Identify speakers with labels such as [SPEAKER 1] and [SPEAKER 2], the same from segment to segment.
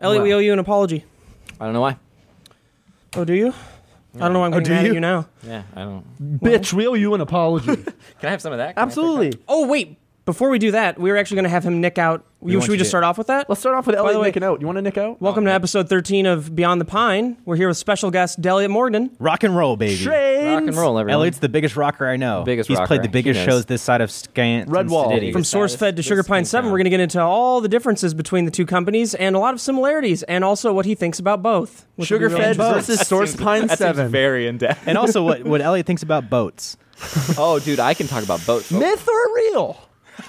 [SPEAKER 1] Elliot, we
[SPEAKER 2] Well.
[SPEAKER 1] owe you an apology.
[SPEAKER 2] I don't know why.
[SPEAKER 1] Oh, do you? I don't know. why I'm
[SPEAKER 3] Oh,
[SPEAKER 1] getting
[SPEAKER 3] do
[SPEAKER 1] mad at
[SPEAKER 3] you?
[SPEAKER 1] you now.
[SPEAKER 2] Yeah, I don't.
[SPEAKER 3] Bitch, we owe you an apology.
[SPEAKER 2] Can I have some of that? Can I have some of that?
[SPEAKER 3] Absolutely.
[SPEAKER 1] Oh wait, before we do that, we were actually going to have him nick out. You,
[SPEAKER 2] want
[SPEAKER 1] should we
[SPEAKER 2] you to-
[SPEAKER 1] just start off with that?
[SPEAKER 3] Let's start off with Elliot
[SPEAKER 1] the way-
[SPEAKER 3] nicking out. You want to nick out?
[SPEAKER 1] Welcome to episode 13 of Beyond the Pine. We're here with special guest Delia Morgan.
[SPEAKER 4] Rock and roll, baby.
[SPEAKER 3] Trains.
[SPEAKER 2] Rock and roll, everyone.
[SPEAKER 4] Elliot's the biggest rocker I know.
[SPEAKER 2] Biggest
[SPEAKER 4] He's
[SPEAKER 2] rocker.
[SPEAKER 4] played the biggest
[SPEAKER 2] He knows.
[SPEAKER 4] shows this side of Scant.
[SPEAKER 3] Redwall.
[SPEAKER 1] From
[SPEAKER 2] This
[SPEAKER 1] Source
[SPEAKER 2] guy,
[SPEAKER 1] Fed to
[SPEAKER 2] this-
[SPEAKER 1] Sugar
[SPEAKER 2] this
[SPEAKER 1] Pine
[SPEAKER 2] big
[SPEAKER 1] 7,
[SPEAKER 2] guy.
[SPEAKER 1] we're going to get into all the differences between the two companies and a lot of similarities and also what he thinks about both. which will be
[SPEAKER 3] Sugar
[SPEAKER 1] really
[SPEAKER 3] Fed
[SPEAKER 1] interesting.
[SPEAKER 3] versus Source Pine
[SPEAKER 2] That seems
[SPEAKER 3] 7.
[SPEAKER 2] very in depth.
[SPEAKER 4] And also what, what Elliot thinks about boats.
[SPEAKER 2] oh, dude, I can talk about boats. Oh,
[SPEAKER 3] Myth or real?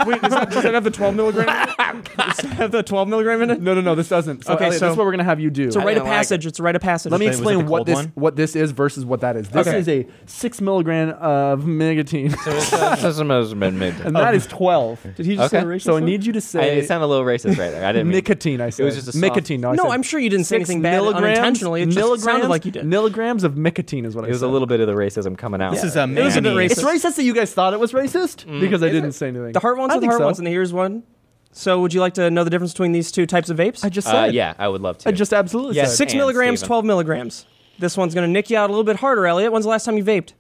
[SPEAKER 1] Wait, does that, does that have the 12 milligram in it? Does that have the 12 milligram in it?
[SPEAKER 3] No, no, no, this doesn't. So,
[SPEAKER 1] Okay,
[SPEAKER 3] Elliot,
[SPEAKER 1] so-
[SPEAKER 3] that's what we're going to have you do.
[SPEAKER 1] It's a rite of
[SPEAKER 2] didn't like
[SPEAKER 1] passage. it's a rite of passage.
[SPEAKER 3] Let me
[SPEAKER 4] Was it the
[SPEAKER 3] explain what
[SPEAKER 4] cold
[SPEAKER 3] this
[SPEAKER 4] one?
[SPEAKER 3] what this is versus what that is. This
[SPEAKER 1] Okay.
[SPEAKER 3] is a six milligram of megatine,
[SPEAKER 2] uh,
[SPEAKER 3] and that is twelve.
[SPEAKER 1] Did he
[SPEAKER 2] just say
[SPEAKER 1] racist
[SPEAKER 3] So I need you to
[SPEAKER 2] I,
[SPEAKER 3] say
[SPEAKER 2] it sounded a little racist right there. I didn't. mean-
[SPEAKER 3] nicotine. I said
[SPEAKER 2] was just a soft-
[SPEAKER 3] nicotine. No, I
[SPEAKER 1] No,
[SPEAKER 3] said
[SPEAKER 1] I'm sure you didn't say
[SPEAKER 3] six
[SPEAKER 1] anything bad
[SPEAKER 3] milligrams-
[SPEAKER 1] unintentionally. It just
[SPEAKER 3] milligrams,
[SPEAKER 1] sounded like you did.
[SPEAKER 3] Milligrams of nicotine is what I
[SPEAKER 2] it was
[SPEAKER 3] said.
[SPEAKER 2] a little bit of the racism coming out. Uh,
[SPEAKER 4] This is a
[SPEAKER 1] It was a bit
[SPEAKER 4] man-eater.
[SPEAKER 1] racist.
[SPEAKER 3] It's racist that you guys thought it was racist because I didn't say anything.
[SPEAKER 1] Mm. The heart one's
[SPEAKER 3] I
[SPEAKER 1] are the
[SPEAKER 3] think
[SPEAKER 1] heart
[SPEAKER 3] so.
[SPEAKER 1] ones and the ears one. So would you like to know the difference between these two types of vapes?
[SPEAKER 3] I just said.
[SPEAKER 2] Uh,
[SPEAKER 3] it.
[SPEAKER 2] yeah, I would love to.
[SPEAKER 3] I just absolutely
[SPEAKER 2] Yeah,
[SPEAKER 3] said. it.
[SPEAKER 1] Six
[SPEAKER 2] And
[SPEAKER 1] milligrams,
[SPEAKER 2] Steven.
[SPEAKER 1] twelve milligrams. This one's gonna nick you out a little bit harder, Elliot. When's the last time you vaped?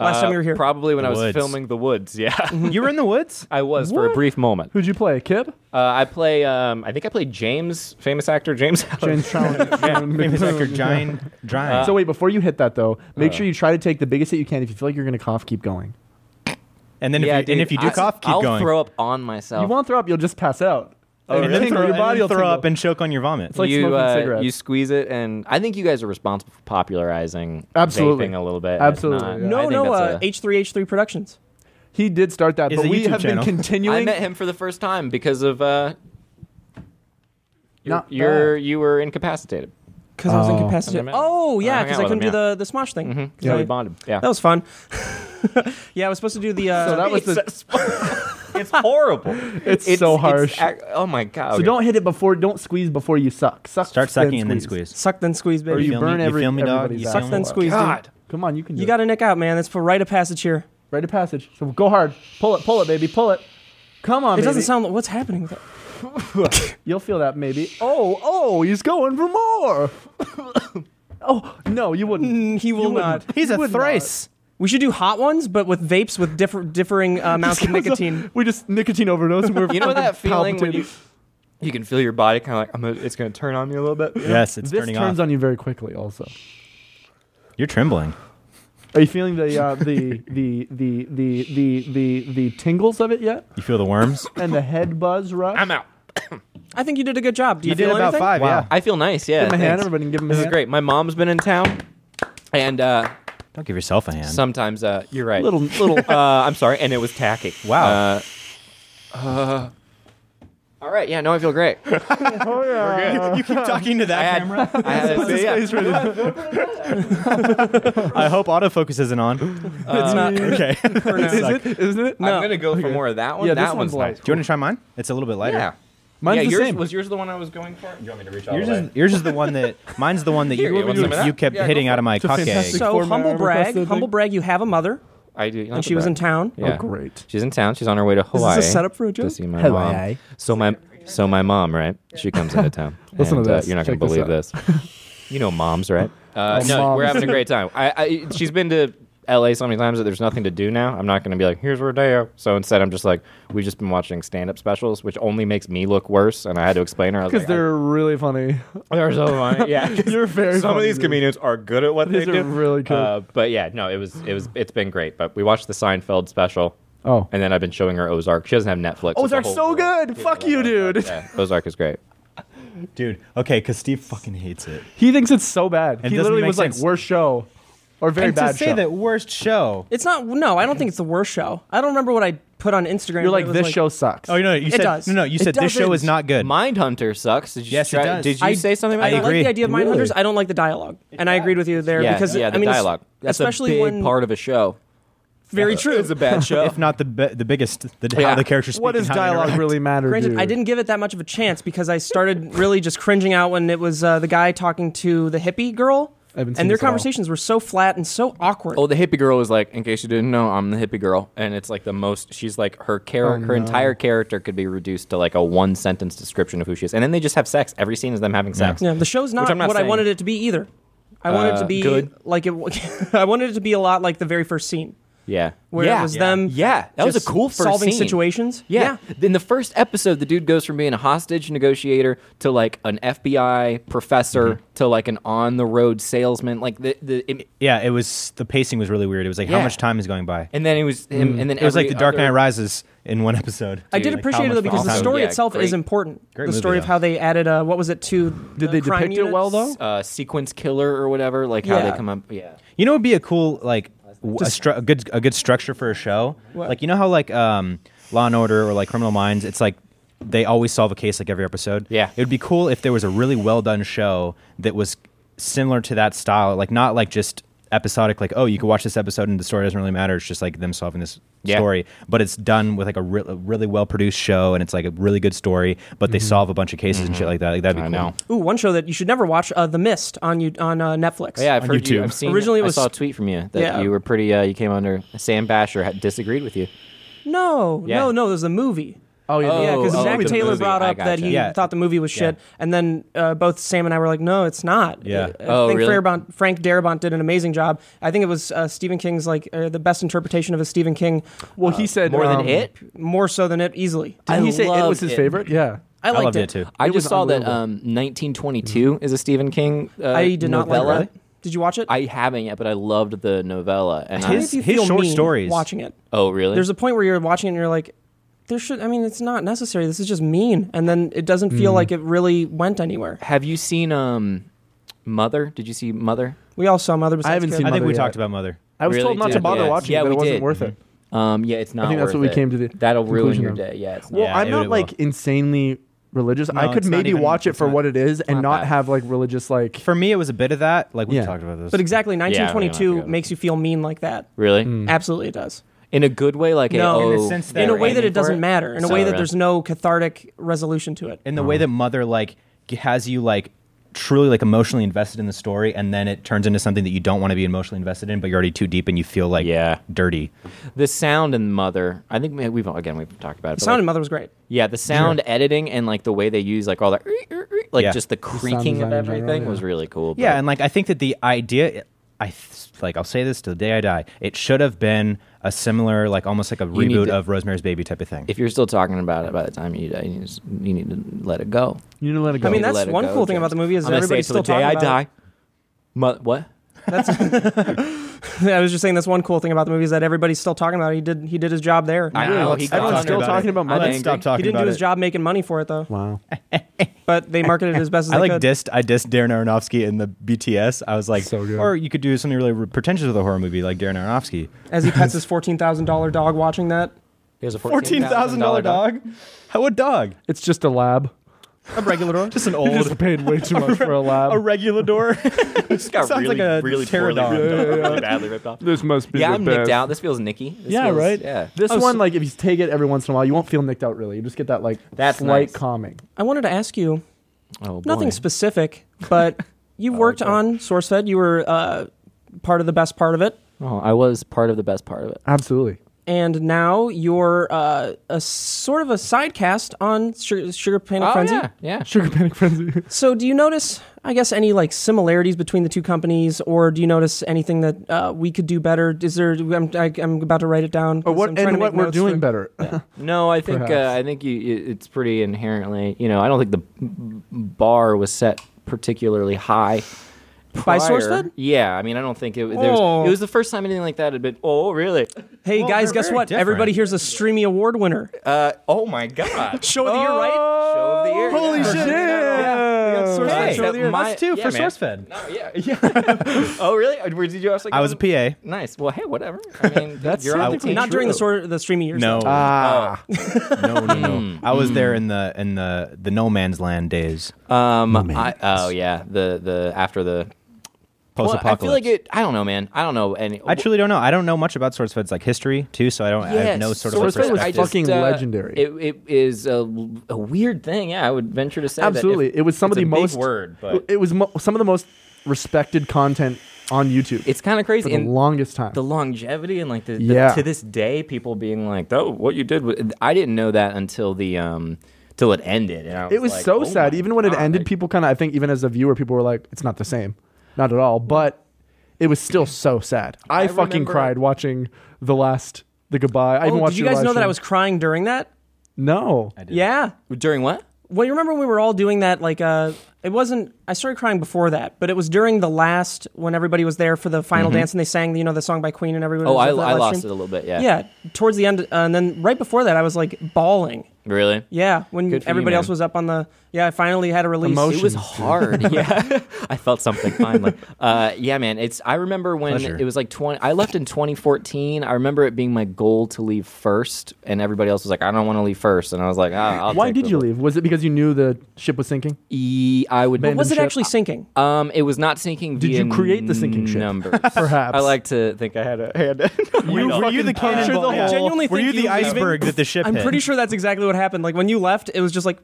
[SPEAKER 1] Last
[SPEAKER 2] Uh,
[SPEAKER 1] time you were here.
[SPEAKER 2] Probably when I was
[SPEAKER 4] Woods.
[SPEAKER 2] filming The Woods. Yeah,
[SPEAKER 4] You were in the woods?
[SPEAKER 2] I was for a
[SPEAKER 3] What?
[SPEAKER 2] brief moment.
[SPEAKER 3] Who'd you play, Kid?
[SPEAKER 2] Uh, I play. Um, I think I played James, famous actor James.
[SPEAKER 3] James
[SPEAKER 4] Famous actor Uh.
[SPEAKER 3] Trout.
[SPEAKER 4] Giant. Giant.
[SPEAKER 3] So wait, before you hit that though, make sure you try to take the biggest hit you can. If you feel like you're going to cough, keep going.
[SPEAKER 4] and then
[SPEAKER 2] Yeah,
[SPEAKER 4] if you, and
[SPEAKER 2] dude,
[SPEAKER 4] if you do
[SPEAKER 2] I-
[SPEAKER 4] cough, keep
[SPEAKER 2] I'll
[SPEAKER 4] going.
[SPEAKER 2] throw up on myself.
[SPEAKER 3] You won't throw up, you'll just pass out.
[SPEAKER 4] and
[SPEAKER 3] It'll
[SPEAKER 4] then
[SPEAKER 3] tingle,
[SPEAKER 4] Oh. throw,
[SPEAKER 3] your body will
[SPEAKER 4] and then throw
[SPEAKER 3] tingle.
[SPEAKER 4] up and choke on your vomit.
[SPEAKER 3] It's like
[SPEAKER 2] you
[SPEAKER 3] smoking
[SPEAKER 2] uh,
[SPEAKER 3] cigarettes.
[SPEAKER 2] you squeeze it, and I think you guys are responsible for popularizing
[SPEAKER 3] Absolutely.
[SPEAKER 2] vaping a little bit. It's
[SPEAKER 3] Absolutely,
[SPEAKER 2] not-
[SPEAKER 3] yeah.
[SPEAKER 2] I
[SPEAKER 1] no,
[SPEAKER 2] think
[SPEAKER 1] no,
[SPEAKER 2] that's
[SPEAKER 1] uh,
[SPEAKER 2] a-
[SPEAKER 1] H three H three Productions.
[SPEAKER 3] he did start that,
[SPEAKER 4] Is
[SPEAKER 3] but
[SPEAKER 4] a
[SPEAKER 3] we
[SPEAKER 4] YouTube
[SPEAKER 3] have
[SPEAKER 4] channel.
[SPEAKER 3] been continuing.
[SPEAKER 2] I met him for the first time because of uh, your,
[SPEAKER 3] Not
[SPEAKER 2] your you were incapacitated.
[SPEAKER 1] Because I was
[SPEAKER 3] Oh.
[SPEAKER 1] incapacitated.
[SPEAKER 2] And I met him.
[SPEAKER 1] Oh
[SPEAKER 2] I
[SPEAKER 1] yeah,
[SPEAKER 2] hung
[SPEAKER 1] because
[SPEAKER 2] out
[SPEAKER 1] I
[SPEAKER 2] with
[SPEAKER 1] couldn't do
[SPEAKER 2] him, yeah.
[SPEAKER 1] the the smosh thing. 'Cause
[SPEAKER 2] Yeah,
[SPEAKER 1] I-
[SPEAKER 2] we bonded. Yeah,
[SPEAKER 1] That was fun. yeah, I was supposed to do the. Uh,
[SPEAKER 3] So that was the.
[SPEAKER 2] it's horrible.
[SPEAKER 3] It's, so harsh.
[SPEAKER 2] ac- oh my god.
[SPEAKER 3] So don't hit it before. Don't squeeze before you suck. Suck.
[SPEAKER 4] Start sucking
[SPEAKER 3] then
[SPEAKER 4] and then squeeze.
[SPEAKER 1] suck then squeeze,
[SPEAKER 3] Or
[SPEAKER 1] baby.
[SPEAKER 3] you,
[SPEAKER 4] feel me?
[SPEAKER 3] burn
[SPEAKER 4] You
[SPEAKER 3] every,
[SPEAKER 4] feel me, dog?
[SPEAKER 3] everybody's
[SPEAKER 4] You
[SPEAKER 3] ass.
[SPEAKER 4] feel
[SPEAKER 1] suck
[SPEAKER 4] me?
[SPEAKER 1] then squeeze. dude.
[SPEAKER 2] God.
[SPEAKER 3] Come on, you can. Do
[SPEAKER 1] You
[SPEAKER 3] got
[SPEAKER 1] got to nick out, man. That's for rite of passage here.
[SPEAKER 3] rite of passage. So go hard. Pull it. Pull it, baby. Pull it. Come on.
[SPEAKER 1] It doesn't
[SPEAKER 3] baby.
[SPEAKER 1] sound. like What's happening? With it?
[SPEAKER 3] You'll feel that maybe. Oh, oh, he's going for more. oh no, you wouldn't.
[SPEAKER 1] Mm, He will not.
[SPEAKER 4] He's
[SPEAKER 3] You
[SPEAKER 4] a
[SPEAKER 3] would not.
[SPEAKER 4] thrice.
[SPEAKER 1] We should do hot ones, but with vapes with differ- differing uh, amounts of nicotine.
[SPEAKER 3] We just nicotine overdose. And we're
[SPEAKER 2] You know that
[SPEAKER 3] fucking
[SPEAKER 2] feeling when you
[SPEAKER 3] palpitating.
[SPEAKER 2] you can feel your body kind of like I'm gonna- it's going to turn on me a little bit.
[SPEAKER 4] Yes, it's
[SPEAKER 3] This
[SPEAKER 4] turning
[SPEAKER 3] turns
[SPEAKER 4] off.
[SPEAKER 3] on you very quickly. Also,
[SPEAKER 4] You're trembling.
[SPEAKER 3] are you feeling the uh, the, the the the the the the tingles of it yet?
[SPEAKER 4] You feel the worms?
[SPEAKER 3] And the head buzz rush.
[SPEAKER 2] I'm out.
[SPEAKER 1] I think you did a good job. Do you
[SPEAKER 4] did
[SPEAKER 1] feel
[SPEAKER 4] about
[SPEAKER 1] anything?
[SPEAKER 4] five, yeah.
[SPEAKER 2] I feel nice. Yeah.
[SPEAKER 3] give him a hand.
[SPEAKER 2] thanks.
[SPEAKER 3] Everybody, give him a
[SPEAKER 2] This is
[SPEAKER 3] hand.
[SPEAKER 2] great. My mom's been in town, and uh,
[SPEAKER 4] Don't give yourself a hand.
[SPEAKER 2] sometimes uh, you're right.
[SPEAKER 3] Little little.
[SPEAKER 2] uh, I'm sorry, and it was tacky.
[SPEAKER 4] Wow.
[SPEAKER 2] Uh, uh, all right. Yeah. No, I feel great.
[SPEAKER 3] oh yeah.
[SPEAKER 4] you keep talking to that
[SPEAKER 2] I had-
[SPEAKER 4] camera.
[SPEAKER 2] I had a- yeah.
[SPEAKER 4] I hope autofocus isn't on.
[SPEAKER 1] It's not.
[SPEAKER 4] Okay.
[SPEAKER 1] Uh, for now.
[SPEAKER 3] Is it? Isn't it?
[SPEAKER 2] I'm gonna go for more of that one.
[SPEAKER 3] Yeah,
[SPEAKER 2] that
[SPEAKER 3] this one's
[SPEAKER 2] nice.
[SPEAKER 4] Do you want to try mine? It's a little bit lighter.
[SPEAKER 2] Yeah.
[SPEAKER 3] Mine's
[SPEAKER 2] yeah,
[SPEAKER 3] the
[SPEAKER 2] yours,
[SPEAKER 3] same.
[SPEAKER 2] Was yours the one I was going for? Do you want me to reach out?
[SPEAKER 4] Yours is, yours is the one that mine's the one that
[SPEAKER 2] Here,
[SPEAKER 4] you,
[SPEAKER 2] you want
[SPEAKER 4] you,
[SPEAKER 2] some of that?
[SPEAKER 4] you kept
[SPEAKER 2] Yeah, go
[SPEAKER 4] hitting
[SPEAKER 2] for
[SPEAKER 4] out
[SPEAKER 2] it.
[SPEAKER 4] of my cock egg.
[SPEAKER 3] fantastic-
[SPEAKER 1] So
[SPEAKER 3] Before my
[SPEAKER 1] humble
[SPEAKER 3] arm
[SPEAKER 1] brag,
[SPEAKER 3] requested
[SPEAKER 1] humble
[SPEAKER 3] thing.
[SPEAKER 1] brag. You have a mother,
[SPEAKER 2] I do. Not
[SPEAKER 1] and
[SPEAKER 2] the
[SPEAKER 1] she was in
[SPEAKER 2] back.
[SPEAKER 1] town.
[SPEAKER 2] Yeah.
[SPEAKER 3] Oh, Great.
[SPEAKER 2] She's in town. She's on her way to Hawaii.
[SPEAKER 1] Is this a setup for a
[SPEAKER 2] to
[SPEAKER 1] joke?
[SPEAKER 2] see my
[SPEAKER 3] Hawaii.
[SPEAKER 2] mom. So my so my mom, right? She comes into town.
[SPEAKER 3] Listen
[SPEAKER 2] and,
[SPEAKER 3] to
[SPEAKER 2] uh,
[SPEAKER 3] this.
[SPEAKER 2] you're not gonna
[SPEAKER 3] Check this
[SPEAKER 2] believe this. You know moms, right? Uh,
[SPEAKER 3] Oh,
[SPEAKER 2] no, we're
[SPEAKER 3] moms.
[SPEAKER 2] having a great time. I, I she's been to L.A. so many times that there's nothing to do now. I'm not gonna be like, here's Rodeo. So instead, I'm just like, we've just been watching stand-up specials, which only makes me look worse. And I had to explain her. I was
[SPEAKER 3] Because
[SPEAKER 2] like,
[SPEAKER 3] they're really funny.
[SPEAKER 2] I, they're so funny. Yeah. 'cause
[SPEAKER 3] You're very.
[SPEAKER 2] Some of
[SPEAKER 3] funny,
[SPEAKER 2] these
[SPEAKER 3] dude.
[SPEAKER 2] comedians are good at what
[SPEAKER 3] These
[SPEAKER 2] they
[SPEAKER 3] are
[SPEAKER 2] do.
[SPEAKER 3] really good.
[SPEAKER 2] Uh, but yeah, no, it was it was it's been great. But we watched the Seinfeld special.
[SPEAKER 3] Oh.
[SPEAKER 2] And then I've been showing her Ozark. She doesn't have Netflix.
[SPEAKER 3] Oh,
[SPEAKER 2] It's a
[SPEAKER 3] Ozark's
[SPEAKER 2] whole
[SPEAKER 3] so
[SPEAKER 2] world.
[SPEAKER 3] good. Fuck you, dude.
[SPEAKER 2] Yeah, Ozark is great.
[SPEAKER 4] Dude, okay, because Steve fucking hates it.
[SPEAKER 3] He thinks it's so bad.
[SPEAKER 4] It
[SPEAKER 3] he
[SPEAKER 4] doesn't
[SPEAKER 3] literally
[SPEAKER 4] make
[SPEAKER 3] was
[SPEAKER 4] sense.
[SPEAKER 3] like worst show, or very
[SPEAKER 4] and
[SPEAKER 3] bad
[SPEAKER 4] to say
[SPEAKER 3] show.
[SPEAKER 4] that worst show.
[SPEAKER 1] It's not. No, I don't think it's the worst show. I don't remember what I put on Instagram.
[SPEAKER 3] You're
[SPEAKER 1] but
[SPEAKER 3] like
[SPEAKER 1] it was
[SPEAKER 3] this show sucks.
[SPEAKER 4] Oh, no, you
[SPEAKER 1] It
[SPEAKER 4] said,
[SPEAKER 1] does.
[SPEAKER 4] No, no, you
[SPEAKER 1] It
[SPEAKER 4] said this show is
[SPEAKER 1] doesn't.
[SPEAKER 4] not good.
[SPEAKER 2] Mindhunter sucks. Did you
[SPEAKER 4] Yes, it
[SPEAKER 2] try-
[SPEAKER 4] does.
[SPEAKER 2] Did you
[SPEAKER 1] I-
[SPEAKER 2] say something about
[SPEAKER 4] I
[SPEAKER 2] that?
[SPEAKER 1] I like
[SPEAKER 4] agree.
[SPEAKER 1] the idea of
[SPEAKER 3] Really?
[SPEAKER 1] Mindhunters. I don't like the dialogue, and I agreed with you there
[SPEAKER 2] Yeah,
[SPEAKER 1] because
[SPEAKER 2] yeah,
[SPEAKER 1] I
[SPEAKER 2] the
[SPEAKER 1] mean, it's-
[SPEAKER 2] dialogue. That's
[SPEAKER 1] especially
[SPEAKER 2] a big
[SPEAKER 1] when
[SPEAKER 2] part of a show.
[SPEAKER 1] very true.
[SPEAKER 2] It's a bad show.
[SPEAKER 4] if not the be- the biggest, the,
[SPEAKER 2] Yeah.
[SPEAKER 4] how the characters speak
[SPEAKER 3] what
[SPEAKER 4] and
[SPEAKER 3] does
[SPEAKER 4] how they
[SPEAKER 3] dialogue
[SPEAKER 4] interact.
[SPEAKER 3] really matter?
[SPEAKER 1] Granted,
[SPEAKER 3] dude?
[SPEAKER 1] I didn't give it that much of a chance because I started really just cringing out when it was uh, the guy talking to the hippie girl.
[SPEAKER 3] I haven't seen
[SPEAKER 1] and their
[SPEAKER 3] this at all.
[SPEAKER 1] conversations were so flat and so awkward.
[SPEAKER 2] Oh, the hippie girl is like, in case you didn't know, I'm the hippie girl, and it's like the most. She's like her character, her entire character could be reduced to like a one sentence description of who she is, and then they just have sex. Every scene is them having sex.
[SPEAKER 1] Yeah, the show's not,
[SPEAKER 2] I'm not
[SPEAKER 1] what I
[SPEAKER 2] saying.
[SPEAKER 1] wanted it to be either. I wanted it to
[SPEAKER 2] Uh,
[SPEAKER 1] be
[SPEAKER 2] good.
[SPEAKER 1] like it. w- I wanted it to be a lot like the very first scene
[SPEAKER 2] Yeah,
[SPEAKER 1] where
[SPEAKER 2] yeah.
[SPEAKER 1] it was them.
[SPEAKER 2] Yeah, that was a
[SPEAKER 1] just
[SPEAKER 2] cool first
[SPEAKER 1] solving
[SPEAKER 2] scene.
[SPEAKER 1] situations.
[SPEAKER 2] Yeah. In the first episode, the dude goes from being a hostage negotiator to like an FBI professor
[SPEAKER 4] Mm-hmm.
[SPEAKER 2] to like an on the road salesman. Like the, the it-
[SPEAKER 4] Yeah, it was the pacing was really weird. It was like
[SPEAKER 2] Yeah.
[SPEAKER 4] how much time is going by?
[SPEAKER 2] and then it was him, and then
[SPEAKER 4] Mm. It was like
[SPEAKER 2] every
[SPEAKER 4] The Dark
[SPEAKER 2] other-
[SPEAKER 4] Knight Rises in one episode.
[SPEAKER 1] I did
[SPEAKER 2] Dude, like,
[SPEAKER 1] appreciate
[SPEAKER 2] how
[SPEAKER 1] it though
[SPEAKER 2] much
[SPEAKER 1] because the
[SPEAKER 4] awesome.
[SPEAKER 1] story
[SPEAKER 2] Yeah,
[SPEAKER 1] itself is
[SPEAKER 2] great.
[SPEAKER 1] important.
[SPEAKER 4] Great
[SPEAKER 1] the
[SPEAKER 4] movie,
[SPEAKER 1] story of
[SPEAKER 4] though.
[SPEAKER 1] how they added uh, what was it to
[SPEAKER 3] Did they depict it well though?
[SPEAKER 2] Uh, sequence killer or whatever, like how
[SPEAKER 1] Yeah.
[SPEAKER 2] they come up. Yeah,
[SPEAKER 4] You know, it'd be a cool like w- a, stru- a good a good structure for a show.
[SPEAKER 1] What?
[SPEAKER 4] Like you know how like um, Law and Order or like Criminal Minds, it's like they always solve a case like every episode.
[SPEAKER 2] Yeah.
[SPEAKER 4] it would be cool if there was a really well done show that was similar to that style, like not like just episodic like oh you could watch this episode and the story doesn't really matter it's just like them solving this
[SPEAKER 2] Yeah.
[SPEAKER 4] story but it's done with like a, re- a really well produced show and it's like a really good story but they solve a bunch of cases and shit like that like that'd be
[SPEAKER 2] Mm-hmm. I
[SPEAKER 4] cool
[SPEAKER 2] know.
[SPEAKER 1] Ooh, one show that you should never watch, uh, The Mist on you on uh, Netflix.
[SPEAKER 2] Oh, Yeah, I've
[SPEAKER 4] On
[SPEAKER 2] heard you.
[SPEAKER 4] YouTube.
[SPEAKER 2] I've seen.
[SPEAKER 1] Originally it
[SPEAKER 2] I
[SPEAKER 1] was-
[SPEAKER 2] saw a tweet from you that
[SPEAKER 1] Yeah.
[SPEAKER 2] you were pretty. Uh, you came under Sam Basher had disagreed with you.
[SPEAKER 1] No,
[SPEAKER 2] Yeah.
[SPEAKER 1] no, no. There's a movie.
[SPEAKER 3] Oh yeah,
[SPEAKER 1] Yeah, because
[SPEAKER 2] oh,
[SPEAKER 1] Zach
[SPEAKER 2] the
[SPEAKER 1] Taylor
[SPEAKER 2] movie.
[SPEAKER 1] brought
[SPEAKER 2] I
[SPEAKER 1] up that
[SPEAKER 2] gotcha.
[SPEAKER 1] he
[SPEAKER 4] Yeah.
[SPEAKER 1] thought the movie was shit, and then uh, both Sam and I were like, "No, it's not." Uh,
[SPEAKER 4] Yeah.
[SPEAKER 1] I, I
[SPEAKER 2] Oh,
[SPEAKER 1] think
[SPEAKER 2] really?
[SPEAKER 1] Fairbairn- Frank Darabont did an amazing job. I think it was uh, Stephen King's like uh, the best interpretation of a Stephen King,
[SPEAKER 3] well, he said
[SPEAKER 2] More
[SPEAKER 3] um,
[SPEAKER 2] than it.
[SPEAKER 1] more so than it easily.
[SPEAKER 2] I
[SPEAKER 3] Didn't he say it was
[SPEAKER 2] loved
[SPEAKER 3] his
[SPEAKER 2] it.
[SPEAKER 3] favorite? Yeah.
[SPEAKER 1] I liked
[SPEAKER 4] i loved it, too
[SPEAKER 2] I
[SPEAKER 3] was Mm-hmm.
[SPEAKER 2] just saw that
[SPEAKER 3] unbelievable.
[SPEAKER 2] um, 1922 is a Stephen King. Uh,
[SPEAKER 1] I did not
[SPEAKER 2] novella.
[SPEAKER 1] like it. Did you watch it?
[SPEAKER 2] I haven't yet, but I loved the novella. And
[SPEAKER 1] How
[SPEAKER 2] I,
[SPEAKER 1] made
[SPEAKER 4] His-
[SPEAKER 1] you
[SPEAKER 4] his
[SPEAKER 1] feel
[SPEAKER 4] short
[SPEAKER 1] mean
[SPEAKER 4] stories.
[SPEAKER 1] Watching it,
[SPEAKER 2] oh, really?
[SPEAKER 1] there's a point where you're watching it and you're like, "There should." I mean, it's not necessary. This is just mean, and then it doesn't feel like it really went anywhere.
[SPEAKER 2] Have you seen um, Mother? Did you see Mother?
[SPEAKER 1] We all saw Mother. Besides
[SPEAKER 3] haven't
[SPEAKER 1] Kid.
[SPEAKER 3] seen
[SPEAKER 4] i think
[SPEAKER 3] Mother
[SPEAKER 4] we
[SPEAKER 3] yet.
[SPEAKER 4] talked about mother
[SPEAKER 3] I was
[SPEAKER 2] Really
[SPEAKER 3] told not to
[SPEAKER 2] did,
[SPEAKER 3] bother
[SPEAKER 2] yeah.
[SPEAKER 3] watching
[SPEAKER 2] Yeah,
[SPEAKER 3] it. but
[SPEAKER 2] we
[SPEAKER 3] It wasn't
[SPEAKER 2] did.
[SPEAKER 3] worth it.
[SPEAKER 2] Um, yeah, it's not.
[SPEAKER 3] think that's
[SPEAKER 2] worth
[SPEAKER 3] what we
[SPEAKER 2] it.
[SPEAKER 3] came to the
[SPEAKER 2] That'll ruin
[SPEAKER 3] conclusion
[SPEAKER 2] your
[SPEAKER 3] of.
[SPEAKER 2] day. Yeah, it's not.
[SPEAKER 3] Well,
[SPEAKER 4] Yeah,
[SPEAKER 3] I'm
[SPEAKER 4] it
[SPEAKER 3] not
[SPEAKER 4] will.
[SPEAKER 3] like insanely religious. I
[SPEAKER 4] No,
[SPEAKER 3] could
[SPEAKER 4] it's not
[SPEAKER 3] maybe
[SPEAKER 4] even-
[SPEAKER 3] watch it
[SPEAKER 4] it's
[SPEAKER 3] for
[SPEAKER 4] not-
[SPEAKER 3] what it is and
[SPEAKER 2] not
[SPEAKER 3] not
[SPEAKER 2] that.
[SPEAKER 3] have like religious like
[SPEAKER 4] for me it was a bit of that like we
[SPEAKER 3] Yeah.
[SPEAKER 4] talked about this
[SPEAKER 1] But exactly,
[SPEAKER 2] we don't have to
[SPEAKER 1] 1922
[SPEAKER 2] go to-
[SPEAKER 1] makes you feel mean like that.
[SPEAKER 2] really,
[SPEAKER 3] Hmm.
[SPEAKER 1] Absolutely, it does.
[SPEAKER 2] in a good way, like a,
[SPEAKER 1] No.
[SPEAKER 2] oh,
[SPEAKER 1] In
[SPEAKER 4] the sense that-
[SPEAKER 2] they're
[SPEAKER 1] in a way that
[SPEAKER 2] aiming
[SPEAKER 1] it doesn't
[SPEAKER 2] for
[SPEAKER 1] matter. In a
[SPEAKER 2] So,
[SPEAKER 1] way that
[SPEAKER 2] uh,
[SPEAKER 1] there's no cathartic resolution to it.
[SPEAKER 4] in the way that mother like g- has you like truly like emotionally invested in the story and then it turns into something that you don't want to be emotionally invested in but you're already too deep and you feel like
[SPEAKER 2] Yeah.
[SPEAKER 4] dirty
[SPEAKER 2] the sound and Mother. I think we- we've again we've talked about it.
[SPEAKER 1] The
[SPEAKER 2] but,
[SPEAKER 1] Sound
[SPEAKER 2] like,
[SPEAKER 1] of Mother was great.
[SPEAKER 2] Yeah, the sound editing and like the way they use like all that, like
[SPEAKER 4] Yeah.
[SPEAKER 2] just the creaking
[SPEAKER 3] design in
[SPEAKER 2] of everything
[SPEAKER 3] general, yeah.
[SPEAKER 2] was really cool.
[SPEAKER 4] yeah
[SPEAKER 2] but-
[SPEAKER 4] and like i think that the idea i th- like i'll say this till the day i die it should have been a similar like almost like a
[SPEAKER 2] You need
[SPEAKER 4] reboot
[SPEAKER 2] to-
[SPEAKER 4] of rosemary's baby type of thing
[SPEAKER 2] if you're still talking about it by the time you die, you, just, you need to let it go.
[SPEAKER 3] you need to let it go.
[SPEAKER 1] I mean,
[SPEAKER 2] You need
[SPEAKER 1] that's
[SPEAKER 2] to let it
[SPEAKER 1] one
[SPEAKER 2] go,
[SPEAKER 1] cool thing
[SPEAKER 2] James.
[SPEAKER 1] about the movie is
[SPEAKER 2] I'm gonna say
[SPEAKER 1] everybody's
[SPEAKER 2] till the
[SPEAKER 1] still
[SPEAKER 2] day I
[SPEAKER 1] talking about
[SPEAKER 2] die. Mo- what?
[SPEAKER 1] I was just saying that's one cool thing about the movie is that everybody's still talking about it. He did he did his job there.
[SPEAKER 2] I know, he got
[SPEAKER 3] Everyone's
[SPEAKER 2] on
[SPEAKER 3] still
[SPEAKER 2] about
[SPEAKER 3] talking
[SPEAKER 2] it.
[SPEAKER 3] about
[SPEAKER 2] I'm
[SPEAKER 3] Mother.
[SPEAKER 2] angry.
[SPEAKER 4] stop talking
[SPEAKER 1] he didn't
[SPEAKER 4] about
[SPEAKER 1] do his
[SPEAKER 4] it.
[SPEAKER 1] job making money for it though.
[SPEAKER 3] Wow.
[SPEAKER 1] But they marketed it as best as
[SPEAKER 4] I
[SPEAKER 1] they
[SPEAKER 4] like
[SPEAKER 1] could.
[SPEAKER 4] dissed. I dissed Darren Aronofsky in the BTS. I was like,
[SPEAKER 3] So good.
[SPEAKER 4] or you could do something really pretentious with a horror movie like Darren Aronofsky.
[SPEAKER 1] as he pets his fourteen thousand dollar dog watching that.
[SPEAKER 2] Here's a
[SPEAKER 4] Fourteen thousand dollar dog. How what dog?
[SPEAKER 3] It's just a lab.
[SPEAKER 1] A regular dog.
[SPEAKER 4] Just an
[SPEAKER 3] You
[SPEAKER 4] old
[SPEAKER 3] just paid way too much for a
[SPEAKER 4] a
[SPEAKER 3] lab.
[SPEAKER 4] regular door.
[SPEAKER 2] This got
[SPEAKER 4] Sounds
[SPEAKER 2] really,
[SPEAKER 4] like a
[SPEAKER 2] really poorly
[SPEAKER 4] pterodon.
[SPEAKER 2] ripped off, really badly ripped off.
[SPEAKER 3] This must be.
[SPEAKER 2] Yeah,
[SPEAKER 3] the
[SPEAKER 2] I'm
[SPEAKER 3] best.
[SPEAKER 2] nicked out. This feels nicky. This
[SPEAKER 3] Yeah,
[SPEAKER 2] feels-
[SPEAKER 3] right.
[SPEAKER 2] Yeah.
[SPEAKER 3] This
[SPEAKER 1] Oh,
[SPEAKER 3] one,
[SPEAKER 1] so-
[SPEAKER 3] like, if you take it every once in a while, you won't feel nicked out really. You just get that like
[SPEAKER 2] That's
[SPEAKER 3] slight
[SPEAKER 2] nice.
[SPEAKER 3] calming.
[SPEAKER 1] I wanted to ask you
[SPEAKER 2] Oh, boy.
[SPEAKER 1] nothing specific, but you worked on SourceFed. You were uh, part of the best part of it.
[SPEAKER 2] Oh, I was part of the best part of it.
[SPEAKER 3] Absolutely.
[SPEAKER 1] and now you're uh, a sort of a sidecast on Sugar, Sugar Panic
[SPEAKER 4] Oh,
[SPEAKER 1] Frenzy.
[SPEAKER 2] Oh, yeah, yeah.
[SPEAKER 3] Sugar panic frenzy.
[SPEAKER 1] So, do you notice, I guess, any like similarities between the two companies, or do you notice anything that uh, we could do better? Is there? I'm, I, I'm about to write it down.
[SPEAKER 3] Or
[SPEAKER 1] 'cause I'm
[SPEAKER 3] what
[SPEAKER 1] trying to
[SPEAKER 3] and what
[SPEAKER 1] make
[SPEAKER 3] we're
[SPEAKER 1] notes
[SPEAKER 3] doing
[SPEAKER 1] for-
[SPEAKER 3] better.
[SPEAKER 2] No, I think uh,
[SPEAKER 3] Perhaps.
[SPEAKER 2] I think you, it- it's pretty inherently. You know, I don't think the b- bar was set particularly high.
[SPEAKER 1] By
[SPEAKER 2] prior.
[SPEAKER 1] SourceFed?
[SPEAKER 2] Yeah, I mean, I don't think it, there was,
[SPEAKER 1] Oh.
[SPEAKER 2] it was the first time anything like that had been. Oh, really?
[SPEAKER 1] Hey
[SPEAKER 4] Well,
[SPEAKER 1] guys,
[SPEAKER 4] they're
[SPEAKER 1] guess
[SPEAKER 4] very
[SPEAKER 1] what?
[SPEAKER 4] different.
[SPEAKER 1] Everybody here's a Streamy Award winner.
[SPEAKER 2] Uh, oh my God! Oh.
[SPEAKER 1] Show of the year, right?
[SPEAKER 2] Show of the year.
[SPEAKER 4] Holy
[SPEAKER 2] yeah.
[SPEAKER 4] shit.
[SPEAKER 2] Hey,
[SPEAKER 4] Show of the year.
[SPEAKER 2] my-
[SPEAKER 4] That's two
[SPEAKER 2] yeah,
[SPEAKER 4] for
[SPEAKER 2] man.
[SPEAKER 4] SourceFed.
[SPEAKER 2] No, yeah, yeah. oh, really? Uh, Where did you also?
[SPEAKER 4] I was a PA.
[SPEAKER 2] Nice. Well, hey, whatever. I mean,
[SPEAKER 3] That's
[SPEAKER 2] you're on the
[SPEAKER 3] technically
[SPEAKER 2] team.
[SPEAKER 1] Not during the
[SPEAKER 3] True.
[SPEAKER 1] sor- the Streamy years.
[SPEAKER 4] No,
[SPEAKER 1] though.
[SPEAKER 3] Ah,
[SPEAKER 4] no, no, no. I was there in the in the the no man's land days.
[SPEAKER 2] Um, I, oh yeah, the the after the
[SPEAKER 4] Post
[SPEAKER 2] Well, I
[SPEAKER 4] apocalypse.
[SPEAKER 2] feel like it. I don't know, man. I don't know any.
[SPEAKER 4] I truly don't know. I don't know much about SourceFed's like history too, so I don't. I have no sort of.
[SPEAKER 3] SourceFed
[SPEAKER 4] Like,
[SPEAKER 3] was
[SPEAKER 2] I
[SPEAKER 4] perspective.
[SPEAKER 2] just,
[SPEAKER 3] fucking
[SPEAKER 2] uh,
[SPEAKER 3] legendary.
[SPEAKER 2] It, it is a, a weird thing. Yeah, I would venture to say. that if-
[SPEAKER 3] absolutely. It was some
[SPEAKER 2] it's
[SPEAKER 3] of the
[SPEAKER 2] a big
[SPEAKER 3] most.
[SPEAKER 2] word, but
[SPEAKER 3] It was mo- some of the most respected content on YouTube
[SPEAKER 2] It's kind of crazy.
[SPEAKER 3] for the
[SPEAKER 2] and
[SPEAKER 3] longest time.
[SPEAKER 2] the longevity and like the, the-
[SPEAKER 3] Yeah.
[SPEAKER 2] to this day, people being like, "Oh, what you did," was, I didn't know that until the um till it ended. And I
[SPEAKER 3] it was
[SPEAKER 2] like,
[SPEAKER 3] so
[SPEAKER 2] "Oh
[SPEAKER 3] sad.
[SPEAKER 2] my
[SPEAKER 3] Even when it
[SPEAKER 2] God,
[SPEAKER 3] ended,
[SPEAKER 2] like,
[SPEAKER 3] people kind of, I think, even as a viewer, people were like, it's not the same. Not at all. But it was still so sad. I,
[SPEAKER 2] I
[SPEAKER 3] fucking
[SPEAKER 2] remember-
[SPEAKER 3] cried watching the last, the goodbye. I even
[SPEAKER 1] Oh,
[SPEAKER 3] watched
[SPEAKER 1] did you
[SPEAKER 3] your
[SPEAKER 1] guys
[SPEAKER 3] live
[SPEAKER 1] know that I
[SPEAKER 3] stream.
[SPEAKER 1] was crying during that?
[SPEAKER 3] No.
[SPEAKER 1] Yeah.
[SPEAKER 2] during what?
[SPEAKER 1] Well, you remember when we were all doing that? Like, uh, it wasn't. I started crying before that, but it was during the last when everybody was there for the final dance and they sang, you know, the song by Queen and everybody.
[SPEAKER 2] Mm-hmm. Oh,
[SPEAKER 1] was
[SPEAKER 2] I,
[SPEAKER 1] at that
[SPEAKER 2] I
[SPEAKER 1] live
[SPEAKER 2] lost
[SPEAKER 1] stream.
[SPEAKER 2] it a little bit. Yeah.
[SPEAKER 1] Yeah, towards the end, uh, and then right before that, I was like bawling.
[SPEAKER 2] Really.
[SPEAKER 1] Yeah, when
[SPEAKER 2] Good for you,
[SPEAKER 1] everybody
[SPEAKER 2] man.
[SPEAKER 1] else was up on the. Yeah, I finally had a release.
[SPEAKER 2] It was hard. yeah, I felt something finally. Uh, yeah, man. It's. I remember when
[SPEAKER 4] Pleasure.
[SPEAKER 2] it was like twenty. I left in 2014. I remember it being my goal to leave first, and everybody else was like, "I don't want to leave first. and I was like, ah, I'll
[SPEAKER 3] Why
[SPEAKER 2] take
[SPEAKER 3] did
[SPEAKER 2] the-
[SPEAKER 3] you leave? Was it because you knew the ship was sinking?
[SPEAKER 2] E- I would.
[SPEAKER 1] Was it
[SPEAKER 3] ship.
[SPEAKER 1] actually sinking?
[SPEAKER 2] Um, it was not sinking.
[SPEAKER 3] Did you
[SPEAKER 2] via
[SPEAKER 3] create the sinking ship?
[SPEAKER 2] Numbers.
[SPEAKER 3] Perhaps.
[SPEAKER 2] I like to think I had a hand. in-
[SPEAKER 4] You, were you the cannonball?
[SPEAKER 1] I genuinely
[SPEAKER 4] were
[SPEAKER 1] think
[SPEAKER 4] you
[SPEAKER 1] you
[SPEAKER 4] the
[SPEAKER 1] leaving-
[SPEAKER 4] iceberg that the ship
[SPEAKER 1] I'm
[SPEAKER 4] hit?
[SPEAKER 1] pretty sure that's exactly what happened. Like when you left, it was just like.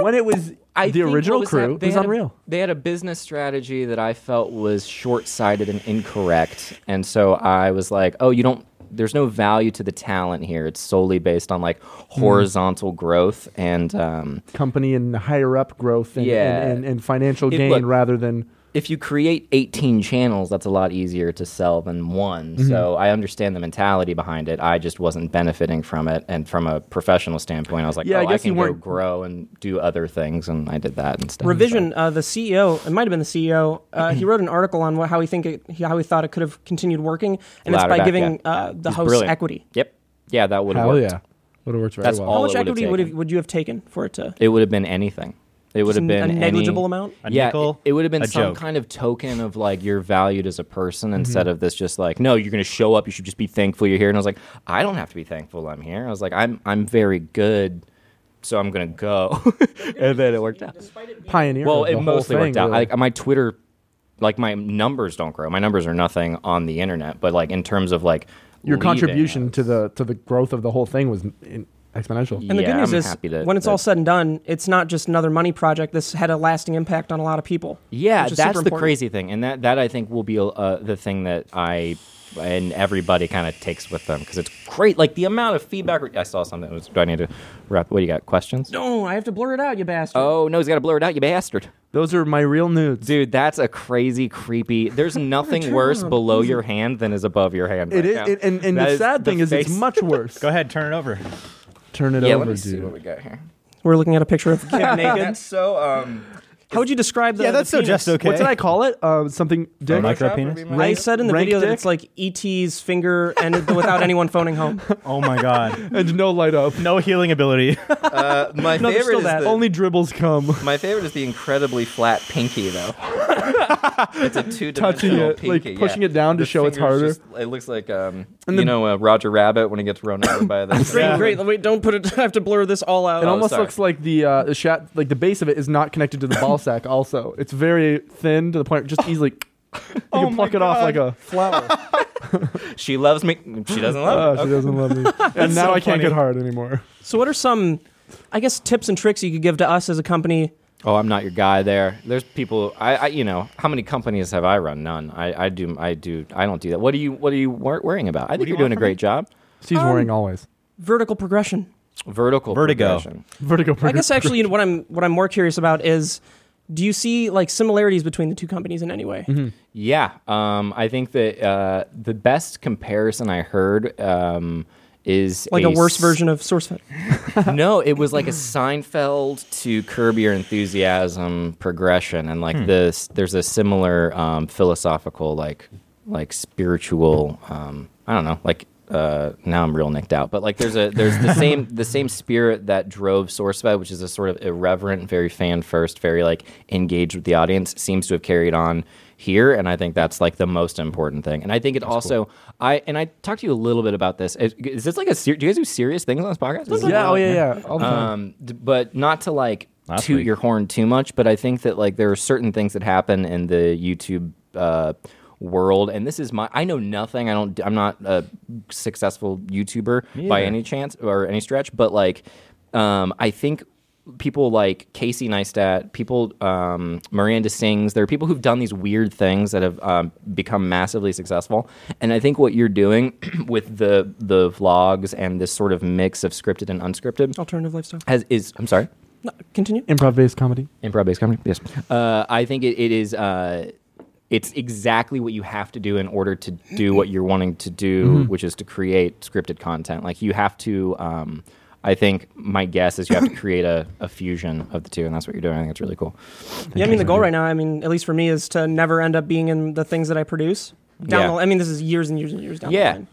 [SPEAKER 3] When it was
[SPEAKER 2] I
[SPEAKER 3] the
[SPEAKER 2] think what
[SPEAKER 3] original
[SPEAKER 2] was hap-
[SPEAKER 3] crew, it was
[SPEAKER 2] had a-
[SPEAKER 3] unreal.
[SPEAKER 2] they had a business strategy that I felt was short-sighted and incorrect, and so I was like, "Oh, you don't. There's no value to the talent here. It's solely based on like
[SPEAKER 3] Hmm.
[SPEAKER 2] horizontal growth and." Um,
[SPEAKER 3] Company and higher up growth and,
[SPEAKER 2] Yeah.
[SPEAKER 3] and, and, and financial
[SPEAKER 2] It-
[SPEAKER 3] gain
[SPEAKER 2] look-
[SPEAKER 3] rather than.
[SPEAKER 2] if you create 18 channels, that's a lot easier to sell than one.
[SPEAKER 3] Mm-hmm.
[SPEAKER 2] So I understand the mentality behind it. I just wasn't benefiting from it. And from a professional standpoint, I was like,
[SPEAKER 3] Yeah,
[SPEAKER 2] oh,
[SPEAKER 3] I
[SPEAKER 2] I,
[SPEAKER 3] guess
[SPEAKER 2] can
[SPEAKER 3] you
[SPEAKER 2] go
[SPEAKER 3] weren't-
[SPEAKER 2] grow and do other things. And I did that instead.
[SPEAKER 1] Revision. Uh, the CEO, it might have been the CEO. Uh, he wrote an article on what, how he think it, how he thought it could have continued working, and it's by
[SPEAKER 2] Louderback,
[SPEAKER 1] giving
[SPEAKER 2] yeah.
[SPEAKER 1] uh, the
[SPEAKER 2] He's
[SPEAKER 1] host
[SPEAKER 2] brilliant.
[SPEAKER 1] equity.
[SPEAKER 2] Yep. Yeah, that would have
[SPEAKER 3] Hell
[SPEAKER 2] worked.
[SPEAKER 3] yeah. Would have worked very
[SPEAKER 2] That's
[SPEAKER 3] well.
[SPEAKER 2] all-
[SPEAKER 1] How much
[SPEAKER 2] it would've
[SPEAKER 1] equity would
[SPEAKER 2] taken.
[SPEAKER 1] have, would you have taken for it to?
[SPEAKER 2] It would have been anything. It would have
[SPEAKER 1] n-
[SPEAKER 2] been
[SPEAKER 1] a
[SPEAKER 2] any-
[SPEAKER 1] negligible amount? A
[SPEAKER 2] yeah,
[SPEAKER 4] nickel,
[SPEAKER 2] it, would have been
[SPEAKER 4] a
[SPEAKER 2] some
[SPEAKER 4] joke.
[SPEAKER 2] kind of token of like you're valued as a person
[SPEAKER 3] Mm-hmm.
[SPEAKER 2] instead of this just like no, you're going to show up. You should just be thankful you're here. And I was like, I don't have to be thankful I'm here. I was like, I'm I'm very good, so I'm going to go. and then it worked out.
[SPEAKER 3] Pioneer.
[SPEAKER 2] Well,
[SPEAKER 3] of the
[SPEAKER 2] it
[SPEAKER 3] whole
[SPEAKER 2] mostly
[SPEAKER 3] thing,
[SPEAKER 2] worked out.
[SPEAKER 3] really.
[SPEAKER 2] Like my Twitter, like my numbers don't grow. My numbers are nothing on the internet, but like in terms of like
[SPEAKER 3] Your
[SPEAKER 2] leaving,
[SPEAKER 3] contribution to
[SPEAKER 2] it's-
[SPEAKER 3] the to the growth of the whole thing was in, exponential.
[SPEAKER 1] And the
[SPEAKER 2] Yeah,
[SPEAKER 1] good news
[SPEAKER 2] I'm
[SPEAKER 1] is,
[SPEAKER 2] happy to-
[SPEAKER 1] when it's all
[SPEAKER 2] that-
[SPEAKER 1] said and done, it's not just another money project. This had a lasting impact on a lot of people.
[SPEAKER 2] Yeah,
[SPEAKER 1] which is
[SPEAKER 2] that's
[SPEAKER 1] super
[SPEAKER 2] the
[SPEAKER 1] important.
[SPEAKER 2] crazy thing, and that that I think will be uh, the thing that I and everybody kind of takes with them because it's great. Like the amount of feedback. I saw something. that Was, do I need to wrap? What do you got? Questions?
[SPEAKER 1] No, I have to blur it out, you bastard.
[SPEAKER 2] Oh no, he's got to blur it out, you bastard.
[SPEAKER 3] Those are my real nudes.
[SPEAKER 2] Dude, that's a crazy, creepy. There's nothing worse below your hand than is above your hand.
[SPEAKER 3] It
[SPEAKER 2] right
[SPEAKER 3] is,
[SPEAKER 2] now.
[SPEAKER 3] it, and, and
[SPEAKER 2] That
[SPEAKER 3] the sad
[SPEAKER 2] the
[SPEAKER 3] thing is, it's
[SPEAKER 2] face-
[SPEAKER 3] much worse.
[SPEAKER 4] Go ahead, turn it over.
[SPEAKER 3] Turn it
[SPEAKER 2] Yeah, let
[SPEAKER 3] over,
[SPEAKER 2] me see
[SPEAKER 3] dude.
[SPEAKER 2] what we got here.
[SPEAKER 1] We're looking at a picture of Kim naked.
[SPEAKER 2] so um.
[SPEAKER 1] How would you describe the?
[SPEAKER 4] Yeah, that's
[SPEAKER 1] the
[SPEAKER 4] so
[SPEAKER 1] penis?
[SPEAKER 4] just okay.
[SPEAKER 3] What did I call it? Uh, something dick.
[SPEAKER 4] micro
[SPEAKER 2] Trap would
[SPEAKER 4] penis.
[SPEAKER 2] be my-
[SPEAKER 1] I said in the
[SPEAKER 3] Rank
[SPEAKER 1] video that
[SPEAKER 3] dick?
[SPEAKER 1] it's like ET's finger and without anyone phoning home.
[SPEAKER 4] Oh my god,
[SPEAKER 3] and no light up.
[SPEAKER 4] no healing ability.
[SPEAKER 2] Uh, my
[SPEAKER 1] there's still that.
[SPEAKER 2] the-
[SPEAKER 3] Only dribbles come.
[SPEAKER 2] My favorite is the incredibly flat pinky, though. it's a
[SPEAKER 3] Touching
[SPEAKER 2] two-dimensional
[SPEAKER 3] it,
[SPEAKER 2] pinky,
[SPEAKER 3] like,
[SPEAKER 2] yeah.
[SPEAKER 3] pushing it down to
[SPEAKER 2] The
[SPEAKER 3] show it's
[SPEAKER 2] fingers
[SPEAKER 3] harder.
[SPEAKER 2] just- it looks like um, you know uh, Roger Rabbit when he gets run over by the.
[SPEAKER 1] Great, great. Wait, don't put it. I have to blur this all out.
[SPEAKER 3] It almost
[SPEAKER 2] sorry.
[SPEAKER 3] looks like the uh, the shat, like the base of it is not connected to the ball sack. Also, it's very thin to the point where just easily you can pluck it off like a flower.
[SPEAKER 2] She loves me. She doesn't love.
[SPEAKER 3] Oh,
[SPEAKER 2] me.
[SPEAKER 3] she doesn't love me, and now
[SPEAKER 4] so
[SPEAKER 3] I can't
[SPEAKER 4] funny.
[SPEAKER 3] get hard anymore.
[SPEAKER 1] So, what are some, I guess, tips and tricks you could give to us as a company?
[SPEAKER 2] Oh, I'm not your guy. There, there's people. I, I, you know, how many companies have I run? None. I, I do. I do. I don't do that. What do you? What are you wor- worrying about? I think
[SPEAKER 4] do you
[SPEAKER 2] you are
[SPEAKER 4] want
[SPEAKER 2] doing a
[SPEAKER 4] from
[SPEAKER 2] great job.
[SPEAKER 3] She's wearing always
[SPEAKER 1] Vertical progression.
[SPEAKER 2] Vertical
[SPEAKER 4] Vertigo.
[SPEAKER 2] progression.
[SPEAKER 3] vertical.
[SPEAKER 1] I guess actually, what I'm what I'm more curious about is, do you see like similarities between the two companies in any way?
[SPEAKER 2] Mm-hmm. Yeah, um, I think that uh, the best comparison I heard um, is
[SPEAKER 1] Like a, worse
[SPEAKER 2] s-
[SPEAKER 1] version of SourceFed.
[SPEAKER 2] no, it was like a Seinfeld to Curb Your Enthusiasm progression, and like this, there's a similar um, philosophical, like, like spiritual. Um, I don't know, like. Uh, now I'm real nicked out, but like there's a there's the same the same spirit that drove SourceFed, which is a sort of irreverent, very fan first, very like engaged with the audience, seems to have carried on here, and I think that's like the most important thing. And I think it also I and I talked to you a little bit about this. Is, is this like a ser- do you guys do serious things on this podcast? Is this
[SPEAKER 3] Yeah, oh
[SPEAKER 2] allowed?
[SPEAKER 3] yeah, yeah. All the time.
[SPEAKER 2] um, d- but not to like
[SPEAKER 4] Last
[SPEAKER 2] toot
[SPEAKER 4] week.
[SPEAKER 2] your horn too much. But I think that like there are certain things that happen in the YouTube uh, world, and this is my. I know nothing. I don't. I'm not a successful YouTuber by
[SPEAKER 4] either.
[SPEAKER 2] any chance or any stretch. But like, um, I think people like Casey Neistat, people um, Miranda Sings. There are people who've done these weird things that have um, become massively successful. And I think what you're doing with the the vlogs and this sort of mix of scripted and
[SPEAKER 3] Oh,
[SPEAKER 2] unscripted
[SPEAKER 1] Alternative lifestyle.
[SPEAKER 2] has is I'm sorry,
[SPEAKER 1] No, continue.
[SPEAKER 3] Improv based comedy.
[SPEAKER 2] improv based comedy. Yes, uh, I think it, it is. Uh, it's exactly what you have to do in order to do what you're wanting to do, which is to create scripted content. Like you have to. Um, I think my guess is you have to create a, a fusion of the two, and that's what you're doing. I think it's really cool.
[SPEAKER 1] Yeah, I mean the goal right now, I mean at least for me, is to never end up being in the things that I produce. Down
[SPEAKER 2] Yeah.
[SPEAKER 1] the, I mean this is years and years and years down
[SPEAKER 2] Yeah.
[SPEAKER 1] the line.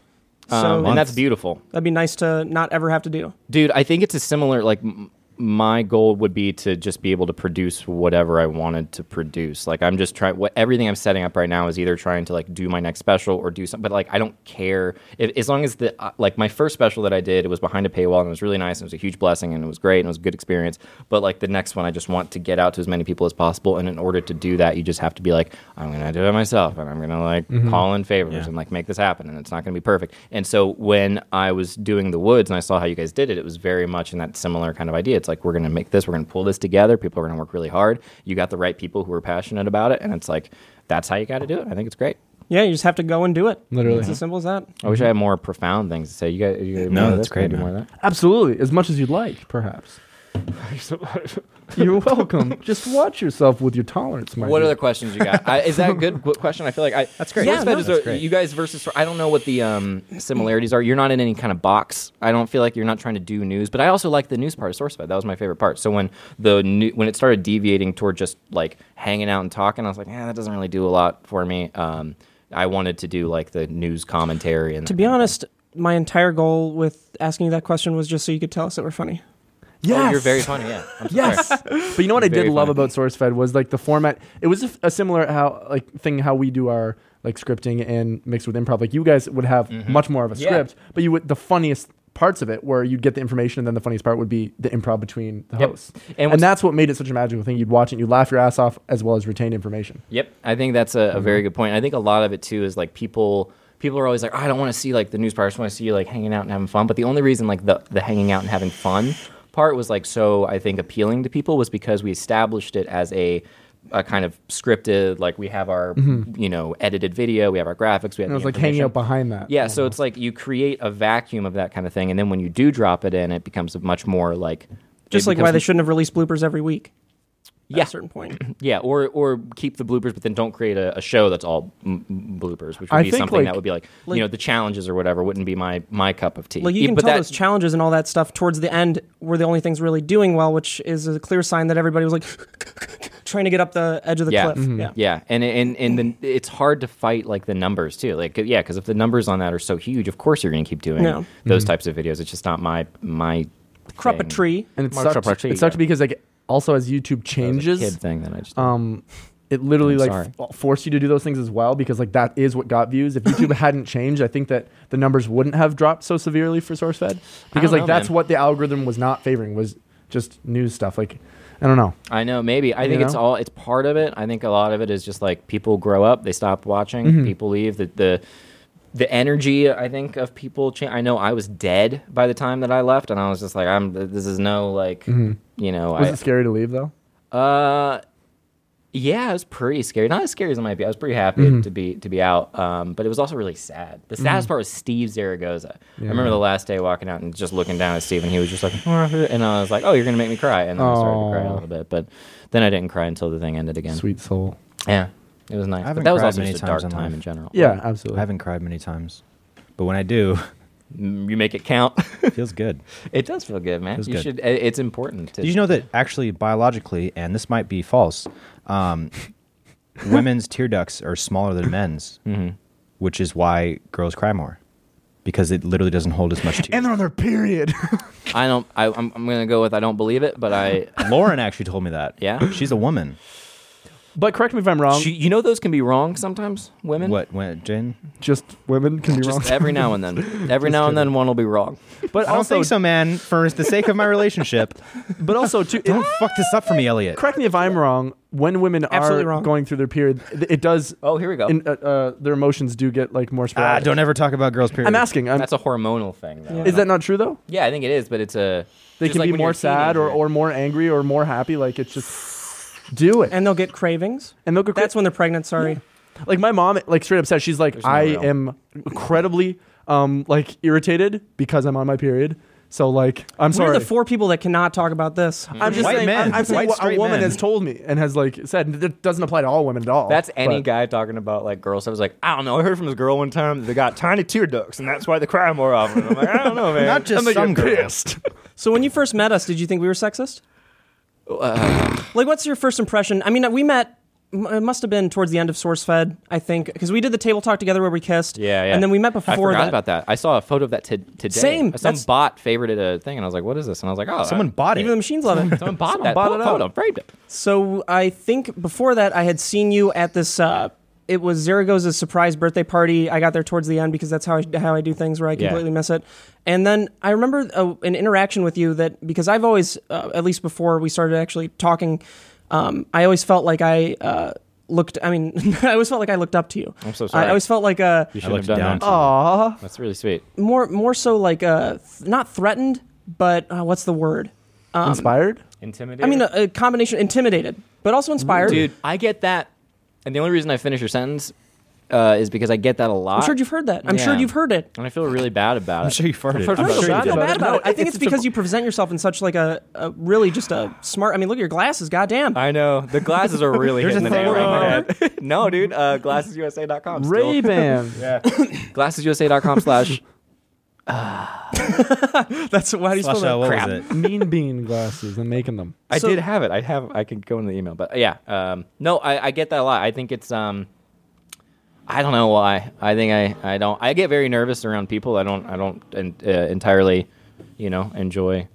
[SPEAKER 1] So
[SPEAKER 2] Um, and that's
[SPEAKER 4] Months.
[SPEAKER 2] beautiful,
[SPEAKER 1] that'd be nice to not ever have to do.
[SPEAKER 2] dude. I think it's a similar like. M- my goal would be to just be able to produce whatever I wanted to produce. Like I'm just trying what everything I'm setting up right now is either trying to like do my next special or do something. But like I don't care if, as long as the uh, like my first special that I did it was behind a paywall and it was really nice and it was a huge blessing and it was great and it was a good experience. But like the next one, I just want to get out to as many people as possible. And in order to do that, you just have to be like I'm gonna do it myself and I'm gonna like call in favors
[SPEAKER 4] Mm-hmm. Yeah.
[SPEAKER 2] and like make this happen. And it's not gonna be perfect. And so when I was doing the woods and I saw how you guys did it, it was very much in that similar kind of idea. It's like we're gonna make this, we're gonna pull this together. People are gonna work really hard. You got the right people who are passionate about it, and it's like that's how you got to do it. I think it's great.
[SPEAKER 1] Yeah, you just have to go and do it.
[SPEAKER 3] Literally.
[SPEAKER 1] it's as simple as that.
[SPEAKER 2] I wish I had more profound things to say. You guys, you guys
[SPEAKER 4] Mm-hmm. No,
[SPEAKER 2] more of
[SPEAKER 4] that's
[SPEAKER 2] this? Can I
[SPEAKER 4] great,
[SPEAKER 2] do
[SPEAKER 4] man.
[SPEAKER 2] more of that?
[SPEAKER 3] Absolutely, as much as you'd like, perhaps. You're welcome. Just watch yourself with your tolerance, my
[SPEAKER 2] What
[SPEAKER 3] dear.
[SPEAKER 2] other questions you got? I, is that a good qu- question? I feel like I, that's
[SPEAKER 1] great. Yeah, no,
[SPEAKER 4] that's great.
[SPEAKER 2] You guys versus I don't know what the um, similarities are. You're not in any kind of box. I don't feel like you're not trying to do news, but I also like the news part of SourceFed. That was my favorite part. So when the new, when it started deviating toward just like hanging out and talking, I was like, yeah, that doesn't really do a lot for me. Um, I wanted to do like the news commentary and
[SPEAKER 1] To be honest, my entire goal with asking you that question was just so you could tell us that we're funny.
[SPEAKER 3] Yes.
[SPEAKER 2] Oh, you're very funny. Yeah, I'm so
[SPEAKER 3] Yes,
[SPEAKER 2] sorry.
[SPEAKER 3] but you know what I
[SPEAKER 2] Very
[SPEAKER 3] did love
[SPEAKER 2] funny.
[SPEAKER 3] about SourceFed was like the format. It was a, f- a similar how like thing how we do our like scripting and mixed with improv. Like you guys would have much more of a
[SPEAKER 2] Mm-hmm. Yeah.
[SPEAKER 3] script, but you would the funniest parts of it where you'd get the information and then the funniest part would be the improv between the
[SPEAKER 2] Yep.
[SPEAKER 3] hosts.
[SPEAKER 2] And
[SPEAKER 3] And,
[SPEAKER 2] what's-
[SPEAKER 3] that's what made it such a magical thing. You'd watch it, you'd laugh your ass off as well as retain information.
[SPEAKER 2] Yep, I think that's a, a very good point. I think a lot of it too is like people people are always like, "Oh, I don't want to see like the news part. I just want to see you like hanging out and having fun. But the only reason like the the hanging out and having fun part was like so I think appealing to people was because we established it as a a kind of scripted like we have our you know edited video, we have our graphics, we
[SPEAKER 3] And
[SPEAKER 2] have
[SPEAKER 3] it was
[SPEAKER 2] the
[SPEAKER 3] like hanging
[SPEAKER 2] information.
[SPEAKER 3] out behind that.
[SPEAKER 2] Yeah, so it's like you create a vacuum of that kind of thing, and then when you do drop it in, it becomes a much more like
[SPEAKER 1] Just
[SPEAKER 2] it
[SPEAKER 1] like why
[SPEAKER 2] becomes-
[SPEAKER 1] they shouldn't have released bloopers every week.
[SPEAKER 2] Yeah.
[SPEAKER 1] At a certain point.
[SPEAKER 2] yeah, or or keep the bloopers, but then don't create a, a show that's all m- m- bloopers, which would
[SPEAKER 3] I
[SPEAKER 2] be
[SPEAKER 3] think,
[SPEAKER 2] something
[SPEAKER 3] like-
[SPEAKER 2] that would be like,
[SPEAKER 1] like-
[SPEAKER 2] you know the challenges or whatever wouldn't be my my cup of tea.
[SPEAKER 1] Like you
[SPEAKER 2] Yeah,
[SPEAKER 1] can
[SPEAKER 2] E, but
[SPEAKER 1] tell
[SPEAKER 2] that-
[SPEAKER 1] those challenges and all that stuff towards the end were the only things really doing well, which is a clear sign that everybody was like trying to get up the edge of the
[SPEAKER 2] yeah,
[SPEAKER 1] cliff.
[SPEAKER 2] mhm,
[SPEAKER 1] Yeah.
[SPEAKER 2] yeah, and and and then it's hard to fight like the numbers too. Like yeah, because if the numbers on that are so huge, of course you're going to keep doing
[SPEAKER 1] Yeah.
[SPEAKER 2] those types of videos. It's just not my my
[SPEAKER 1] Crop a
[SPEAKER 2] thing.
[SPEAKER 1] tree.
[SPEAKER 3] and it
[SPEAKER 2] Marshall
[SPEAKER 3] sucked.
[SPEAKER 2] Patrick,
[SPEAKER 3] It sucked
[SPEAKER 2] yeah.
[SPEAKER 3] because like also as YouTube
[SPEAKER 2] That was a
[SPEAKER 3] changes,
[SPEAKER 2] kid thing that I just
[SPEAKER 3] um, it literally
[SPEAKER 2] I'm
[SPEAKER 3] like
[SPEAKER 2] sorry.
[SPEAKER 3] f- forced you to do those things as well because like that is what got views. If YouTube hadn't changed, I think that the numbers wouldn't have dropped so severely for SourceFed because like
[SPEAKER 2] know,
[SPEAKER 3] that's
[SPEAKER 2] man.
[SPEAKER 3] what the algorithm was not favoring was just news stuff. Like I don't know.
[SPEAKER 2] I know. Maybe I
[SPEAKER 3] You
[SPEAKER 2] think it's
[SPEAKER 3] know?
[SPEAKER 2] all. It's part of it. I think a lot of it is just like people grow up, they stop watching,
[SPEAKER 3] Mm-hmm.
[SPEAKER 2] people leave. The, the the energy I think of people. Cha- I know I was dead by the time that I left, and I was just like, I'm. This is no like, you know.
[SPEAKER 3] Mm-hmm. Was
[SPEAKER 2] I,
[SPEAKER 3] it scary to leave though?
[SPEAKER 2] uh, yeah, it was pretty scary. Not as scary as it might be. I was pretty happy
[SPEAKER 4] Mm-hmm.
[SPEAKER 2] to be to be out. Um, but it was also really sad. The saddest part was Steve Zaragoza. I remember the last day walking out and just looking down at Steve, and he was just like, "Oh," and I was like, "Oh, you're gonna make me cry," and then I started to cry a
[SPEAKER 3] Aw.
[SPEAKER 2] little bit. But then I didn't cry until the thing ended again.
[SPEAKER 3] Sweet soul.
[SPEAKER 2] Yeah, it was nice.
[SPEAKER 4] I haven't
[SPEAKER 2] But that was
[SPEAKER 4] cried
[SPEAKER 2] also
[SPEAKER 4] many
[SPEAKER 2] just a
[SPEAKER 4] times
[SPEAKER 2] dark
[SPEAKER 4] in
[SPEAKER 2] time
[SPEAKER 4] life.
[SPEAKER 2] in general.
[SPEAKER 3] Yeah,
[SPEAKER 4] I
[SPEAKER 3] absolutely.
[SPEAKER 4] haven't cried many times, but when I do,
[SPEAKER 2] Mm, you make it count.
[SPEAKER 4] it feels good.
[SPEAKER 2] it does feel good, man.
[SPEAKER 4] Feels
[SPEAKER 2] You
[SPEAKER 4] good.
[SPEAKER 2] should. i- It's important. To,
[SPEAKER 4] Did you know that actually biologically, and this might be false, um, women's tear ducts are smaller than men's,
[SPEAKER 3] Mm-hmm.
[SPEAKER 4] which is why girls cry more because it literally doesn't hold as much tear.
[SPEAKER 3] And they're on their period.
[SPEAKER 2] I don't. I, I'm, I'm gonna go with I don't believe it, but I.
[SPEAKER 4] Lauren actually told me that.
[SPEAKER 2] Yeah?
[SPEAKER 4] she's a woman.
[SPEAKER 3] But correct me if I'm wrong.
[SPEAKER 4] Um,
[SPEAKER 2] She, you know those can be wrong sometimes, women.
[SPEAKER 4] What went Jen?
[SPEAKER 3] just women can be wrong.
[SPEAKER 2] Just every now and then. Every now and then one will be wrong.
[SPEAKER 3] but
[SPEAKER 4] I don't
[SPEAKER 3] also,
[SPEAKER 4] think so, man. For the sake of my relationship,
[SPEAKER 3] but also, too,
[SPEAKER 4] don't fuck this up for me, Elliot.
[SPEAKER 3] correct me if I'm wrong. When women are
[SPEAKER 1] Absolutely wrong.
[SPEAKER 3] going through their period, th- it does.
[SPEAKER 2] Oh, here we go.
[SPEAKER 3] in- uh, uh, their emotions do get like more
[SPEAKER 4] Ah,
[SPEAKER 3] sporadic.
[SPEAKER 4] don't ever talk about girls. Period.
[SPEAKER 3] I'm asking. I'm,
[SPEAKER 2] That's a hormonal thing, though.
[SPEAKER 1] Yeah.
[SPEAKER 3] um, is that not true though?
[SPEAKER 2] Yeah, I think it is, but it's a.
[SPEAKER 3] They
[SPEAKER 2] just
[SPEAKER 3] can
[SPEAKER 2] like
[SPEAKER 3] be
[SPEAKER 2] when
[SPEAKER 3] more
[SPEAKER 2] you're a
[SPEAKER 3] sad or,
[SPEAKER 2] teenager.
[SPEAKER 3] or more angry or more happy. Like it's just do it.
[SPEAKER 1] and they'll get cravings.
[SPEAKER 3] And they'll go cra-
[SPEAKER 1] That's when they're pregnant. Sorry,
[SPEAKER 3] like my mom like straight up says she's like
[SPEAKER 2] no
[SPEAKER 3] i
[SPEAKER 2] real-
[SPEAKER 3] am incredibly um like irritated because i'm on my period so like i'm
[SPEAKER 1] we're
[SPEAKER 3] sorry
[SPEAKER 1] the four people that cannot talk about this.
[SPEAKER 2] Mm-hmm.
[SPEAKER 3] i'm just
[SPEAKER 4] White
[SPEAKER 3] saying
[SPEAKER 4] men.
[SPEAKER 3] i'm, I'm saying
[SPEAKER 4] White
[SPEAKER 3] what a
[SPEAKER 4] straight
[SPEAKER 3] woman
[SPEAKER 4] men.
[SPEAKER 3] has told me and has like said that doesn't apply to all women at all
[SPEAKER 2] That's any
[SPEAKER 3] But-
[SPEAKER 2] guy talking about like girls. I was like, I don't know. I heard from this girl one time that they got tiny tear ducts, and that's why they cry more often. I'm like, I don't know, man.
[SPEAKER 4] Not just some girls.
[SPEAKER 1] So when you first met us, did you think we were sexist?
[SPEAKER 2] Uh.
[SPEAKER 1] like, what's your first impression? I mean, we met. m- It must have been towards the end of SourceFed, I think, because we did the table talk together where we kissed.
[SPEAKER 2] Yeah, yeah.
[SPEAKER 1] And then we met
[SPEAKER 2] I
[SPEAKER 1] before
[SPEAKER 2] forgot
[SPEAKER 1] that.
[SPEAKER 2] about that. I saw a photo of that t- today.
[SPEAKER 1] Same.
[SPEAKER 2] Some
[SPEAKER 1] That's-
[SPEAKER 2] bot favorited a thing, and I was like, "What is this?" And I was like, "Oh,
[SPEAKER 4] Someone bought
[SPEAKER 1] Even the
[SPEAKER 4] it.
[SPEAKER 1] machines love it.
[SPEAKER 2] someone bought that
[SPEAKER 3] bought it out.
[SPEAKER 2] photo, framed it."
[SPEAKER 1] So I think before that, I had seen you at this. Uh, it was Zaragoza's surprise birthday party. I got there towards the end because that's how I, how I do things where I
[SPEAKER 2] Yeah.
[SPEAKER 1] completely miss it. And then I remember uh, an interaction with you that because I've always, uh, at least before we started actually talking, um, I always felt like I uh, looked. I mean, I always felt like I looked up to you.
[SPEAKER 2] I'm so
[SPEAKER 1] I
[SPEAKER 2] sorry.
[SPEAKER 1] always felt like uh,
[SPEAKER 4] I
[SPEAKER 2] You shouldn't have
[SPEAKER 4] looked
[SPEAKER 2] done
[SPEAKER 4] down.
[SPEAKER 2] that.
[SPEAKER 3] Aw.
[SPEAKER 2] That's really sweet.
[SPEAKER 1] more more so like uh, th- not threatened, but uh, what's the word?
[SPEAKER 2] Um,
[SPEAKER 3] inspired
[SPEAKER 2] Intimidating.
[SPEAKER 1] I mean, a, a combination intimidated, but also inspired.
[SPEAKER 2] dude, I get that, and the only reason I finish your sentence uh, is because I get that a lot.
[SPEAKER 1] I'm sure you've heard that. I'm sure
[SPEAKER 2] Yeah.
[SPEAKER 1] you've heard it.
[SPEAKER 2] and I feel really bad about it.
[SPEAKER 4] I'm sure you farted.
[SPEAKER 2] I'm
[SPEAKER 1] I don't
[SPEAKER 2] sure
[SPEAKER 1] feel-
[SPEAKER 2] you
[SPEAKER 1] I feel
[SPEAKER 2] did.
[SPEAKER 1] bad about
[SPEAKER 3] No,
[SPEAKER 1] it. I
[SPEAKER 3] it's-
[SPEAKER 1] think it's,
[SPEAKER 3] it's a
[SPEAKER 1] because
[SPEAKER 3] qu-
[SPEAKER 1] you present yourself in such like a, a really just a smart. I mean, look at your glasses. Goddamn.
[SPEAKER 2] I know the glasses are really
[SPEAKER 4] There's
[SPEAKER 2] hitting
[SPEAKER 4] a
[SPEAKER 2] the nail
[SPEAKER 4] photo.
[SPEAKER 2] on the head. no, dude, uh, glassesusa.com.
[SPEAKER 3] ray
[SPEAKER 2] Still.
[SPEAKER 3] ban
[SPEAKER 2] Glassesusa.com slash
[SPEAKER 1] That's why do you spell
[SPEAKER 4] Slash, uh,
[SPEAKER 1] that?
[SPEAKER 4] what
[SPEAKER 2] Crap.
[SPEAKER 4] was it?
[SPEAKER 3] mean bean glasses and making them
[SPEAKER 2] I
[SPEAKER 1] So-
[SPEAKER 2] did have it. I have. I can go into the email, but yeah. Um, no, I, I get that a lot. I think it's. Um, I don't know why. I think I, I don't. I get very nervous around people. I don't. I don't en- uh, entirely, you know, enjoy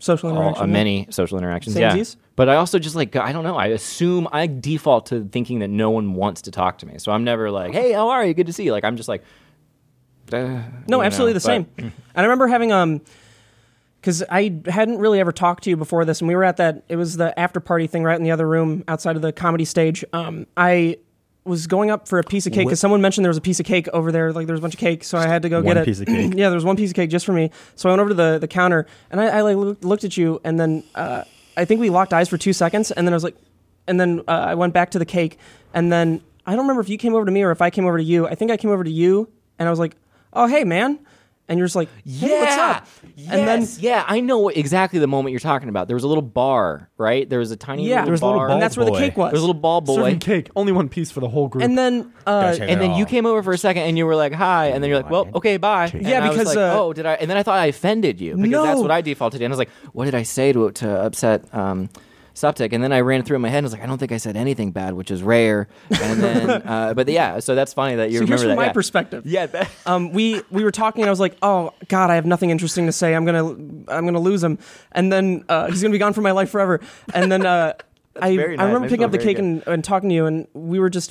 [SPEAKER 1] Social
[SPEAKER 2] all,
[SPEAKER 1] interaction.
[SPEAKER 2] uh, many social interactions.
[SPEAKER 1] Samesies?
[SPEAKER 2] Yeah. But I also just like I don't know. I assume I default to thinking that no one wants to talk to me. So I'm never like, hey, how are you? Good to see you. Like I'm just like. uh, you
[SPEAKER 1] No,
[SPEAKER 2] know,
[SPEAKER 1] absolutely
[SPEAKER 2] but-
[SPEAKER 1] the same. and I remember having um, because I hadn't really ever talked to you before this, and we were at that. It was the after party thing right in the other room outside of the comedy stage. Um, I was going up for a piece of cake because someone mentioned there was a piece of cake over there. Like there was a bunch of cake, so I had to go get
[SPEAKER 4] one
[SPEAKER 1] it.
[SPEAKER 4] piece of cake.
[SPEAKER 1] yeah, there was one piece of cake just for me. So I went over to the the counter and I, I like loo- looked at you, and then uh, I think we locked eyes for two seconds, and then I was like, and then uh, I went back to the cake, and then I don't remember if you came over to me or if I came over to you. I think I came over to you, and I was like, oh hey man, and you're just like, hey,
[SPEAKER 2] Yeah.
[SPEAKER 1] what's up? And then
[SPEAKER 2] Yes. yeah, I know what- exactly the moment you're talking about. There was a little bar, right? There was a tiny
[SPEAKER 1] yeah,
[SPEAKER 2] little
[SPEAKER 4] was a
[SPEAKER 2] bar.
[SPEAKER 4] little ball
[SPEAKER 1] and that's where the
[SPEAKER 4] boy.
[SPEAKER 1] cake was.
[SPEAKER 2] There was a little ball boy.
[SPEAKER 3] serving cake only one piece for the whole group
[SPEAKER 1] and then uh,
[SPEAKER 4] Gotta check
[SPEAKER 2] and then
[SPEAKER 4] it
[SPEAKER 2] you
[SPEAKER 4] out.
[SPEAKER 2] came over for a second and you were like hi and then you're like well okay bye And
[SPEAKER 1] Yeah,
[SPEAKER 2] I was
[SPEAKER 1] because,
[SPEAKER 2] like,
[SPEAKER 1] uh,
[SPEAKER 2] oh did i and then i thought i offended you because that's
[SPEAKER 1] No.
[SPEAKER 2] what i defaulted to and i was like what did i say to to upset um Subtech, and then I ran it through in my head. and I was like, I don't think I said anything bad, which is rare. And then, uh, but yeah, so that's funny that you
[SPEAKER 1] so
[SPEAKER 2] remember
[SPEAKER 1] here's from
[SPEAKER 2] that.
[SPEAKER 1] my
[SPEAKER 2] yeah.
[SPEAKER 1] perspective.
[SPEAKER 2] Yeah, that,
[SPEAKER 1] um, we we were talking, and I was like, "Oh God, I have nothing interesting to say. I'm gonna I'm gonna lose him, and then uh, he's gonna be gone from my life forever." And then uh, I
[SPEAKER 2] very
[SPEAKER 1] I
[SPEAKER 2] nice.
[SPEAKER 1] remember
[SPEAKER 2] I
[SPEAKER 1] picking
[SPEAKER 2] feel
[SPEAKER 1] up the
[SPEAKER 2] very
[SPEAKER 1] cake and, and talking to you, and we were just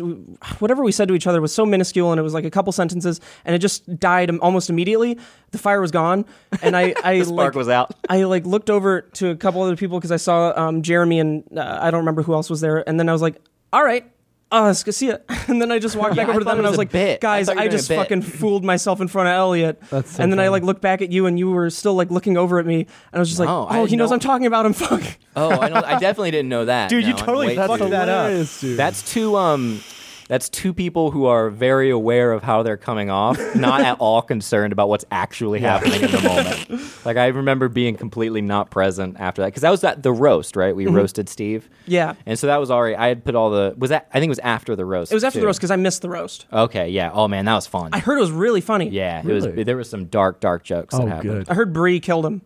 [SPEAKER 1] whatever we said to each other was so minuscule, and it was like a couple sentences, and it just died im- almost immediately. The fire was gone, and I I
[SPEAKER 2] the
[SPEAKER 1] like,
[SPEAKER 2] spark was out.
[SPEAKER 1] I like looked over to a couple other people because I saw um, Jeremy and uh, I don't remember who else was there, and then I was like, "All right." Uh, let's go see it. And then I just walked back
[SPEAKER 2] I
[SPEAKER 1] over to
[SPEAKER 2] thought
[SPEAKER 1] them and
[SPEAKER 2] it
[SPEAKER 1] I
[SPEAKER 2] was
[SPEAKER 1] was
[SPEAKER 2] a
[SPEAKER 1] like,
[SPEAKER 2] bit. I
[SPEAKER 1] guys,
[SPEAKER 2] thought you were
[SPEAKER 1] I
[SPEAKER 2] doing a
[SPEAKER 1] just
[SPEAKER 2] bit."
[SPEAKER 1] fucking fooled myself in front of Elliot.
[SPEAKER 3] That's so
[SPEAKER 1] and then I
[SPEAKER 3] funny.
[SPEAKER 1] like looked back at you and you were still like looking over at me and I was just like,
[SPEAKER 2] No, I
[SPEAKER 1] oh, he
[SPEAKER 2] didn't
[SPEAKER 1] knows
[SPEAKER 2] know-
[SPEAKER 1] I'm talking about him. Fuck.
[SPEAKER 2] Oh, I, don't, I definitely didn't know that.
[SPEAKER 4] Dude, you
[SPEAKER 2] No, I'm
[SPEAKER 4] totally
[SPEAKER 2] way
[SPEAKER 4] fucked
[SPEAKER 2] too-
[SPEAKER 4] that up.
[SPEAKER 3] hilarious, dude.
[SPEAKER 2] That's two um that's two people who are very aware of how they're coming off, not at all concerned about what's actually happening in the moment. Like I remember being completely not present after that cuz that was that the roast, right? We roasted Steve.
[SPEAKER 1] Mm-hmm. Yeah.
[SPEAKER 2] And so that was already I had put all the was that I think it was after the roast.
[SPEAKER 1] It was after the
[SPEAKER 2] too.
[SPEAKER 1] roast because I missed the roast.
[SPEAKER 2] Okay, yeah. Oh man, that was fun.
[SPEAKER 1] I heard it was really funny.
[SPEAKER 2] yeah, it
[SPEAKER 3] Really?
[SPEAKER 2] was there was some dark dark jokes
[SPEAKER 3] oh
[SPEAKER 2] that happened.
[SPEAKER 3] good
[SPEAKER 1] I heard Bree killed him.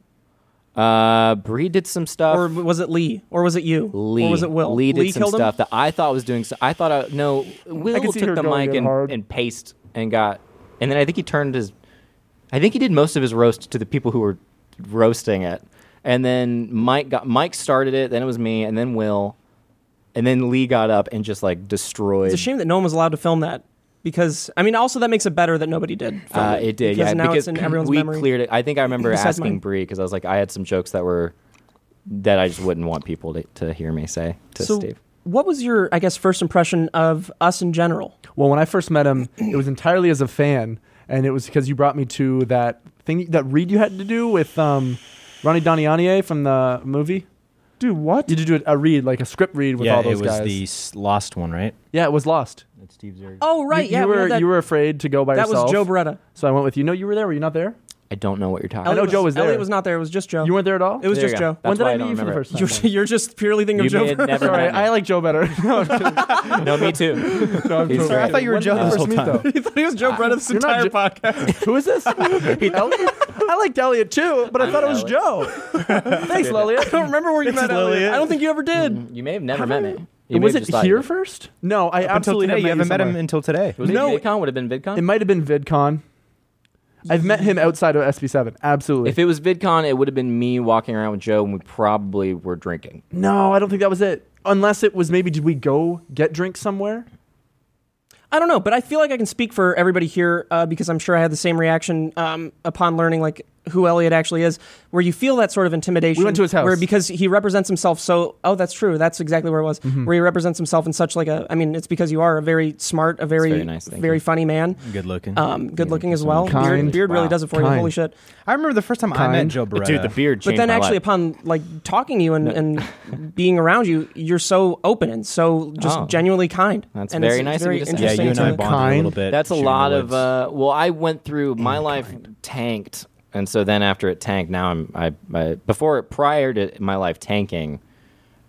[SPEAKER 2] Uh Bree did some stuff.
[SPEAKER 1] Or was it Lee? Or was it you?
[SPEAKER 2] Lee.
[SPEAKER 1] Or was it Will?
[SPEAKER 2] Lee did some
[SPEAKER 1] killed
[SPEAKER 2] stuff
[SPEAKER 1] him?
[SPEAKER 2] that I thought was doing. So I thought I, no. Will
[SPEAKER 3] I could see her
[SPEAKER 2] took the
[SPEAKER 3] going
[SPEAKER 2] mic
[SPEAKER 3] in
[SPEAKER 2] and,
[SPEAKER 3] hard.
[SPEAKER 2] and paced and got, and then I think he turned his. I think he did most of his roast to the people who were roasting it, and then Mike got Mike started it. Then it was me, and then Will, And then Lee got up and just like destroyed.
[SPEAKER 1] It's a shame that no one was allowed to film that because I mean, also that makes it better that nobody did. film
[SPEAKER 2] Uh, it did,
[SPEAKER 1] because
[SPEAKER 2] yeah.
[SPEAKER 1] Now
[SPEAKER 2] because
[SPEAKER 1] it's in everyone's
[SPEAKER 2] we
[SPEAKER 1] memory.
[SPEAKER 2] cleared it. I think I remember
[SPEAKER 1] Besides
[SPEAKER 2] asking
[SPEAKER 1] mine.
[SPEAKER 2] Bree because I was like, I had some jokes that were that I just wouldn't want people to, to hear me say to
[SPEAKER 1] so,
[SPEAKER 2] Steve.
[SPEAKER 1] what was your, I guess, first impression of us in general?
[SPEAKER 3] Well, when I first met him, it was entirely as a fan, and it was because you brought me to that thing that read you had to do with um, Ronnie Doniani from the movie.
[SPEAKER 1] Dude, what?
[SPEAKER 3] You did do a read, like a script read with
[SPEAKER 4] yeah,
[SPEAKER 3] all
[SPEAKER 4] it
[SPEAKER 3] those
[SPEAKER 4] was
[SPEAKER 3] guys.
[SPEAKER 4] the s- lost one, right?
[SPEAKER 3] yeah, it was Lost.
[SPEAKER 4] That's Steve Zurg.
[SPEAKER 1] Oh, right.
[SPEAKER 3] You,
[SPEAKER 1] yeah,
[SPEAKER 3] you
[SPEAKER 1] we had
[SPEAKER 3] were
[SPEAKER 1] that,
[SPEAKER 3] you were afraid to go by
[SPEAKER 1] that
[SPEAKER 3] yourself.
[SPEAKER 1] was Joe Beretta.
[SPEAKER 3] So I went with you. No, you were there. Were you not there?
[SPEAKER 2] I don't know what you're talking.
[SPEAKER 3] know
[SPEAKER 1] Elliot
[SPEAKER 2] about.
[SPEAKER 3] Joe was there.
[SPEAKER 1] Elliot was not there. It was just Joe.
[SPEAKER 3] You weren't there at all.
[SPEAKER 1] it was
[SPEAKER 2] There you
[SPEAKER 1] just
[SPEAKER 2] go.
[SPEAKER 1] Joe.
[SPEAKER 3] when
[SPEAKER 2] That's
[SPEAKER 3] did
[SPEAKER 2] why
[SPEAKER 3] I
[SPEAKER 2] I
[SPEAKER 3] meet
[SPEAKER 2] don't
[SPEAKER 3] you for the
[SPEAKER 2] remember.
[SPEAKER 3] first time?
[SPEAKER 1] You're,
[SPEAKER 3] then?
[SPEAKER 1] you're just purely thinking
[SPEAKER 2] You
[SPEAKER 1] of Joe
[SPEAKER 2] may have
[SPEAKER 1] Beretta.
[SPEAKER 2] never
[SPEAKER 3] Sorry,
[SPEAKER 2] met me.
[SPEAKER 3] I like Joe better. no, I'm kidding.
[SPEAKER 2] no, me too.
[SPEAKER 3] No, I'm
[SPEAKER 2] He's
[SPEAKER 3] joking.
[SPEAKER 2] sorry, I
[SPEAKER 4] thought you were
[SPEAKER 3] When did
[SPEAKER 4] Joe
[SPEAKER 3] we
[SPEAKER 4] this
[SPEAKER 3] first
[SPEAKER 4] whole
[SPEAKER 3] meet,
[SPEAKER 4] time.
[SPEAKER 3] though?
[SPEAKER 1] he thought he was Joe Beretta this
[SPEAKER 3] You're not
[SPEAKER 1] entire
[SPEAKER 3] Joe-
[SPEAKER 1] podcast.
[SPEAKER 3] Who is this? Elliot? I liked Elliot too, but I thought it was Joe. Thanks, Elliot.
[SPEAKER 1] I don't remember where you met Elliot.
[SPEAKER 3] Elliot.
[SPEAKER 1] I don't think you ever did.
[SPEAKER 2] You may have never met me. You may
[SPEAKER 3] was
[SPEAKER 2] have
[SPEAKER 3] it
[SPEAKER 2] just thought
[SPEAKER 3] here
[SPEAKER 2] you-
[SPEAKER 3] first? No, I
[SPEAKER 4] Until
[SPEAKER 3] absolutely
[SPEAKER 4] today, you
[SPEAKER 3] have
[SPEAKER 4] haven't met him
[SPEAKER 3] somewhere.
[SPEAKER 4] until today.
[SPEAKER 2] Was
[SPEAKER 3] No.
[SPEAKER 2] it VidCon? Would it have been VidCon?
[SPEAKER 3] It might have been VidCon. I've met him outside of SB7. Absolutely.
[SPEAKER 2] if it was VidCon, it would have been me walking around with Joe, and we probably were drinking.
[SPEAKER 3] no, I don't think that was it. Unless it was maybe did we go get drinks somewhere?
[SPEAKER 1] I don't know, but I feel like I can speak for everybody here uh, because I'm sure I had the same reaction um, upon learning like who Elliot actually is, where you feel that sort of intimidation.
[SPEAKER 3] We went to his house.
[SPEAKER 1] where because he represents himself so. Oh, that's true. That's exactly where it was. Where he represents himself in such like a. I mean, it's because you are a very smart, a very,
[SPEAKER 2] very nice, thank
[SPEAKER 1] very
[SPEAKER 2] you.
[SPEAKER 1] funny man.
[SPEAKER 4] Good looking.
[SPEAKER 1] Um, good looking as well.
[SPEAKER 3] Kind.
[SPEAKER 1] Beard, beard really
[SPEAKER 2] Wow.
[SPEAKER 1] does it for you.
[SPEAKER 3] Kind.
[SPEAKER 1] Holy shit!
[SPEAKER 4] I remember the first time I met
[SPEAKER 3] Kind.
[SPEAKER 4] Joe Beretta.
[SPEAKER 2] Dude, the beard
[SPEAKER 1] But
[SPEAKER 2] changed
[SPEAKER 1] then
[SPEAKER 2] my
[SPEAKER 1] actually,
[SPEAKER 2] life.
[SPEAKER 1] upon like talking to you and, and being around you, you're so open and so just
[SPEAKER 2] Oh.
[SPEAKER 1] genuinely kind.
[SPEAKER 2] That's
[SPEAKER 1] and
[SPEAKER 2] very
[SPEAKER 1] it's
[SPEAKER 2] nice of
[SPEAKER 1] very
[SPEAKER 2] you to say.
[SPEAKER 4] yeah,
[SPEAKER 1] interesting
[SPEAKER 4] you and I
[SPEAKER 1] to-
[SPEAKER 4] bonded a
[SPEAKER 3] Kind.
[SPEAKER 4] little bit.
[SPEAKER 2] That's a
[SPEAKER 4] shooting in the
[SPEAKER 2] lot of
[SPEAKER 4] woods.
[SPEAKER 2] uh, well, I went through my life tanked, and so then after it tanked, now I'm I, I before prior to my life tanking,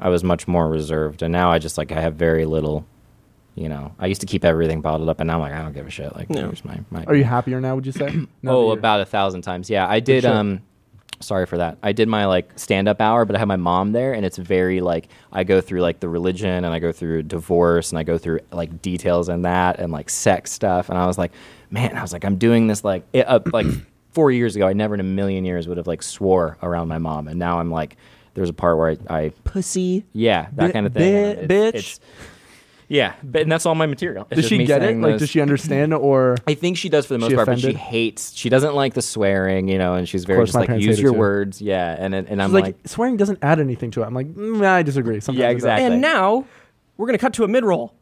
[SPEAKER 2] I was much more reserved, and now I just like I have very little. You know, I used to keep everything bottled up, and now I'm like I don't give a shit. Like,
[SPEAKER 1] Yeah.
[SPEAKER 2] here's my, my
[SPEAKER 3] Are you happier now, would you say? Now that
[SPEAKER 2] oh
[SPEAKER 3] you're-
[SPEAKER 2] about a thousand times yeah i did
[SPEAKER 3] shit.
[SPEAKER 2] um sorry for that i did my like stand up hour but i had my mom there and it's very like i go through like the religion and i go through divorce and i go through like details and that and like sex stuff and i was like man i was like i'm doing this like it, uh, like four years ago i never in a million years would have like swore around my mom and now i'm like there's a part where i, I
[SPEAKER 1] pussy.
[SPEAKER 2] yeah that
[SPEAKER 3] Bi-
[SPEAKER 2] kind of thing
[SPEAKER 3] bi-
[SPEAKER 2] It's-
[SPEAKER 3] bitch.
[SPEAKER 2] it's- yeah but, and that's all my material It's
[SPEAKER 3] Does
[SPEAKER 2] just
[SPEAKER 3] she
[SPEAKER 2] me
[SPEAKER 3] get it?
[SPEAKER 2] saying
[SPEAKER 3] Like
[SPEAKER 2] those-
[SPEAKER 3] does she understand or
[SPEAKER 2] I think she does for the most
[SPEAKER 3] She
[SPEAKER 2] part, but
[SPEAKER 3] offended?
[SPEAKER 2] she hates. She doesn't like the swearing, you know, and she's very
[SPEAKER 3] course,
[SPEAKER 2] just
[SPEAKER 3] my
[SPEAKER 2] like
[SPEAKER 3] parents
[SPEAKER 2] use
[SPEAKER 3] hate it
[SPEAKER 2] your
[SPEAKER 3] too.
[SPEAKER 2] words, yeah. And it- and I'm
[SPEAKER 3] She's
[SPEAKER 2] like,
[SPEAKER 3] like, swearing doesn't add anything to it. I'm like, mm, I disagree. Sometimes
[SPEAKER 2] Yeah,
[SPEAKER 3] it does.
[SPEAKER 2] exactly.
[SPEAKER 1] And
[SPEAKER 2] Like-
[SPEAKER 1] now we're gonna cut to a mid roll.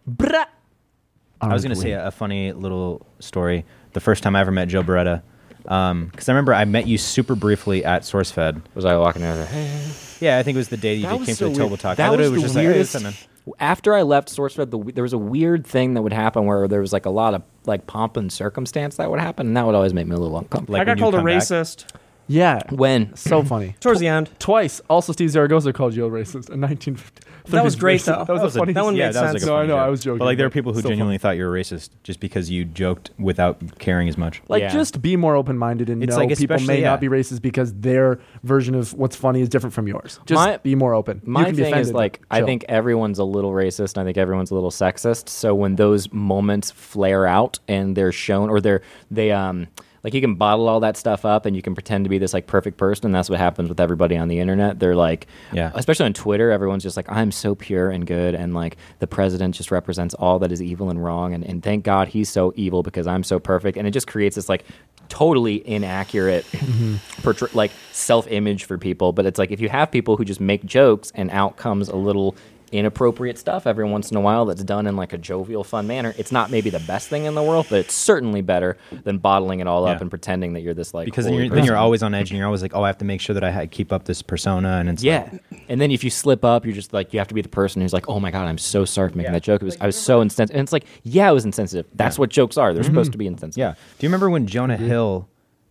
[SPEAKER 4] I was going to say a, a funny little story. The first time I ever met Joe Beretta, because I remember I met you super briefly at SourceFed.
[SPEAKER 2] was I walking over? there, Hey,
[SPEAKER 4] Yeah, I think it was the day that you came to the Tobo Talk. I
[SPEAKER 2] That
[SPEAKER 4] literally
[SPEAKER 2] was, the
[SPEAKER 4] just
[SPEAKER 2] weirdest.
[SPEAKER 4] like, "Hey, what's up,
[SPEAKER 2] After I left SourceFed, the, there was a weird thing that would happen where there was like a lot of like pomp and circumstance that would happen, and that would always make me a little uncomfortable.
[SPEAKER 1] I
[SPEAKER 4] Like
[SPEAKER 1] got
[SPEAKER 4] when you
[SPEAKER 1] called a
[SPEAKER 4] come back.
[SPEAKER 1] racist
[SPEAKER 3] Yeah.
[SPEAKER 2] When
[SPEAKER 3] So funny.
[SPEAKER 1] towards the end.
[SPEAKER 3] Twice. Also, Steve Zaragoza called you a racist in 1950.
[SPEAKER 1] That was great, though.
[SPEAKER 3] That was,
[SPEAKER 1] That
[SPEAKER 3] the funniest.
[SPEAKER 1] that one
[SPEAKER 4] yeah,
[SPEAKER 1] makes
[SPEAKER 4] that was
[SPEAKER 1] sense.
[SPEAKER 4] Like a
[SPEAKER 3] No, I
[SPEAKER 4] funny
[SPEAKER 3] know, I
[SPEAKER 4] joke.
[SPEAKER 3] was joking,
[SPEAKER 4] But like, there were
[SPEAKER 3] but
[SPEAKER 4] people who
[SPEAKER 3] still
[SPEAKER 4] genuinely thought you were racist just because you joked without caring as much.
[SPEAKER 3] Like,
[SPEAKER 2] Yeah.
[SPEAKER 3] just be more open minded and
[SPEAKER 4] It's
[SPEAKER 3] know
[SPEAKER 4] like
[SPEAKER 3] people may
[SPEAKER 4] especially- yeah.
[SPEAKER 3] not be racist because their version of what's funny is different from yours. Just
[SPEAKER 2] My-
[SPEAKER 3] be more open. You
[SPEAKER 2] my
[SPEAKER 3] can be
[SPEAKER 2] thing is
[SPEAKER 3] offended.
[SPEAKER 2] like I
[SPEAKER 3] Chill.
[SPEAKER 2] think everyone's a little racist and I think everyone's a little sexist. So when those moments flare out and they're shown or they're they um like you can bottle all that stuff up and you can pretend to be this like perfect person. That's what happens with everybody on the internet. They're like
[SPEAKER 4] Yeah.
[SPEAKER 2] especially on Twitter, everyone's just like, I'm so pure and good and like the president just represents all that is evil and wrong and, and thank God he's so evil because I'm so perfect and it just creates this like totally inaccurate
[SPEAKER 4] Mm-hmm.
[SPEAKER 2] portray- like self-image for people but it's like if you have people who just make jokes and out comes a little inappropriate stuff every once in a while that's done in like a jovial fun manner it's not maybe the best thing in the world but it's certainly better than bottling it all up
[SPEAKER 4] Yeah.
[SPEAKER 2] and pretending that you're this like
[SPEAKER 4] Because then
[SPEAKER 2] holy
[SPEAKER 4] you're, then you're
[SPEAKER 2] person.
[SPEAKER 4] always on edge and you're always like, oh, I have to make sure that I ha- keep up this persona. And it's
[SPEAKER 2] yeah
[SPEAKER 4] like,
[SPEAKER 2] and then if you slip up you're just like you have to be the person who's like oh my god i'm so sorry for making
[SPEAKER 4] Yeah.
[SPEAKER 2] that joke it was, i was so insensitive and it's like yeah it was insensitive that's what jokes are they're supposed to be insensitive
[SPEAKER 4] Yeah. Do you remember when Jonah
[SPEAKER 1] Mm-hmm.
[SPEAKER 4] Hill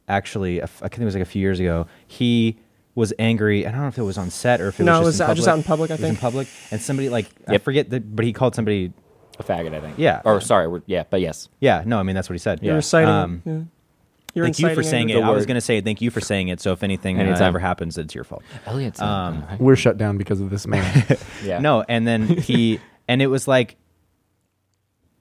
[SPEAKER 4] actually, a f- I think it was like a few years ago, he was angry. I don't know if it was on set or if it
[SPEAKER 1] No,
[SPEAKER 4] was
[SPEAKER 1] it was,
[SPEAKER 4] just, in
[SPEAKER 1] uh, just out in public, I
[SPEAKER 4] It was in
[SPEAKER 1] think.
[SPEAKER 4] public. And somebody, like, I
[SPEAKER 2] Yep.
[SPEAKER 4] forget, the, but he called somebody,
[SPEAKER 2] a faggot i think
[SPEAKER 4] Yeah.
[SPEAKER 2] or sorry we're, yeah but yes
[SPEAKER 4] yeah, no, I mean, that's what he said.
[SPEAKER 1] You're
[SPEAKER 4] Yeah.
[SPEAKER 1] reciting.
[SPEAKER 4] Um,
[SPEAKER 1] yeah. You're
[SPEAKER 4] Thank you for
[SPEAKER 1] inciting
[SPEAKER 4] saying it.
[SPEAKER 1] anger.
[SPEAKER 4] I was
[SPEAKER 2] word.
[SPEAKER 4] going to say thank you for saying it. So if anything uh,
[SPEAKER 2] Anytime.
[SPEAKER 4] ever happens, it's your fault.
[SPEAKER 2] elliot's
[SPEAKER 4] Um,
[SPEAKER 3] we're shut down because of this man.
[SPEAKER 2] yeah
[SPEAKER 4] No, and then he and it was like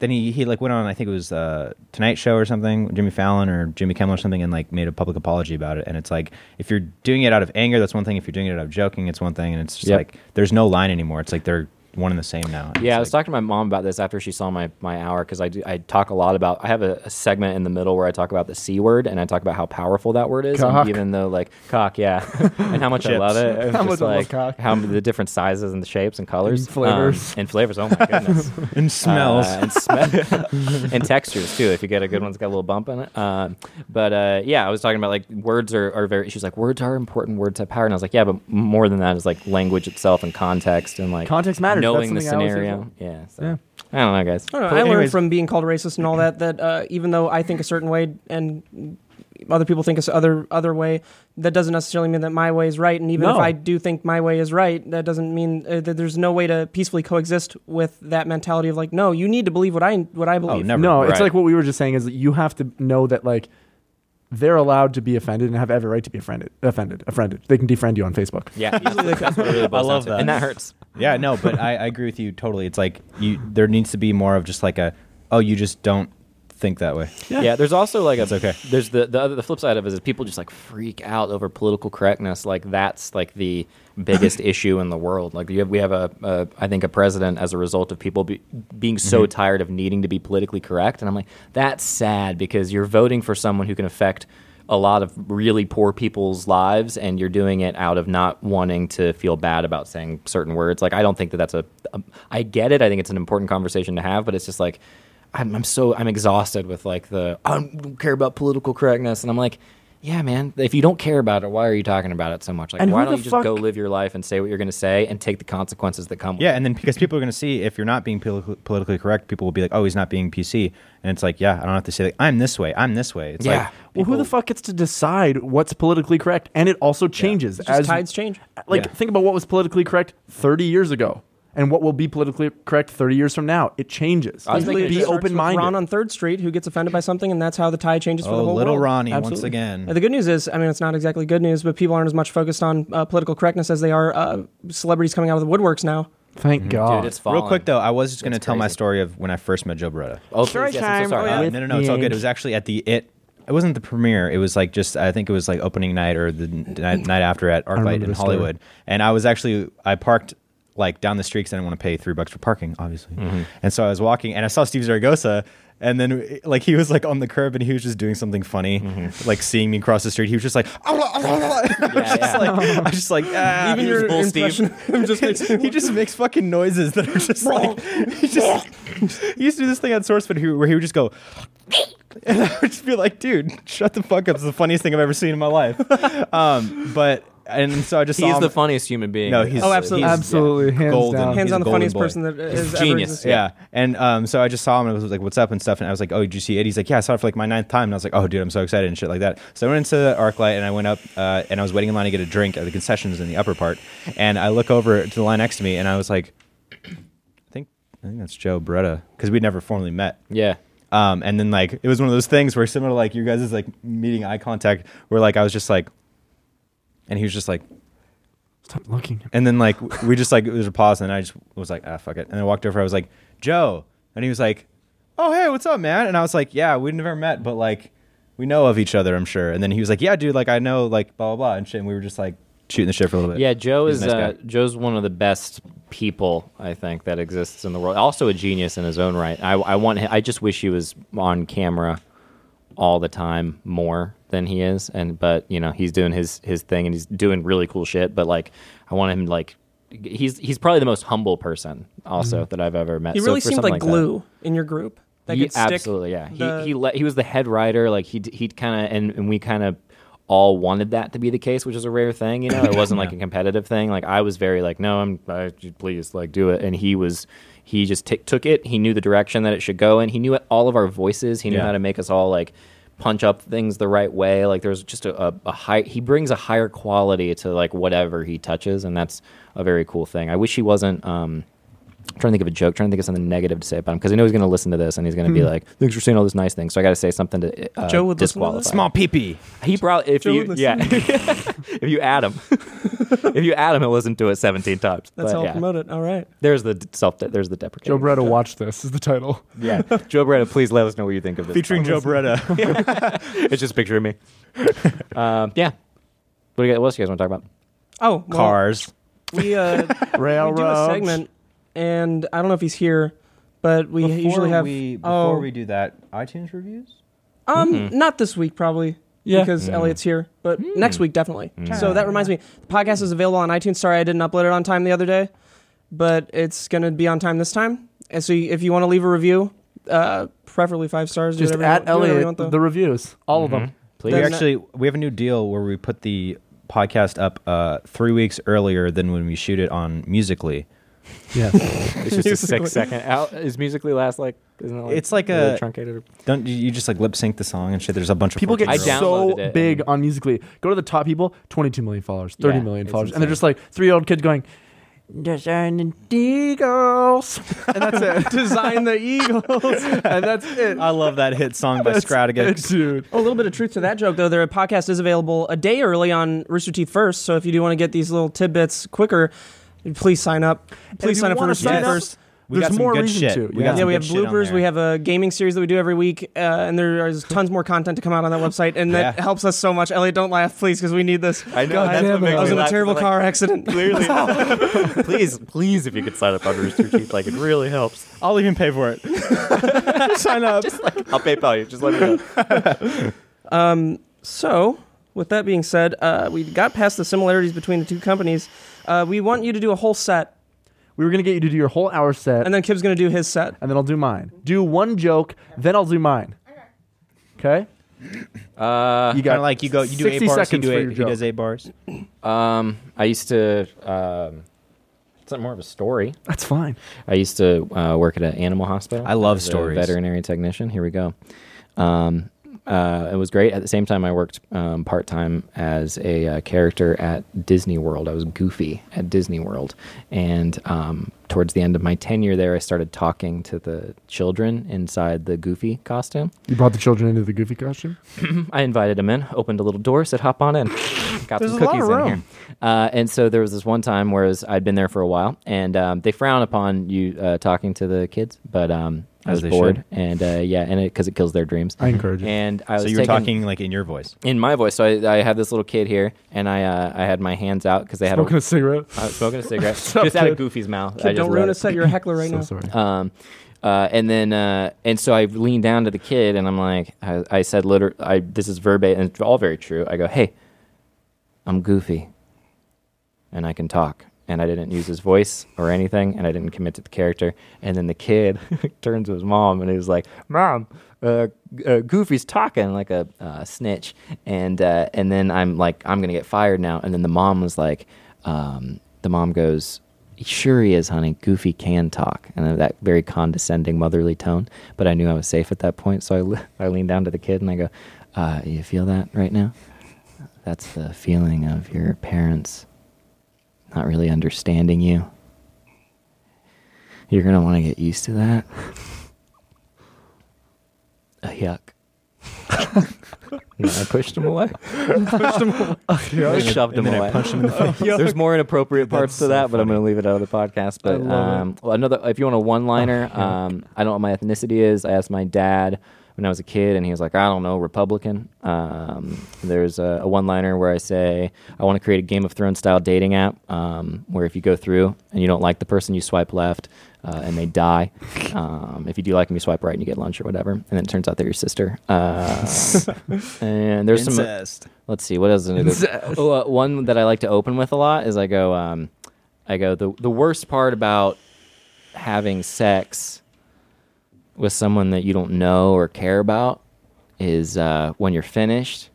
[SPEAKER 4] then he he like went on I think it was uh Tonight Show or something, Jimmy Fallon or Jimmy Kimmel or something and like made a public apology about it and it's like if you're doing it out of anger that's one thing if you're doing it out of joking it's one thing and it's just
[SPEAKER 2] Yep.
[SPEAKER 4] like there's no line anymore. It's like they're one and the same now. It's
[SPEAKER 2] Yeah, I was
[SPEAKER 4] like-
[SPEAKER 2] talking to my mom about this after she saw my my hour because I do, I talk a lot about I have a, a segment in the middle where I talk about the c word and I talk about how powerful that word is, and
[SPEAKER 3] Cock.
[SPEAKER 2] even though like cock, yeah, and how much I love it, It was
[SPEAKER 3] How
[SPEAKER 2] just
[SPEAKER 3] much I love
[SPEAKER 2] like
[SPEAKER 3] cock.
[SPEAKER 2] how the different sizes and the shapes and colors,
[SPEAKER 3] And flavors.
[SPEAKER 2] um, and flavors. Oh my goodness,
[SPEAKER 4] and smells.
[SPEAKER 2] Uh, and, sm- and textures too. If you get a good one, it's got a little bump in it. Um, but uh, yeah, I was talking about like words are, are very. She's like, words are important. Words have power. And I was like, yeah, but more than that is like language itself and context and like
[SPEAKER 3] Context matters. That's
[SPEAKER 2] Knowing the
[SPEAKER 3] something I always
[SPEAKER 2] scenario.
[SPEAKER 3] use.
[SPEAKER 2] Yeah. So.
[SPEAKER 3] Yeah.
[SPEAKER 2] I don't know, guys.
[SPEAKER 1] I don't know.
[SPEAKER 3] Cool.
[SPEAKER 1] I learned
[SPEAKER 3] Anyways.
[SPEAKER 1] from being called racist and all that that uh, even though I think a certain way and other people think a s other other way, that doesn't necessarily mean that my way is right. And even
[SPEAKER 3] No.
[SPEAKER 1] if I do think my way is right, that doesn't mean uh, that there's no way to peacefully coexist with that mentality of like, no, you need to believe what I what I believe.
[SPEAKER 4] Oh, never.
[SPEAKER 3] No, it's
[SPEAKER 2] Right.
[SPEAKER 3] like what we were just saying is that you have to know that like they're allowed to be offended and have every right to be offended. Offended. Offended. They can defriend you on Facebook.
[SPEAKER 2] Yeah. that's what it really boils
[SPEAKER 4] I love
[SPEAKER 2] down to.
[SPEAKER 4] that.
[SPEAKER 2] And that hurts.
[SPEAKER 4] Yeah, no, but I, I agree with you totally. It's like you there needs to be more of just like a oh, you just don't think that way.
[SPEAKER 2] Yeah. There's also like a.
[SPEAKER 4] okay.
[SPEAKER 2] There's the the other the flip side of it is people just like freak out over political correctness. Like that's like the biggest issue in the world. Like you have, we have a, a I think a president as a result of people be, being so tired of needing to be politically correct. And I'm like that's sad because you're voting for someone who can affect a lot of really poor people's lives and you're doing it out of not wanting to feel bad about saying certain words like i don't think that that's a um, I get it i think it's an important conversation to have but it's just like i'm, I'm so i'm exhausted with like the i don't care about political correctness and i'm like yeah man if you don't care about it why are you talking about it so much like
[SPEAKER 3] And
[SPEAKER 2] why
[SPEAKER 3] who
[SPEAKER 2] don't
[SPEAKER 3] the
[SPEAKER 2] you just
[SPEAKER 3] fuck-
[SPEAKER 2] go live your life and say what you're going to say and take the consequences that come with
[SPEAKER 4] Yeah,
[SPEAKER 2] it
[SPEAKER 4] and then because people are going to see if you're not being poli- politically correct, people will be like, "Oh, he's not being PC," and it's like, "Yeah, I don't have to say like I'm this way, I'm this way." It's
[SPEAKER 2] yeah
[SPEAKER 4] like
[SPEAKER 3] Well, who the fuck gets to decide what's politically correct? And it also changes
[SPEAKER 1] It's just
[SPEAKER 3] as
[SPEAKER 1] tides change.
[SPEAKER 3] Like,
[SPEAKER 4] Yeah.
[SPEAKER 3] think about what was politically correct 30 years ago, and what will be politically correct 30 years from now. It changes.
[SPEAKER 2] I was thinking it
[SPEAKER 3] be
[SPEAKER 2] just
[SPEAKER 3] open
[SPEAKER 1] Ron
[SPEAKER 3] minded.
[SPEAKER 1] on Third Street who gets offended by something, and that's how the tide changes for the
[SPEAKER 4] oh,
[SPEAKER 1] whole
[SPEAKER 4] little
[SPEAKER 1] world.
[SPEAKER 4] Ronnie once
[SPEAKER 3] Absolutely.
[SPEAKER 4] again.
[SPEAKER 1] Uh, The good news is, I mean, it's not exactly good news, but people aren't as much focused on uh, political correctness as they are uh, celebrities coming out of the woodworks now.
[SPEAKER 3] Thank God.
[SPEAKER 2] dude it's falling.
[SPEAKER 4] Oh, Real quick though, I was just going to
[SPEAKER 2] That's
[SPEAKER 4] tell my
[SPEAKER 2] crazy.
[SPEAKER 4] story of when I first met Joe Beretta.
[SPEAKER 2] oh
[SPEAKER 3] Story
[SPEAKER 2] please, yes, I'm
[SPEAKER 3] time.
[SPEAKER 2] so sorry.
[SPEAKER 3] Oh, yeah.
[SPEAKER 4] Uh,
[SPEAKER 3] With
[SPEAKER 4] no, no, no, it's all
[SPEAKER 3] me.
[SPEAKER 4] good. It was actually at the it. It wasn't the premiere. It was like just I think it was like opening night or the n- night, night after at ArcLight
[SPEAKER 3] remember
[SPEAKER 4] in
[SPEAKER 3] this story.
[SPEAKER 4] Hollywood. And I was actually I parked like down the street because I didn't want to pay three bucks for parking, obviously. And so I was walking and I saw Steve Zaragoza. And then, like, he was like on the curb and he was just doing something funny, like seeing me cross the street. He was just like, "Ah, I was
[SPEAKER 2] Yeah,
[SPEAKER 4] just
[SPEAKER 2] yeah.
[SPEAKER 4] like, I was just like, ah.
[SPEAKER 1] Even
[SPEAKER 4] He
[SPEAKER 1] your
[SPEAKER 4] was bull Steve.
[SPEAKER 1] impression of him just makes me
[SPEAKER 4] he just makes fucking noises that are just like he just he used to do this thing on SourceFed who- where he would just go and I would just be like, dude, shut the fuck up. It's the funniest thing I've ever seen in my life. Um, but and so I just
[SPEAKER 2] he
[SPEAKER 4] saw
[SPEAKER 2] is
[SPEAKER 4] him-
[SPEAKER 2] the funniest human being
[SPEAKER 4] No, he's-
[SPEAKER 1] Oh, absolutely.
[SPEAKER 2] He's-
[SPEAKER 3] Absolutely. Hands
[SPEAKER 4] Golden.
[SPEAKER 3] down.
[SPEAKER 1] hands
[SPEAKER 4] He's
[SPEAKER 1] on
[SPEAKER 4] a
[SPEAKER 1] the
[SPEAKER 4] golden
[SPEAKER 1] funniest
[SPEAKER 4] boy.
[SPEAKER 1] person that has ever
[SPEAKER 2] genius.
[SPEAKER 1] existed.
[SPEAKER 4] Yeah. And um, so I just saw him and I was like, what's up and stuff. And I was like, oh, did you see it? He's like, yeah, I saw it for like my ninth time. And I was like, oh, dude, I'm so excited and shit like that. So I went into the arc light and I went up uh, and I was waiting in line to get a drink at the concessions in the upper part. And I look over to the line next to me and I was like, I think, I think that's Joe Beretta because we'd never formally met.
[SPEAKER 2] yeah
[SPEAKER 4] Um, and then like it was one of those things where similar to like you guys is like meeting eye contact where like I was just like, and he was just like,
[SPEAKER 3] Stop looking.
[SPEAKER 4] and then like w- we just like there was a pause, and I just was like, ah, fuck it. And I walked over. I was like, Joe, and he was like, Oh hey, what's up, man? And I was like, Yeah, we never met, but like we know of each other, I'm sure. And then he was like, Yeah, dude, like I know, like blah blah blah, and shit. And we were just like shooting the shit for a little bit.
[SPEAKER 2] Yeah, Joe
[SPEAKER 4] He's
[SPEAKER 2] is
[SPEAKER 4] a nice
[SPEAKER 2] uh,
[SPEAKER 4] guy.
[SPEAKER 2] Joe's one of the best people I think that exists in the world. Also a genius in his own right. I, I want hi- I just wish he was on camera all the time more than he is. And but you know he's doing his his thing and he's doing really cool shit. But like I want him like he's he's probably the most humble person also that I've ever met.
[SPEAKER 1] He
[SPEAKER 2] So
[SPEAKER 1] really
[SPEAKER 2] for
[SPEAKER 1] seemed
[SPEAKER 2] something
[SPEAKER 1] like,
[SPEAKER 2] that-
[SPEAKER 1] glue in your group. That
[SPEAKER 2] Ye-
[SPEAKER 1] could stick
[SPEAKER 2] absolutely, yeah.
[SPEAKER 1] the-
[SPEAKER 2] he he, le- he was the head writer. Like he d- he kind of and, and we kind of all wanted that to be the case, which is a rare thing. You know, it wasn't like a competitive thing. Like I was very like, no, I'm I, please like do it, and he was he just t- took it. He knew the direction that it should go, and he knew it, all of our voices. He knew
[SPEAKER 4] Yeah.
[SPEAKER 2] how to make us all like punch up things the right way. Like there's just a, a, a high. He brings a higher quality to like whatever he touches, and that's a very cool thing. I wish he wasn't. um I'm trying to think of a joke, trying to think of something negative to say about him because I know he's going to listen to this and he's going to be like, "Thanks for saying all this nice things." So I got to say something to uh,
[SPEAKER 1] Joe would listen to
[SPEAKER 2] disqualify.
[SPEAKER 1] this?
[SPEAKER 4] small peepee.
[SPEAKER 2] He probably if
[SPEAKER 1] Joe
[SPEAKER 2] you
[SPEAKER 1] would listen
[SPEAKER 2] yeah if you add him if you add him he'll listen to it 17 times.
[SPEAKER 1] That's
[SPEAKER 2] But
[SPEAKER 1] how I'll
[SPEAKER 2] yeah.
[SPEAKER 1] promote it. All right.
[SPEAKER 2] There's the d- self. There's the
[SPEAKER 3] Joe
[SPEAKER 2] deprecation.
[SPEAKER 3] Beretta, watch this is the title.
[SPEAKER 2] yeah, Joe Brennan, please let us know what you think of this.
[SPEAKER 4] Featuring Joe Beretta.
[SPEAKER 2] it's just a picture of me. um, yeah. What, do you, guys- what else you guys want to talk about?
[SPEAKER 1] Oh, well,
[SPEAKER 4] Cars.
[SPEAKER 1] We, Oh, uh, we do a
[SPEAKER 3] Railroad.
[SPEAKER 1] segment and I don't know if he's here, but we usually have.
[SPEAKER 4] we, before
[SPEAKER 1] oh,
[SPEAKER 4] we do that, iTunes reviews.
[SPEAKER 1] um, not this week probably.
[SPEAKER 3] Mm-hmm. Yeah. Mm.
[SPEAKER 1] Because Elliot's here, but next week definitely. So that reminds me, the podcast is available on iTunes. Sorry, I didn't upload it on time the other day, but it's gonna be on time this time. And so if you want to leave a review, uh, preferably five stars. do
[SPEAKER 3] Just
[SPEAKER 1] whatever you
[SPEAKER 3] at
[SPEAKER 1] want- do whatever you
[SPEAKER 3] Elliot
[SPEAKER 1] want, though.
[SPEAKER 3] the reviews, Mm-hmm. all of them.
[SPEAKER 2] Mm-hmm. Please.
[SPEAKER 4] we
[SPEAKER 1] Then-
[SPEAKER 4] actually we have a new deal where we put the podcast up uh, three weeks earlier than when we shoot it on Musically.
[SPEAKER 3] Yes.
[SPEAKER 2] it's just a six second. Out. Is musically last like? Isn't it like
[SPEAKER 4] It's like
[SPEAKER 2] really
[SPEAKER 4] a-
[SPEAKER 2] truncated. Or,
[SPEAKER 4] Don't you, you just like lip sync the song and shit? There's a bunch of
[SPEAKER 3] People get
[SPEAKER 4] 14-year-olds.
[SPEAKER 2] I downloaded
[SPEAKER 3] so
[SPEAKER 2] it
[SPEAKER 3] big
[SPEAKER 2] and-
[SPEAKER 3] on Musically. Go to the top people, 22 million followers, thirty
[SPEAKER 2] Yeah,
[SPEAKER 3] million
[SPEAKER 2] it's
[SPEAKER 3] followers. And they're
[SPEAKER 2] insane.
[SPEAKER 3] just like three year old kids going, Design the Eagles. And that's it. Design the Eagles. And that's it.
[SPEAKER 4] I love that hit song by Scratigan.
[SPEAKER 3] Dude.
[SPEAKER 1] Oh, a little bit of truth to that joke, though. Their podcast is available a day early on Rooster Teeth first. So if you do want to get these little tidbits quicker, please sign up. Please
[SPEAKER 3] you
[SPEAKER 1] sign up for
[SPEAKER 3] wanna
[SPEAKER 1] Rooster
[SPEAKER 3] sign
[SPEAKER 1] Teeth
[SPEAKER 3] up-
[SPEAKER 1] first.
[SPEAKER 4] We got
[SPEAKER 3] There's
[SPEAKER 4] some
[SPEAKER 3] more
[SPEAKER 4] good
[SPEAKER 3] reason
[SPEAKER 4] shit.
[SPEAKER 3] to.
[SPEAKER 4] We
[SPEAKER 3] Yeah.
[SPEAKER 4] got
[SPEAKER 3] That's
[SPEAKER 1] Yeah,
[SPEAKER 4] some
[SPEAKER 1] we have
[SPEAKER 4] good shit on
[SPEAKER 1] bloopers.
[SPEAKER 4] there.
[SPEAKER 1] We have a gaming series that we do every week, uh, and there is tons more content to come out on that website, and that
[SPEAKER 4] Yeah.
[SPEAKER 1] helps us so much. Elliot, don't laugh, please, because we need this.
[SPEAKER 2] I know, that's
[SPEAKER 3] what makes
[SPEAKER 1] I was
[SPEAKER 3] me
[SPEAKER 1] in a
[SPEAKER 2] laugh,
[SPEAKER 1] terrible
[SPEAKER 2] like-
[SPEAKER 1] car accident.
[SPEAKER 2] clearly, please, please, if you could sign up on Rooster Teeth, like it really helps.
[SPEAKER 4] I'll even pay for it.
[SPEAKER 3] Sign up.
[SPEAKER 2] I'll PayPal you. Just let me know.
[SPEAKER 1] So, with that being said, uh, we got past the similarities between the two companies. Uh, we want you to do a whole set,
[SPEAKER 3] we were going to get you to do your whole hour set,
[SPEAKER 1] and then Kib's going to do his set.
[SPEAKER 3] and then I'll do mine. Do one joke, then I'll do mine. Okay?
[SPEAKER 2] Uh,
[SPEAKER 3] You
[SPEAKER 4] Kind
[SPEAKER 3] got
[SPEAKER 4] of like you go, you do
[SPEAKER 3] 60
[SPEAKER 4] eight bars. He,
[SPEAKER 3] seconds
[SPEAKER 4] do
[SPEAKER 3] for
[SPEAKER 4] eight,
[SPEAKER 3] your
[SPEAKER 4] he
[SPEAKER 3] joke.
[SPEAKER 4] does eight bars.
[SPEAKER 2] um, I used to. Um, it's not more of a story.
[SPEAKER 3] That's fine.
[SPEAKER 2] I used to uh, work at an animal hospital.
[SPEAKER 4] I love
[SPEAKER 2] as a
[SPEAKER 4] stories.
[SPEAKER 2] veterinary technician. Here we go. Um, uh, it was great. At the same time, I worked um, part time as a uh, character at Disney World. I was Goofy at Disney World, and um, towards the end of my tenure there, I started talking to the children inside the Goofy costume.
[SPEAKER 3] You brought the children into the goofy costume?
[SPEAKER 2] I invited him in, opened a little door, said, "Hop on in." Got
[SPEAKER 4] There's
[SPEAKER 2] some
[SPEAKER 4] a lot
[SPEAKER 2] cookies
[SPEAKER 4] of
[SPEAKER 2] in here.
[SPEAKER 4] room.
[SPEAKER 2] Uh, and so there was this one time whereas I'd been there for a while, and um, they frown upon you uh, talking to the kids, but um, I
[SPEAKER 4] As
[SPEAKER 2] was
[SPEAKER 4] they
[SPEAKER 2] bored,
[SPEAKER 4] should.
[SPEAKER 2] and uh, yeah, and because it, kills their dreams.
[SPEAKER 3] I encourage it.
[SPEAKER 2] And I was
[SPEAKER 4] So you were
[SPEAKER 2] taken-
[SPEAKER 4] talking like in your voice.
[SPEAKER 2] in my voice. So I, I had this little kid here, and I uh, I had my hands out because they had
[SPEAKER 3] Smoking
[SPEAKER 2] a,
[SPEAKER 3] a cigarette.
[SPEAKER 2] I was smoking a cigarette just
[SPEAKER 3] up,
[SPEAKER 2] out of
[SPEAKER 3] kid?
[SPEAKER 2] Goofy's mouth. I
[SPEAKER 1] Kib,
[SPEAKER 2] just
[SPEAKER 1] don't
[SPEAKER 2] let
[SPEAKER 1] ruin
[SPEAKER 2] it-
[SPEAKER 1] a set. You're a heckler right
[SPEAKER 3] so
[SPEAKER 1] now.
[SPEAKER 3] sorry.
[SPEAKER 2] um, uh, and then uh, and so I leaned down to the kid and I'm like, I, I said, liter- I this is verbatim, and it's all very true. I go, hey, I'm goofy, and I can talk. And I didn't use his voice or anything, and I didn't commit to the character. And then the kid turned to his mom and he was like, "Mom, uh, G- uh, Goofy's talking like a uh, snitch." And uh, and then I'm like, "I'm gonna get fired now." And then the mom was like, um, "The mom goes, Sure he is, honey. Goofy can talk. And that very condescending motherly tone. But I knew I was safe at that point. So I, le- I leaned down to the kid and I go, uh, You feel that right now? That's the feeling of your parents not really understanding you. You're going to want to get used to that. Uh, yuck. And I pushed him away. I shoved him
[SPEAKER 4] and then
[SPEAKER 2] away.
[SPEAKER 4] I punched him in the face.
[SPEAKER 2] There's more inappropriate parts to
[SPEAKER 4] so
[SPEAKER 2] that, but I'm going to leave it out of the podcast. But um, well, another, if you want a one-liner,
[SPEAKER 4] Oh,
[SPEAKER 2] um, I don't know what my ethnicity is. I asked my dad when I was a kid, and he was like, "I don't know, Republican." Um, there's a, a one-liner where I say, "I want to create a Game of Thrones-style dating app um, where if you go through and you don't like the person, you swipe left." Uh, and they die. Um, if you do like them, you swipe right and you get lunch or whatever. And then it turns out they're your sister. Uh, and there's some
[SPEAKER 4] Incest.
[SPEAKER 2] let's see what else is in it? oh, uh, one that i like to open with a lot is i go um, i go the, the worst part about having sex with someone that you don't know or care about is uh, when you're finished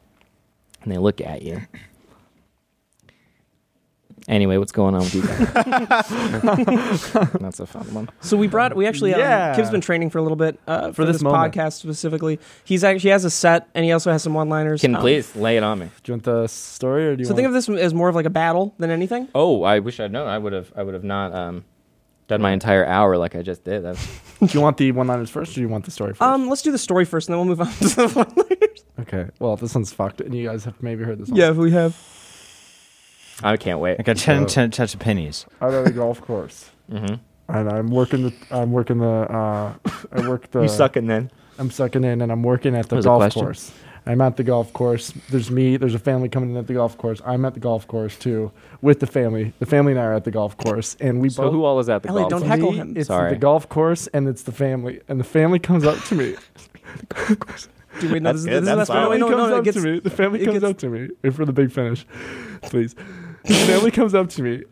[SPEAKER 2] and they look at you anyway what's going on with you guys that's a fun one
[SPEAKER 1] So we brought we actually um,
[SPEAKER 3] Yeah.
[SPEAKER 1] Kib's been training for a little bit uh, for,
[SPEAKER 3] this
[SPEAKER 1] this,
[SPEAKER 3] moment.
[SPEAKER 1] podcast specifically. He's actually he has a set and he also has some one-liners.
[SPEAKER 2] can
[SPEAKER 1] Um,
[SPEAKER 2] please lay it on me
[SPEAKER 3] Do you want the story or do you
[SPEAKER 1] So
[SPEAKER 3] want
[SPEAKER 1] think of this as more of like a battle than anything.
[SPEAKER 2] oh i wish i'd known i would have i would have not um, done my entire hour like i just did that's
[SPEAKER 3] Do you want the one liners first or do you want the story first?
[SPEAKER 1] Um, let's do the story first, and then we'll move on to the one-liners.
[SPEAKER 3] okay. Well, this one's fucked, and you guys have maybe heard this one.
[SPEAKER 1] Yeah, we have.
[SPEAKER 2] i can't wait
[SPEAKER 4] I got ten, ten touch of pennies.
[SPEAKER 3] I'm at a golf course,
[SPEAKER 2] mm-hmm.
[SPEAKER 3] and I'm working the. I'm working the. Uh, I work the.
[SPEAKER 2] in then
[SPEAKER 3] I'm sucking in, and I'm working at the
[SPEAKER 2] What was the
[SPEAKER 3] golf
[SPEAKER 2] question?
[SPEAKER 3] course, I'm at the golf course. There's me. There's a family coming in at the golf course. I'm at the golf course too with the family. The family and I are at the golf course, and we
[SPEAKER 2] So
[SPEAKER 3] both.
[SPEAKER 2] who all is at the
[SPEAKER 1] Elliot,
[SPEAKER 2] golf?
[SPEAKER 1] don't
[SPEAKER 2] course?
[SPEAKER 1] heckle
[SPEAKER 3] Me,
[SPEAKER 1] him.
[SPEAKER 3] It's
[SPEAKER 2] Sorry.
[SPEAKER 3] the golf course, and it's the family, and the family comes up to me.
[SPEAKER 1] Dude, wait, no, this,
[SPEAKER 2] That's
[SPEAKER 1] is- this is
[SPEAKER 2] good,
[SPEAKER 1] the
[SPEAKER 2] that's
[SPEAKER 1] best part.
[SPEAKER 2] solid.
[SPEAKER 3] family
[SPEAKER 1] Wait, No, no,
[SPEAKER 3] comes
[SPEAKER 1] no,
[SPEAKER 3] up
[SPEAKER 1] it gets,
[SPEAKER 3] to me. The family
[SPEAKER 1] it
[SPEAKER 3] comes
[SPEAKER 1] gets-
[SPEAKER 3] up to me and for the big finish, please. The family comes up to me,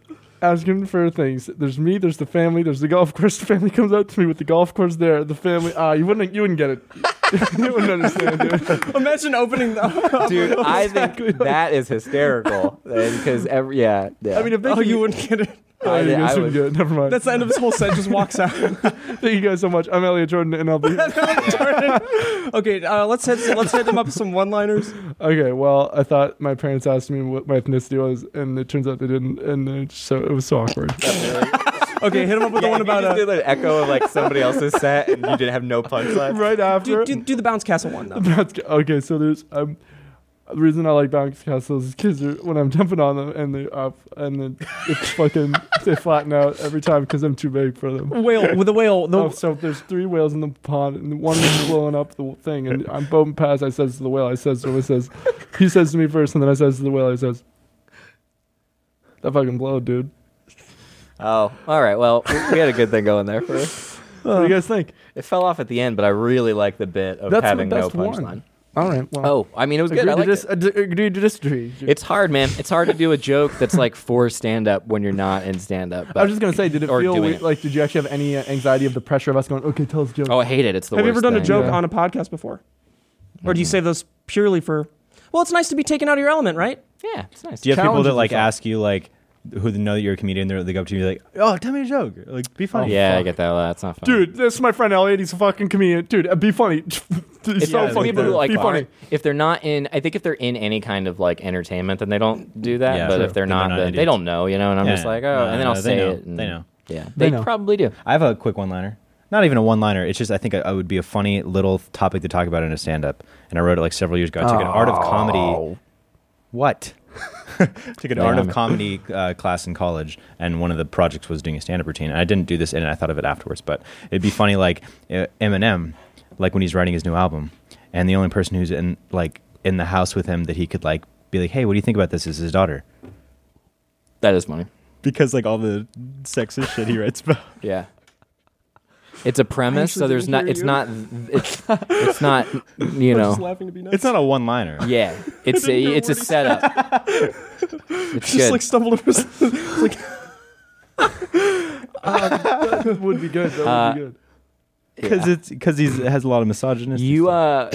[SPEAKER 3] asking for things. There's me. There's the family. There's the golf course. The family comes up to me with the golf course there. The family. Ah, you wouldn't. You wouldn't get it. you wouldn't understand. Dude.
[SPEAKER 1] imagine opening the.
[SPEAKER 2] Dude, I think that is hysterical because every yeah, yeah.
[SPEAKER 3] I mean, if they
[SPEAKER 1] oh,
[SPEAKER 3] can,
[SPEAKER 1] you wouldn't get it.
[SPEAKER 3] Ah,
[SPEAKER 2] I-
[SPEAKER 3] you guys
[SPEAKER 2] I
[SPEAKER 3] wouldn't
[SPEAKER 2] would-
[SPEAKER 3] get it. Never mind.
[SPEAKER 1] That's the end of his whole set. Just walks out.
[SPEAKER 3] Thank you guys so much. I'm Elliot Jordan, and I'll be.
[SPEAKER 1] okay, uh, let's hit let's hit him up with some one-liners.
[SPEAKER 3] Okay, well, I thought my parents asked me what my ethnicity was, and it turns out they didn't, and it- so it was so awkward.
[SPEAKER 1] Okay, hit him up with the
[SPEAKER 2] Yeah,
[SPEAKER 1] one
[SPEAKER 2] you
[SPEAKER 1] about
[SPEAKER 2] just
[SPEAKER 1] uh,
[SPEAKER 2] did an echo of like somebody else's set and you didn't have no punchline.
[SPEAKER 3] right after,
[SPEAKER 1] do, do, do the bounce castle one though.
[SPEAKER 3] Bounce ca- okay, so there's um, the reason I like bounce castles is because when I'm jumping on them and they're up, and then it's fucking they flatten out every time because I'm too big for them.
[SPEAKER 1] Whale with a whale. The,
[SPEAKER 3] Oh, so there's three whales in the pond, and one is blowing up the thing, and I'm boating past. I says to the whale, I says to him, I says, he says to me first, and then I says to the whale, I says, that fucking blow, dude.
[SPEAKER 2] Oh, all right. Well, we had a good thing going there for us.
[SPEAKER 3] What do you guys think?
[SPEAKER 2] It fell off at the end, but I really like the bit of
[SPEAKER 3] That's the
[SPEAKER 2] having no
[SPEAKER 3] best one.
[SPEAKER 2] punchline.
[SPEAKER 3] All right. Well,
[SPEAKER 2] Oh, I mean, it was good. I
[SPEAKER 3] Agree to
[SPEAKER 2] liked
[SPEAKER 3] dis-
[SPEAKER 2] it.
[SPEAKER 3] ad- agree to disagree.
[SPEAKER 2] It's hard, man. It's hard to do a joke that's like for stand up when you're not in stand up.
[SPEAKER 3] I was just gonna say, did it
[SPEAKER 2] or
[SPEAKER 3] feel
[SPEAKER 2] doing
[SPEAKER 3] we-
[SPEAKER 2] it.
[SPEAKER 3] like? Did you actually have any uh, anxiety of the pressure of us going? Okay, tell us a joke.
[SPEAKER 2] Oh, I hate it. It's the
[SPEAKER 1] have you ever
[SPEAKER 2] worst
[SPEAKER 1] done a
[SPEAKER 2] thing. Mm-hmm.
[SPEAKER 1] joke
[SPEAKER 3] Yeah.
[SPEAKER 1] on a podcast before, or do you save those purely for? Well, it's nice to be taken out of your element, right?
[SPEAKER 2] Yeah, it's nice.
[SPEAKER 4] Do you have people
[SPEAKER 3] Challenges
[SPEAKER 4] that like
[SPEAKER 3] themselves.
[SPEAKER 4] ask you like who know that you're a comedian? They're, they go up to you and be like, "Oh, tell me a joke. Like, be funny."
[SPEAKER 2] yeah, I get that. a lot. That's not fun.
[SPEAKER 3] dude, this is my friend Elliot. He's a fucking comedian. Dude, uh, be funny. He's
[SPEAKER 2] If,
[SPEAKER 3] so
[SPEAKER 4] yeah,
[SPEAKER 2] it's
[SPEAKER 3] funny.
[SPEAKER 2] people who,
[SPEAKER 3] dude.
[SPEAKER 2] like,
[SPEAKER 3] be
[SPEAKER 2] aren't-
[SPEAKER 3] funny.
[SPEAKER 2] if they're not in, I think if they're in any kind of like entertainment, then they don't do that.
[SPEAKER 4] Yeah,
[SPEAKER 2] but
[SPEAKER 4] true.
[SPEAKER 2] if they're
[SPEAKER 4] Then they're
[SPEAKER 2] not,
[SPEAKER 4] not
[SPEAKER 2] then they
[SPEAKER 4] idiots.
[SPEAKER 2] don't know, you know. And I'm
[SPEAKER 4] Yeah.
[SPEAKER 2] just like, oh,
[SPEAKER 4] No,
[SPEAKER 2] and then
[SPEAKER 4] no,
[SPEAKER 2] I'll
[SPEAKER 4] they
[SPEAKER 2] say
[SPEAKER 4] know.
[SPEAKER 2] it. and-
[SPEAKER 4] They know.
[SPEAKER 2] Yeah,
[SPEAKER 3] They
[SPEAKER 2] they,
[SPEAKER 3] know.
[SPEAKER 2] probably do.
[SPEAKER 4] I have a quick one-liner. Not even a one-liner. It's just I think it, it would be a funny little topic to talk about in a stand-up. And I wrote it like several years ago. I took an art of comedy. What? took an art
[SPEAKER 2] Yeah.
[SPEAKER 4] of comedy uh, class in college, and one of the projects was doing a stand-up routine. And I didn't do this, and I thought of it afterwards. But it'd be funny, like uh, Eminem, like when he's writing his new album, and the only person who's in like in the house with him that he could like be like, "Hey, what do you think about this?" is his daughter,
[SPEAKER 2] That is funny.
[SPEAKER 4] because like all the sexist shit he writes about.
[SPEAKER 2] Yeah. It's a premise, so
[SPEAKER 3] actually
[SPEAKER 2] there's
[SPEAKER 3] didn't
[SPEAKER 2] not.
[SPEAKER 3] hear
[SPEAKER 2] It's
[SPEAKER 3] you.
[SPEAKER 2] not. It's it's not. You
[SPEAKER 1] I'm just
[SPEAKER 2] know.
[SPEAKER 1] laughing to be nice.
[SPEAKER 4] It's not a one-liner.
[SPEAKER 2] Yeah. It's a it's a setup. It's
[SPEAKER 1] just
[SPEAKER 2] good.
[SPEAKER 1] like stumbled over. it's like
[SPEAKER 3] That would be good. That would
[SPEAKER 2] Uh,
[SPEAKER 3] be good.
[SPEAKER 4] because it's because he has a lot of misogynist.
[SPEAKER 2] you uh,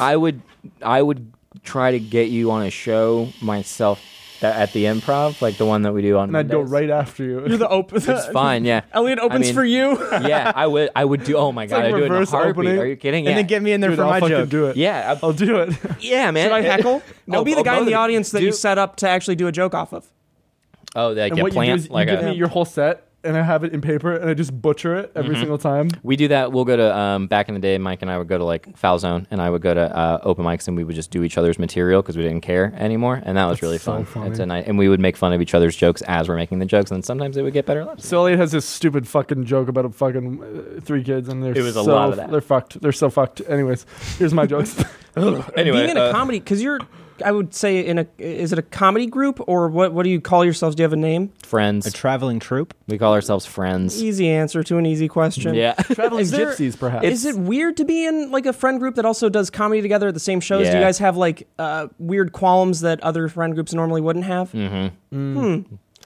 [SPEAKER 2] I would I would try to get you on a show myself that at the improv, like the one that we do on.
[SPEAKER 3] And I'd go
[SPEAKER 2] Mondays.
[SPEAKER 3] right after you.
[SPEAKER 1] you're the open.
[SPEAKER 2] It's fine. Yeah.
[SPEAKER 1] Elliot opens
[SPEAKER 2] mean-
[SPEAKER 1] for you.
[SPEAKER 2] Yeah, I would. I would do. Oh my god,
[SPEAKER 3] like
[SPEAKER 2] I do it in a
[SPEAKER 3] reverse
[SPEAKER 2] heartbeat.
[SPEAKER 3] opening.
[SPEAKER 2] Are you kidding?
[SPEAKER 4] and
[SPEAKER 2] Yeah.
[SPEAKER 4] then get me in there
[SPEAKER 3] Dude,
[SPEAKER 4] for
[SPEAKER 3] I'll
[SPEAKER 4] my
[SPEAKER 3] fucking
[SPEAKER 4] joke.
[SPEAKER 3] do it.
[SPEAKER 2] yeah, I-
[SPEAKER 3] I'll do it.
[SPEAKER 2] yeah, man.
[SPEAKER 1] Should I heckle?
[SPEAKER 2] No,
[SPEAKER 1] I'll be the guy in
[SPEAKER 2] both
[SPEAKER 1] the
[SPEAKER 2] of-
[SPEAKER 1] audience that you
[SPEAKER 2] eh, do-
[SPEAKER 1] set up to actually do a joke off of.
[SPEAKER 2] Oh, like
[SPEAKER 3] And
[SPEAKER 2] a
[SPEAKER 3] what you do
[SPEAKER 2] plant,
[SPEAKER 3] is
[SPEAKER 2] like
[SPEAKER 3] you give
[SPEAKER 2] a
[SPEAKER 3] me your whole set, and I have it in paper, and I just butcher it
[SPEAKER 2] Mm-hmm.
[SPEAKER 3] every single time.
[SPEAKER 2] We do that. We'll go to um, back in the day. Mike and I would go to like Foul Zone, and I would go to uh, open mics, and we would just do each other's material because we didn't care anymore, and that was really
[SPEAKER 3] so
[SPEAKER 2] fun.
[SPEAKER 3] funny.
[SPEAKER 2] It's a night, and we would make fun of each other's jokes as we're making the jokes, and sometimes they would get better laughs.
[SPEAKER 3] So Elliot has this stupid fucking joke about a fucking uh, three kids, and they're
[SPEAKER 2] It was a
[SPEAKER 3] so-
[SPEAKER 2] lot of that.
[SPEAKER 3] They're fucked. They're so fucked. Anyways, here's my jokes.
[SPEAKER 2] Anyway,
[SPEAKER 1] Being in a
[SPEAKER 2] uh,
[SPEAKER 1] comedy, because you're, I would say in a, is it a comedy group or what? What do you call yourselves? Do you have a name?
[SPEAKER 2] friends.
[SPEAKER 4] A traveling troupe.
[SPEAKER 2] we call ourselves friends.
[SPEAKER 1] Easy answer to an easy question.
[SPEAKER 2] Yeah.
[SPEAKER 3] Traveling
[SPEAKER 1] Is there-
[SPEAKER 3] gypsies, perhaps.
[SPEAKER 1] Is it weird to be in like a friend group that also does comedy together at the same shows? Do
[SPEAKER 2] Yeah.
[SPEAKER 1] you guys have like uh, weird qualms that other friend groups normally wouldn't have?
[SPEAKER 2] Mm.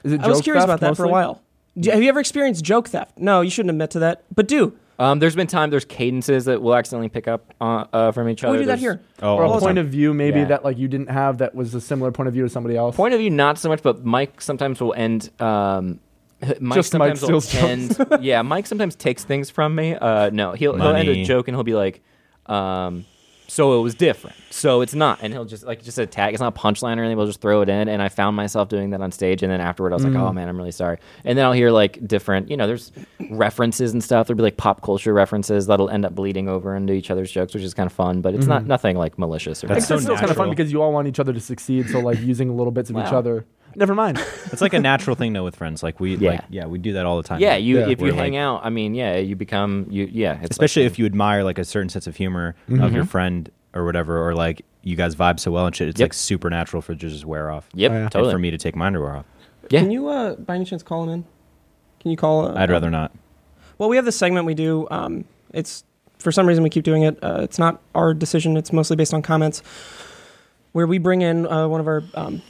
[SPEAKER 3] Is it
[SPEAKER 1] I was
[SPEAKER 3] joke theft
[SPEAKER 1] curious about that for a
[SPEAKER 3] mostly?
[SPEAKER 1] while. Do- have you ever experienced joke theft? No, you shouldn't admit to that, but do.
[SPEAKER 2] Um, there's been time. There's cadences that we'll accidentally pick up uh, uh, from each other.
[SPEAKER 1] We do that
[SPEAKER 2] There's-
[SPEAKER 1] here.
[SPEAKER 4] Oh,
[SPEAKER 3] or
[SPEAKER 4] all
[SPEAKER 3] a
[SPEAKER 4] the
[SPEAKER 3] point
[SPEAKER 4] time.
[SPEAKER 3] of view maybe
[SPEAKER 2] Yeah.
[SPEAKER 3] that like you didn't have that was a similar point of view to somebody else.
[SPEAKER 2] point of view not so much but mike sometimes will end um h- Mike
[SPEAKER 3] Just Mike
[SPEAKER 2] sometimes will
[SPEAKER 3] steals
[SPEAKER 2] end, yeah, Mike sometimes takes things from me. Uh, no, he'll he'll end a
[SPEAKER 4] Money.
[SPEAKER 2] joke and he'll be like, um, "So it was different. So it's not." And he'll just like just attack. It's not a punchline or anything. We'll just throw it in. And I found myself doing that on stage. And then afterward, I was like,
[SPEAKER 3] Mm.
[SPEAKER 2] "Oh man, I'm really sorry." And then I'll hear like different, you know, there's references and stuff. There'll be like pop culture references that'll end up bleeding over into each other's jokes, which is kind of fun.
[SPEAKER 3] Mm.
[SPEAKER 2] But it's not nothing like malicious or
[SPEAKER 4] That's
[SPEAKER 3] It's
[SPEAKER 2] anything.
[SPEAKER 4] so
[SPEAKER 3] still kind of fun
[SPEAKER 4] natural.
[SPEAKER 3] because you all want each other to succeed, so like using little bits of each
[SPEAKER 2] Wow.
[SPEAKER 3] other. Never mind.
[SPEAKER 4] It's like a natural thing though with friends. Like we,
[SPEAKER 2] Yeah.
[SPEAKER 4] like yeah, we do that all the time.
[SPEAKER 2] Yeah, you
[SPEAKER 3] Yeah.
[SPEAKER 2] if you
[SPEAKER 4] We're
[SPEAKER 2] hang
[SPEAKER 4] like-
[SPEAKER 2] out, I mean, yeah, you become you yeah. It's
[SPEAKER 4] especially
[SPEAKER 2] like,
[SPEAKER 4] if you admire like a certain sense of humor of your friend or whatever, or like you guys vibe so well and shit. It's
[SPEAKER 2] Yep.
[SPEAKER 4] like supernatural for it to just wear off.
[SPEAKER 2] Yep,
[SPEAKER 3] Oh, yeah. And
[SPEAKER 4] And
[SPEAKER 2] totally.
[SPEAKER 4] for me to take my underwear off,
[SPEAKER 2] Yeah.
[SPEAKER 5] Can you, uh, by any chance, call him in? Can you call? Uh,
[SPEAKER 4] I'd rather not.
[SPEAKER 5] Well, we have this segment we do. Um, it's for some reason we keep doing it. Uh, it's not our decision. It's mostly based on comments, where we bring in uh, one of our um,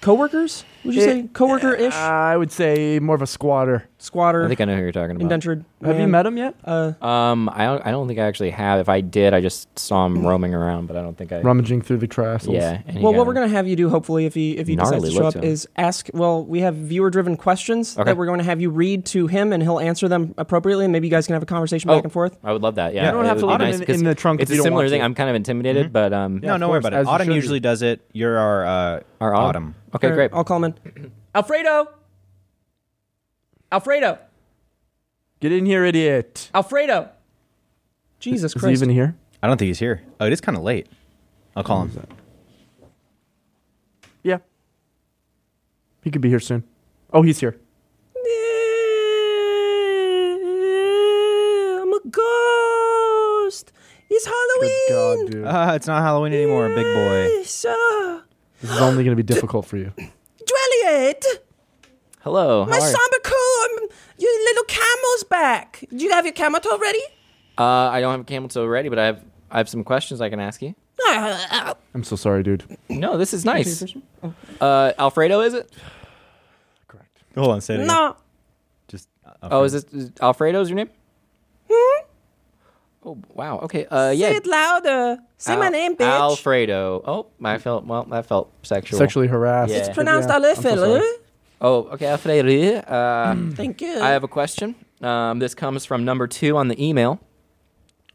[SPEAKER 5] coworkers. Would you
[SPEAKER 3] It-
[SPEAKER 5] say coworker ish,
[SPEAKER 3] I would say more of a squatter.
[SPEAKER 5] squatter,
[SPEAKER 2] I think I know who you're talking about.
[SPEAKER 5] indentured?
[SPEAKER 3] Have you
[SPEAKER 5] man.
[SPEAKER 3] met him yet?
[SPEAKER 5] Uh,
[SPEAKER 2] Um, I don't, I don't think I actually have. If I did, I just saw him roaming around, but I don't think I.
[SPEAKER 3] Rummaging through the trestles.
[SPEAKER 2] Yeah. and he
[SPEAKER 5] well, what
[SPEAKER 2] got-
[SPEAKER 5] we're going to have you do, hopefully, if he if he decides
[SPEAKER 2] Gnarly
[SPEAKER 5] to show
[SPEAKER 2] look
[SPEAKER 5] up,
[SPEAKER 2] to him.
[SPEAKER 5] is ask. Well, we have viewer-driven questions
[SPEAKER 2] Okay.
[SPEAKER 5] that we're going to have you read to him, and he'll answer them appropriately, and maybe you guys can have a conversation
[SPEAKER 2] Oh.
[SPEAKER 5] back and forth.
[SPEAKER 2] I would love that. Yeah,
[SPEAKER 3] You don't
[SPEAKER 2] it
[SPEAKER 3] have
[SPEAKER 2] would
[SPEAKER 3] to
[SPEAKER 2] be
[SPEAKER 3] let him
[SPEAKER 2] nice
[SPEAKER 3] in,
[SPEAKER 2] 'cause
[SPEAKER 3] in the trunk.
[SPEAKER 2] It's
[SPEAKER 3] if
[SPEAKER 2] a
[SPEAKER 3] you don't
[SPEAKER 2] similar
[SPEAKER 3] want to.
[SPEAKER 2] thing.
[SPEAKER 3] Mm-hmm.
[SPEAKER 2] I'm kind of intimidated, but um,
[SPEAKER 3] Yeah,
[SPEAKER 4] no,
[SPEAKER 3] of
[SPEAKER 4] no worry
[SPEAKER 3] course,
[SPEAKER 4] about
[SPEAKER 3] as
[SPEAKER 4] it.
[SPEAKER 3] you
[SPEAKER 4] Autumn
[SPEAKER 3] should.
[SPEAKER 4] usually does it. You're our uh,
[SPEAKER 2] our
[SPEAKER 4] autumn.
[SPEAKER 2] Okay,
[SPEAKER 5] All right,
[SPEAKER 2] great.
[SPEAKER 5] I'll call him in. Alfredo. Alfredo.
[SPEAKER 3] Get in here, idiot.
[SPEAKER 5] Alfredo. Jesus
[SPEAKER 3] Is he
[SPEAKER 5] Christ.
[SPEAKER 3] even here?
[SPEAKER 4] I don't think he's here. Oh, it is kind of late. I'll call him.
[SPEAKER 3] Yeah. He could be here soon. Oh, he's here.
[SPEAKER 5] I'm a ghost. It's Halloween.
[SPEAKER 3] dude.
[SPEAKER 4] Uh, it's not Halloween anymore, big boy.
[SPEAKER 5] Yes, uh,
[SPEAKER 3] This is only going to be difficult for you.
[SPEAKER 5] Dwelliet.
[SPEAKER 2] Hello.
[SPEAKER 5] My
[SPEAKER 2] How are you?
[SPEAKER 5] samba cool. Your little camel's back. Do you have your camel toe ready?
[SPEAKER 2] Uh, I don't have a camel toe ready, but I have I have some questions I can ask you.
[SPEAKER 5] Ah,
[SPEAKER 3] I'm so sorry, dude.
[SPEAKER 2] No, this is nice.
[SPEAKER 3] Oh.
[SPEAKER 2] Uh, Alfredo, is it?
[SPEAKER 3] Correct.
[SPEAKER 4] Hold on, say it. again.
[SPEAKER 5] no.
[SPEAKER 4] Just.
[SPEAKER 2] Oh, is this is Alfredo's your name?
[SPEAKER 5] Hmm?
[SPEAKER 2] Oh, wow. Okay. Uh, yeah.
[SPEAKER 5] Say it louder. Say my
[SPEAKER 2] Al-
[SPEAKER 5] name, bitch.
[SPEAKER 2] Alfredo. Oh, I felt well. That felt sexual.
[SPEAKER 3] Sexually harassed.
[SPEAKER 2] It's
[SPEAKER 5] It's pronounced
[SPEAKER 3] Yeah, I'm so
[SPEAKER 5] Alefel.
[SPEAKER 3] sorry.
[SPEAKER 5] eh?
[SPEAKER 2] Oh, okay, Alfredo. Uh,
[SPEAKER 5] Thank you.
[SPEAKER 2] I have a question. Um, this comes from number two on the email.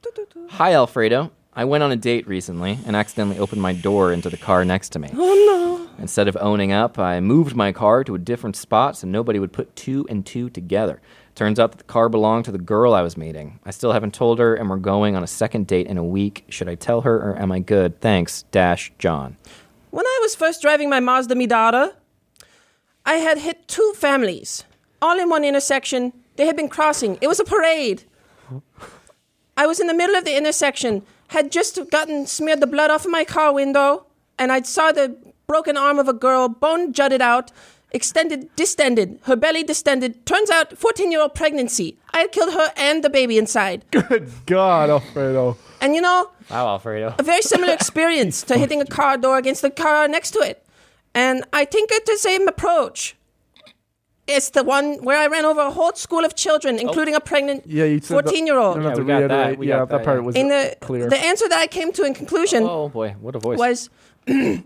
[SPEAKER 5] Do, do, do.
[SPEAKER 2] Hi, Alfredo. I went on a date recently and accidentally opened my door into the car next to me.
[SPEAKER 5] Oh no.
[SPEAKER 2] Instead of owning up, I moved my car to a different spot so nobody would put two and two together. Turns out that the car belonged to the girl I was meeting. I still haven't told her, and we're going on a second date in a week. Should I tell her, or am I good? Thanks, Dash John.
[SPEAKER 5] When I was first driving my Mazda Miata, I had hit two families, all in one intersection. They had been crossing. It was a parade. I was in the middle of the intersection, had just gotten smeared the blood off of my car window, and I saw the broken arm of a girl, bone jutted out, extended, distended, her belly distended. Turns out, 14 year old pregnancy. I had killed her and the baby inside.
[SPEAKER 3] Good God, Alfredo.
[SPEAKER 5] And you know,
[SPEAKER 2] Wow, Alfredo.
[SPEAKER 5] a very similar experience
[SPEAKER 3] Oh.
[SPEAKER 5] to hitting a car door against the car next to it. And I think it's the same approach. It's the one where I ran over a whole school of children, including a pregnant
[SPEAKER 3] Oh. Yeah, you said that-
[SPEAKER 5] 14 year old.
[SPEAKER 3] You don't have to
[SPEAKER 2] Yeah, we got that,
[SPEAKER 3] reiterate.
[SPEAKER 2] we
[SPEAKER 3] yeah,
[SPEAKER 2] got
[SPEAKER 3] that
[SPEAKER 2] that,
[SPEAKER 3] part
[SPEAKER 2] yeah.
[SPEAKER 3] was
[SPEAKER 5] In the,
[SPEAKER 3] clear.
[SPEAKER 5] the answer that I came to in conclusion
[SPEAKER 2] Oh boy, what a voice.
[SPEAKER 5] was I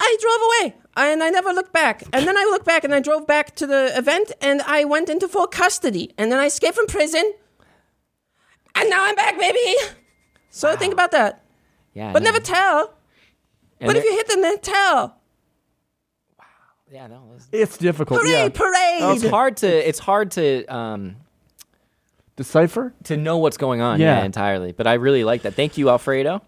[SPEAKER 5] drove away and I never looked back. And then I looked back and I drove back to the event and I went into full custody. And then I escaped from prison. And now I'm back, baby. So think about that.
[SPEAKER 2] yeah,
[SPEAKER 5] But never
[SPEAKER 3] Mm.
[SPEAKER 5] tell. What if you hit them, then tell.
[SPEAKER 2] Yeah, no. It's,
[SPEAKER 3] it's difficult.
[SPEAKER 5] Parade,
[SPEAKER 3] yeah.
[SPEAKER 5] parade.
[SPEAKER 2] it's hard to. It's hard to. Um,
[SPEAKER 3] Decipher?
[SPEAKER 2] to know what's going on. Yeah.
[SPEAKER 3] Yeah.
[SPEAKER 2] entirely. But I really like that. Thank you, Alfredo,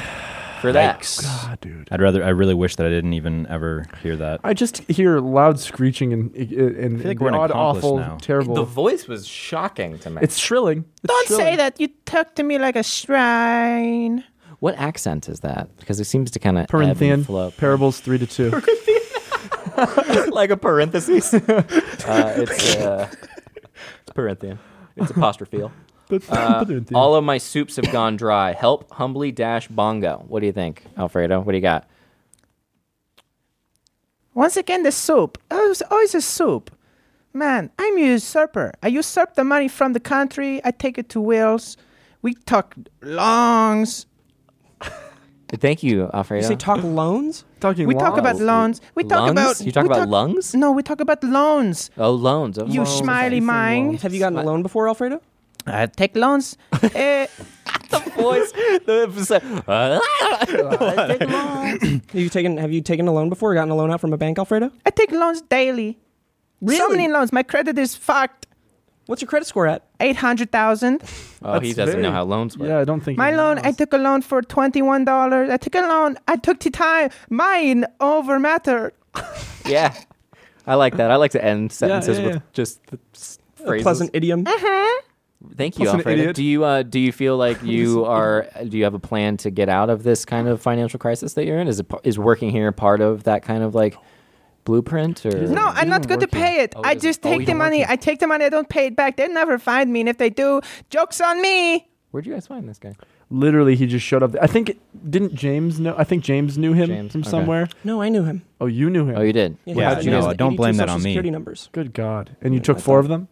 [SPEAKER 2] for that.
[SPEAKER 3] Ah, dude.
[SPEAKER 4] I'd rather. I really wish that I didn't even ever hear that.
[SPEAKER 3] I just hear loud screeching and and, and
[SPEAKER 4] feel like
[SPEAKER 3] the
[SPEAKER 4] we're an
[SPEAKER 3] odd,
[SPEAKER 4] accomplice
[SPEAKER 3] awful,
[SPEAKER 4] now.
[SPEAKER 3] terrible.
[SPEAKER 2] The voice was shocking to me.
[SPEAKER 3] it's shrilling. It's shrilling.
[SPEAKER 4] that. You talk to me like a shrine.
[SPEAKER 2] what accent is that? Because it seems to kind of
[SPEAKER 3] Perinthian parables three to two.
[SPEAKER 2] like a parenthesis. uh, it's uh, it's Perinthian. It's apostrophe. Uh, all of my soups have gone dry. Help humbly dash bongo. What do you think, Alfredo? What do you got?
[SPEAKER 6] Once again, the soup. Oh, it's always a soup. Man, I'm a usurper. I usurp the money from the country. I take it to Wales. We talk longs.
[SPEAKER 2] Thank you, Alfredo.
[SPEAKER 5] They talk loans?
[SPEAKER 3] talking
[SPEAKER 6] We talk about loans. We talk
[SPEAKER 2] Lungs?
[SPEAKER 6] about.
[SPEAKER 2] You talk
[SPEAKER 6] we
[SPEAKER 2] about lungs?
[SPEAKER 6] No, we talk about loans.
[SPEAKER 2] oh, loans. Oh,
[SPEAKER 6] You
[SPEAKER 2] loans.
[SPEAKER 6] smiley mind.
[SPEAKER 5] Have you gotten a loan before, Alfredo?
[SPEAKER 6] I take loans. Eh,
[SPEAKER 2] voice.
[SPEAKER 5] Have you taken Have you taken a loan before? Gotten a loan out from a bank, Alfredo?
[SPEAKER 6] I take loans daily. So
[SPEAKER 5] Really?
[SPEAKER 6] many loans. My credit is fucked.
[SPEAKER 5] What's your credit score at?
[SPEAKER 6] Eight hundred thousand.
[SPEAKER 2] oh, he
[SPEAKER 3] That's
[SPEAKER 2] doesn't know
[SPEAKER 3] very-
[SPEAKER 2] how loans work.
[SPEAKER 3] Yeah, I don't think
[SPEAKER 6] My
[SPEAKER 3] he
[SPEAKER 6] loan, I
[SPEAKER 3] knows.
[SPEAKER 6] took a loan for twenty-one dollars. I took a loan. I took the time. Mine over matter.
[SPEAKER 2] Yeah. I like that. I like to end sentences
[SPEAKER 3] yeah, yeah.
[SPEAKER 2] with just th- s-
[SPEAKER 5] A
[SPEAKER 2] phrases.
[SPEAKER 5] pleasant idiom.
[SPEAKER 2] Thank you,
[SPEAKER 3] Plus an
[SPEAKER 2] Alfredo.
[SPEAKER 3] idiot.
[SPEAKER 2] Do you uh, do you feel like you are? Do you have a plan to get out of this kind of financial crisis that you're in? Is it pa- is working here part of that kind of like blueprint? Or
[SPEAKER 6] No, I'm not going to pay it.
[SPEAKER 2] Oh, it
[SPEAKER 6] I
[SPEAKER 2] doesn't-
[SPEAKER 6] just
[SPEAKER 2] oh,
[SPEAKER 6] take
[SPEAKER 2] you
[SPEAKER 6] the
[SPEAKER 2] don't work
[SPEAKER 6] money.
[SPEAKER 2] here.
[SPEAKER 6] I take the money. I don't pay it back. They never find me. And if they do, joke's on me.
[SPEAKER 2] where'd you guys find this guy?
[SPEAKER 3] Literally, he just showed up. I think didn't James know? I think James knew him
[SPEAKER 2] James,
[SPEAKER 3] from
[SPEAKER 2] okay.
[SPEAKER 3] somewhere.
[SPEAKER 1] No, I knew him.
[SPEAKER 3] Oh, you knew him.
[SPEAKER 2] Oh, you did.
[SPEAKER 1] Yeah,
[SPEAKER 4] Yeah,
[SPEAKER 1] he has- he
[SPEAKER 4] no,
[SPEAKER 1] has
[SPEAKER 4] don't
[SPEAKER 1] 82
[SPEAKER 4] blame that
[SPEAKER 1] social
[SPEAKER 4] on me.
[SPEAKER 1] Security numbers.
[SPEAKER 3] Good God! And you
[SPEAKER 1] Yeah,
[SPEAKER 3] took
[SPEAKER 1] I
[SPEAKER 3] four
[SPEAKER 1] thought-
[SPEAKER 3] of them.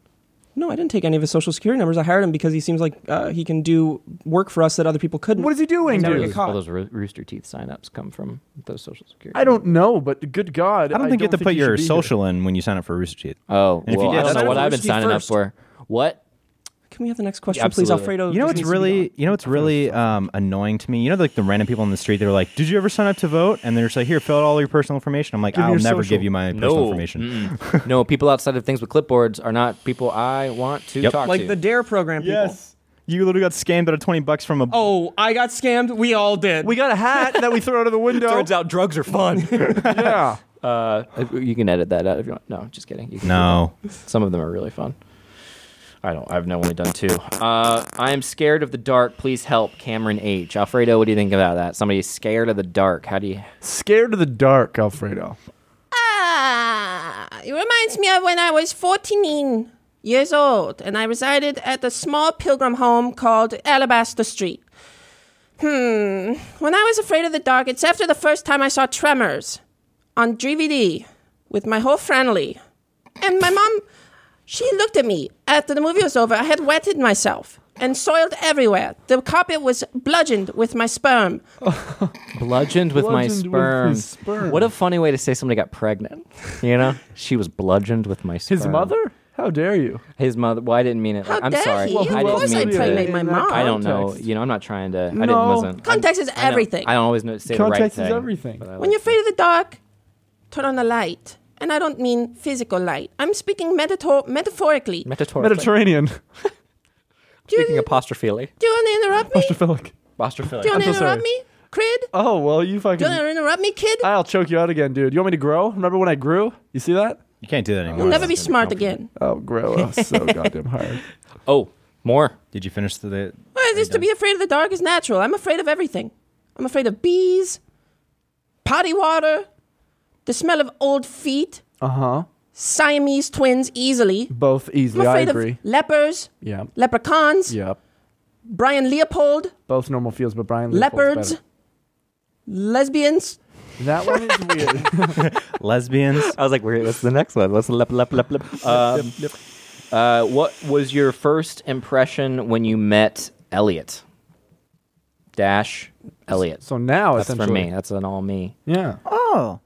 [SPEAKER 1] No, I didn't take any of his social security numbers. I hired him because he seems like uh, he can do work for us that other people couldn't.
[SPEAKER 3] What is he doing,
[SPEAKER 1] Never
[SPEAKER 2] All
[SPEAKER 1] get
[SPEAKER 3] dude?
[SPEAKER 2] those,
[SPEAKER 1] caught.
[SPEAKER 2] all those roo- rooster teeth signups come from those social security.
[SPEAKER 3] I don't know, but good God!
[SPEAKER 4] I don't think you have to put
[SPEAKER 3] should
[SPEAKER 4] your
[SPEAKER 3] be here.
[SPEAKER 4] social in when you sign up for Rooster Teeth.
[SPEAKER 2] Oh,
[SPEAKER 4] And if you
[SPEAKER 2] well,
[SPEAKER 4] did,
[SPEAKER 2] I don't
[SPEAKER 4] that's
[SPEAKER 2] know what
[SPEAKER 1] fine.
[SPEAKER 2] I've been
[SPEAKER 1] Rooster teeth
[SPEAKER 2] signing up
[SPEAKER 1] first.
[SPEAKER 2] for. What?
[SPEAKER 1] Can we have the next question,
[SPEAKER 2] Yeah,
[SPEAKER 1] please,
[SPEAKER 2] absolutely.
[SPEAKER 1] Alfredo?
[SPEAKER 4] You know
[SPEAKER 1] Oh, just needs
[SPEAKER 4] what's
[SPEAKER 1] to be
[SPEAKER 4] really
[SPEAKER 1] gone.
[SPEAKER 4] you know what's really um, annoying to me. You know like the random people on the street that are like, "Did you ever sign up to vote?" And they're just like, "Here, fill out all your personal information." I'm like,
[SPEAKER 3] Give me
[SPEAKER 4] "I'll
[SPEAKER 3] your
[SPEAKER 4] never
[SPEAKER 3] social."
[SPEAKER 4] give you my personal
[SPEAKER 2] No,
[SPEAKER 4] information."
[SPEAKER 2] Mm-mm. no. People outside of things with clipboards are not people I want to
[SPEAKER 4] Yep.
[SPEAKER 2] talk
[SPEAKER 1] like
[SPEAKER 2] to.
[SPEAKER 1] the Dare program? People.
[SPEAKER 4] you literally got scammed out of twenty bucks from a.
[SPEAKER 1] Oh, I got scammed. We all did.
[SPEAKER 3] We got a hat that we throw out of the window.
[SPEAKER 2] out drugs are fun.
[SPEAKER 3] yeah.
[SPEAKER 2] Uh, you can edit that out if you want. No, just kidding. You can
[SPEAKER 4] No,
[SPEAKER 2] Some of them are really fun. I don't. I've now only done two. Uh, I am scared of the dark. Please help, Cameron H. Alfredo, what do you think about that? Somebody is scared of the dark. How do you?
[SPEAKER 3] Scared of the dark, Alfredo.
[SPEAKER 5] Ah, it reminds me of when I was 14 years old and I resided at a small pilgrim home called Alabaster Street. Hmm, when I was afraid of the dark, it's after the first time I saw Tremors on DVD with my whole family. And my mom, she looked at me after the movie was over. I had wetted myself and soiled everywhere. The carpet was bludgeoned with my sperm.
[SPEAKER 2] Bludgeoned with my
[SPEAKER 3] Bludgeoned with
[SPEAKER 2] sperm.
[SPEAKER 3] his sperm.
[SPEAKER 2] What a funny way to say somebody got pregnant. You know, she was bludgeoned with my sperm.
[SPEAKER 3] His mother? How dare you?
[SPEAKER 2] His mother. Well, I didn't mean it.
[SPEAKER 5] How
[SPEAKER 2] like- I'm
[SPEAKER 5] dare
[SPEAKER 2] sorry.
[SPEAKER 5] he? Well,
[SPEAKER 2] I
[SPEAKER 5] of
[SPEAKER 2] didn't
[SPEAKER 5] course
[SPEAKER 2] mean
[SPEAKER 5] I
[SPEAKER 2] to-
[SPEAKER 5] pregnate my
[SPEAKER 3] In that
[SPEAKER 5] mom.
[SPEAKER 2] I don't know.
[SPEAKER 3] context.
[SPEAKER 2] You know, I'm not trying to. I
[SPEAKER 3] No.
[SPEAKER 2] didn't. Wasn't.
[SPEAKER 5] Context is
[SPEAKER 2] I know-
[SPEAKER 5] everything.
[SPEAKER 2] I don't always know say the right
[SPEAKER 3] Context
[SPEAKER 2] thing.
[SPEAKER 3] is everything.
[SPEAKER 2] but I
[SPEAKER 5] When
[SPEAKER 2] like
[SPEAKER 5] you're afraid of the dark, turn on the light. And I don't mean physical light. I'm speaking metator- metaphorically.
[SPEAKER 2] metaphorically.
[SPEAKER 3] Mediterranean.
[SPEAKER 5] do,
[SPEAKER 2] Speaking
[SPEAKER 5] you,
[SPEAKER 2] apostrophically.
[SPEAKER 5] do you want to interrupt me?
[SPEAKER 3] Astrophilic.
[SPEAKER 5] Do you
[SPEAKER 2] Apostrophe.
[SPEAKER 5] want to
[SPEAKER 3] I'm so
[SPEAKER 5] interrupt me, Crid?
[SPEAKER 3] Oh, well, you
[SPEAKER 5] Do
[SPEAKER 3] fucking.
[SPEAKER 5] you want to interrupt me, kid?
[SPEAKER 3] I'll choke you out again, dude. You want me to grow? Remember when I grew? You see that?
[SPEAKER 4] you can't do that anymore.
[SPEAKER 5] You'll never be
[SPEAKER 2] gonna
[SPEAKER 5] smart
[SPEAKER 2] help you.
[SPEAKER 5] again.
[SPEAKER 3] Oh, grow. Oh, so goddamn hard.
[SPEAKER 2] Oh, more.
[SPEAKER 4] Did you finish the? the
[SPEAKER 5] Well, just to be afraid of the dark is natural. I'm afraid of everything. I'm afraid of bees, potty water, the smell of old feet,
[SPEAKER 3] Uh huh.
[SPEAKER 5] Siamese twins easily.
[SPEAKER 3] Both
[SPEAKER 5] I'm
[SPEAKER 3] easily. I
[SPEAKER 5] afraid
[SPEAKER 3] agree.
[SPEAKER 5] of lepers,
[SPEAKER 3] yeah.
[SPEAKER 5] leprechauns,
[SPEAKER 3] Yep.
[SPEAKER 5] Brian Leopold,
[SPEAKER 3] Both normal fields, but Brian. Leopold's
[SPEAKER 5] leopards, lesbians.
[SPEAKER 3] better. That one is weird.
[SPEAKER 4] lesbians.
[SPEAKER 2] I was like, wait, what's the next one? What's the lep, lep, lep, lep? Um, uh, what was your first impression when you met Elliot? Dash Elliot.
[SPEAKER 3] so now,
[SPEAKER 2] That's for
[SPEAKER 3] essentially.
[SPEAKER 2] me. That's an all me.
[SPEAKER 3] Yeah.
[SPEAKER 6] Oh,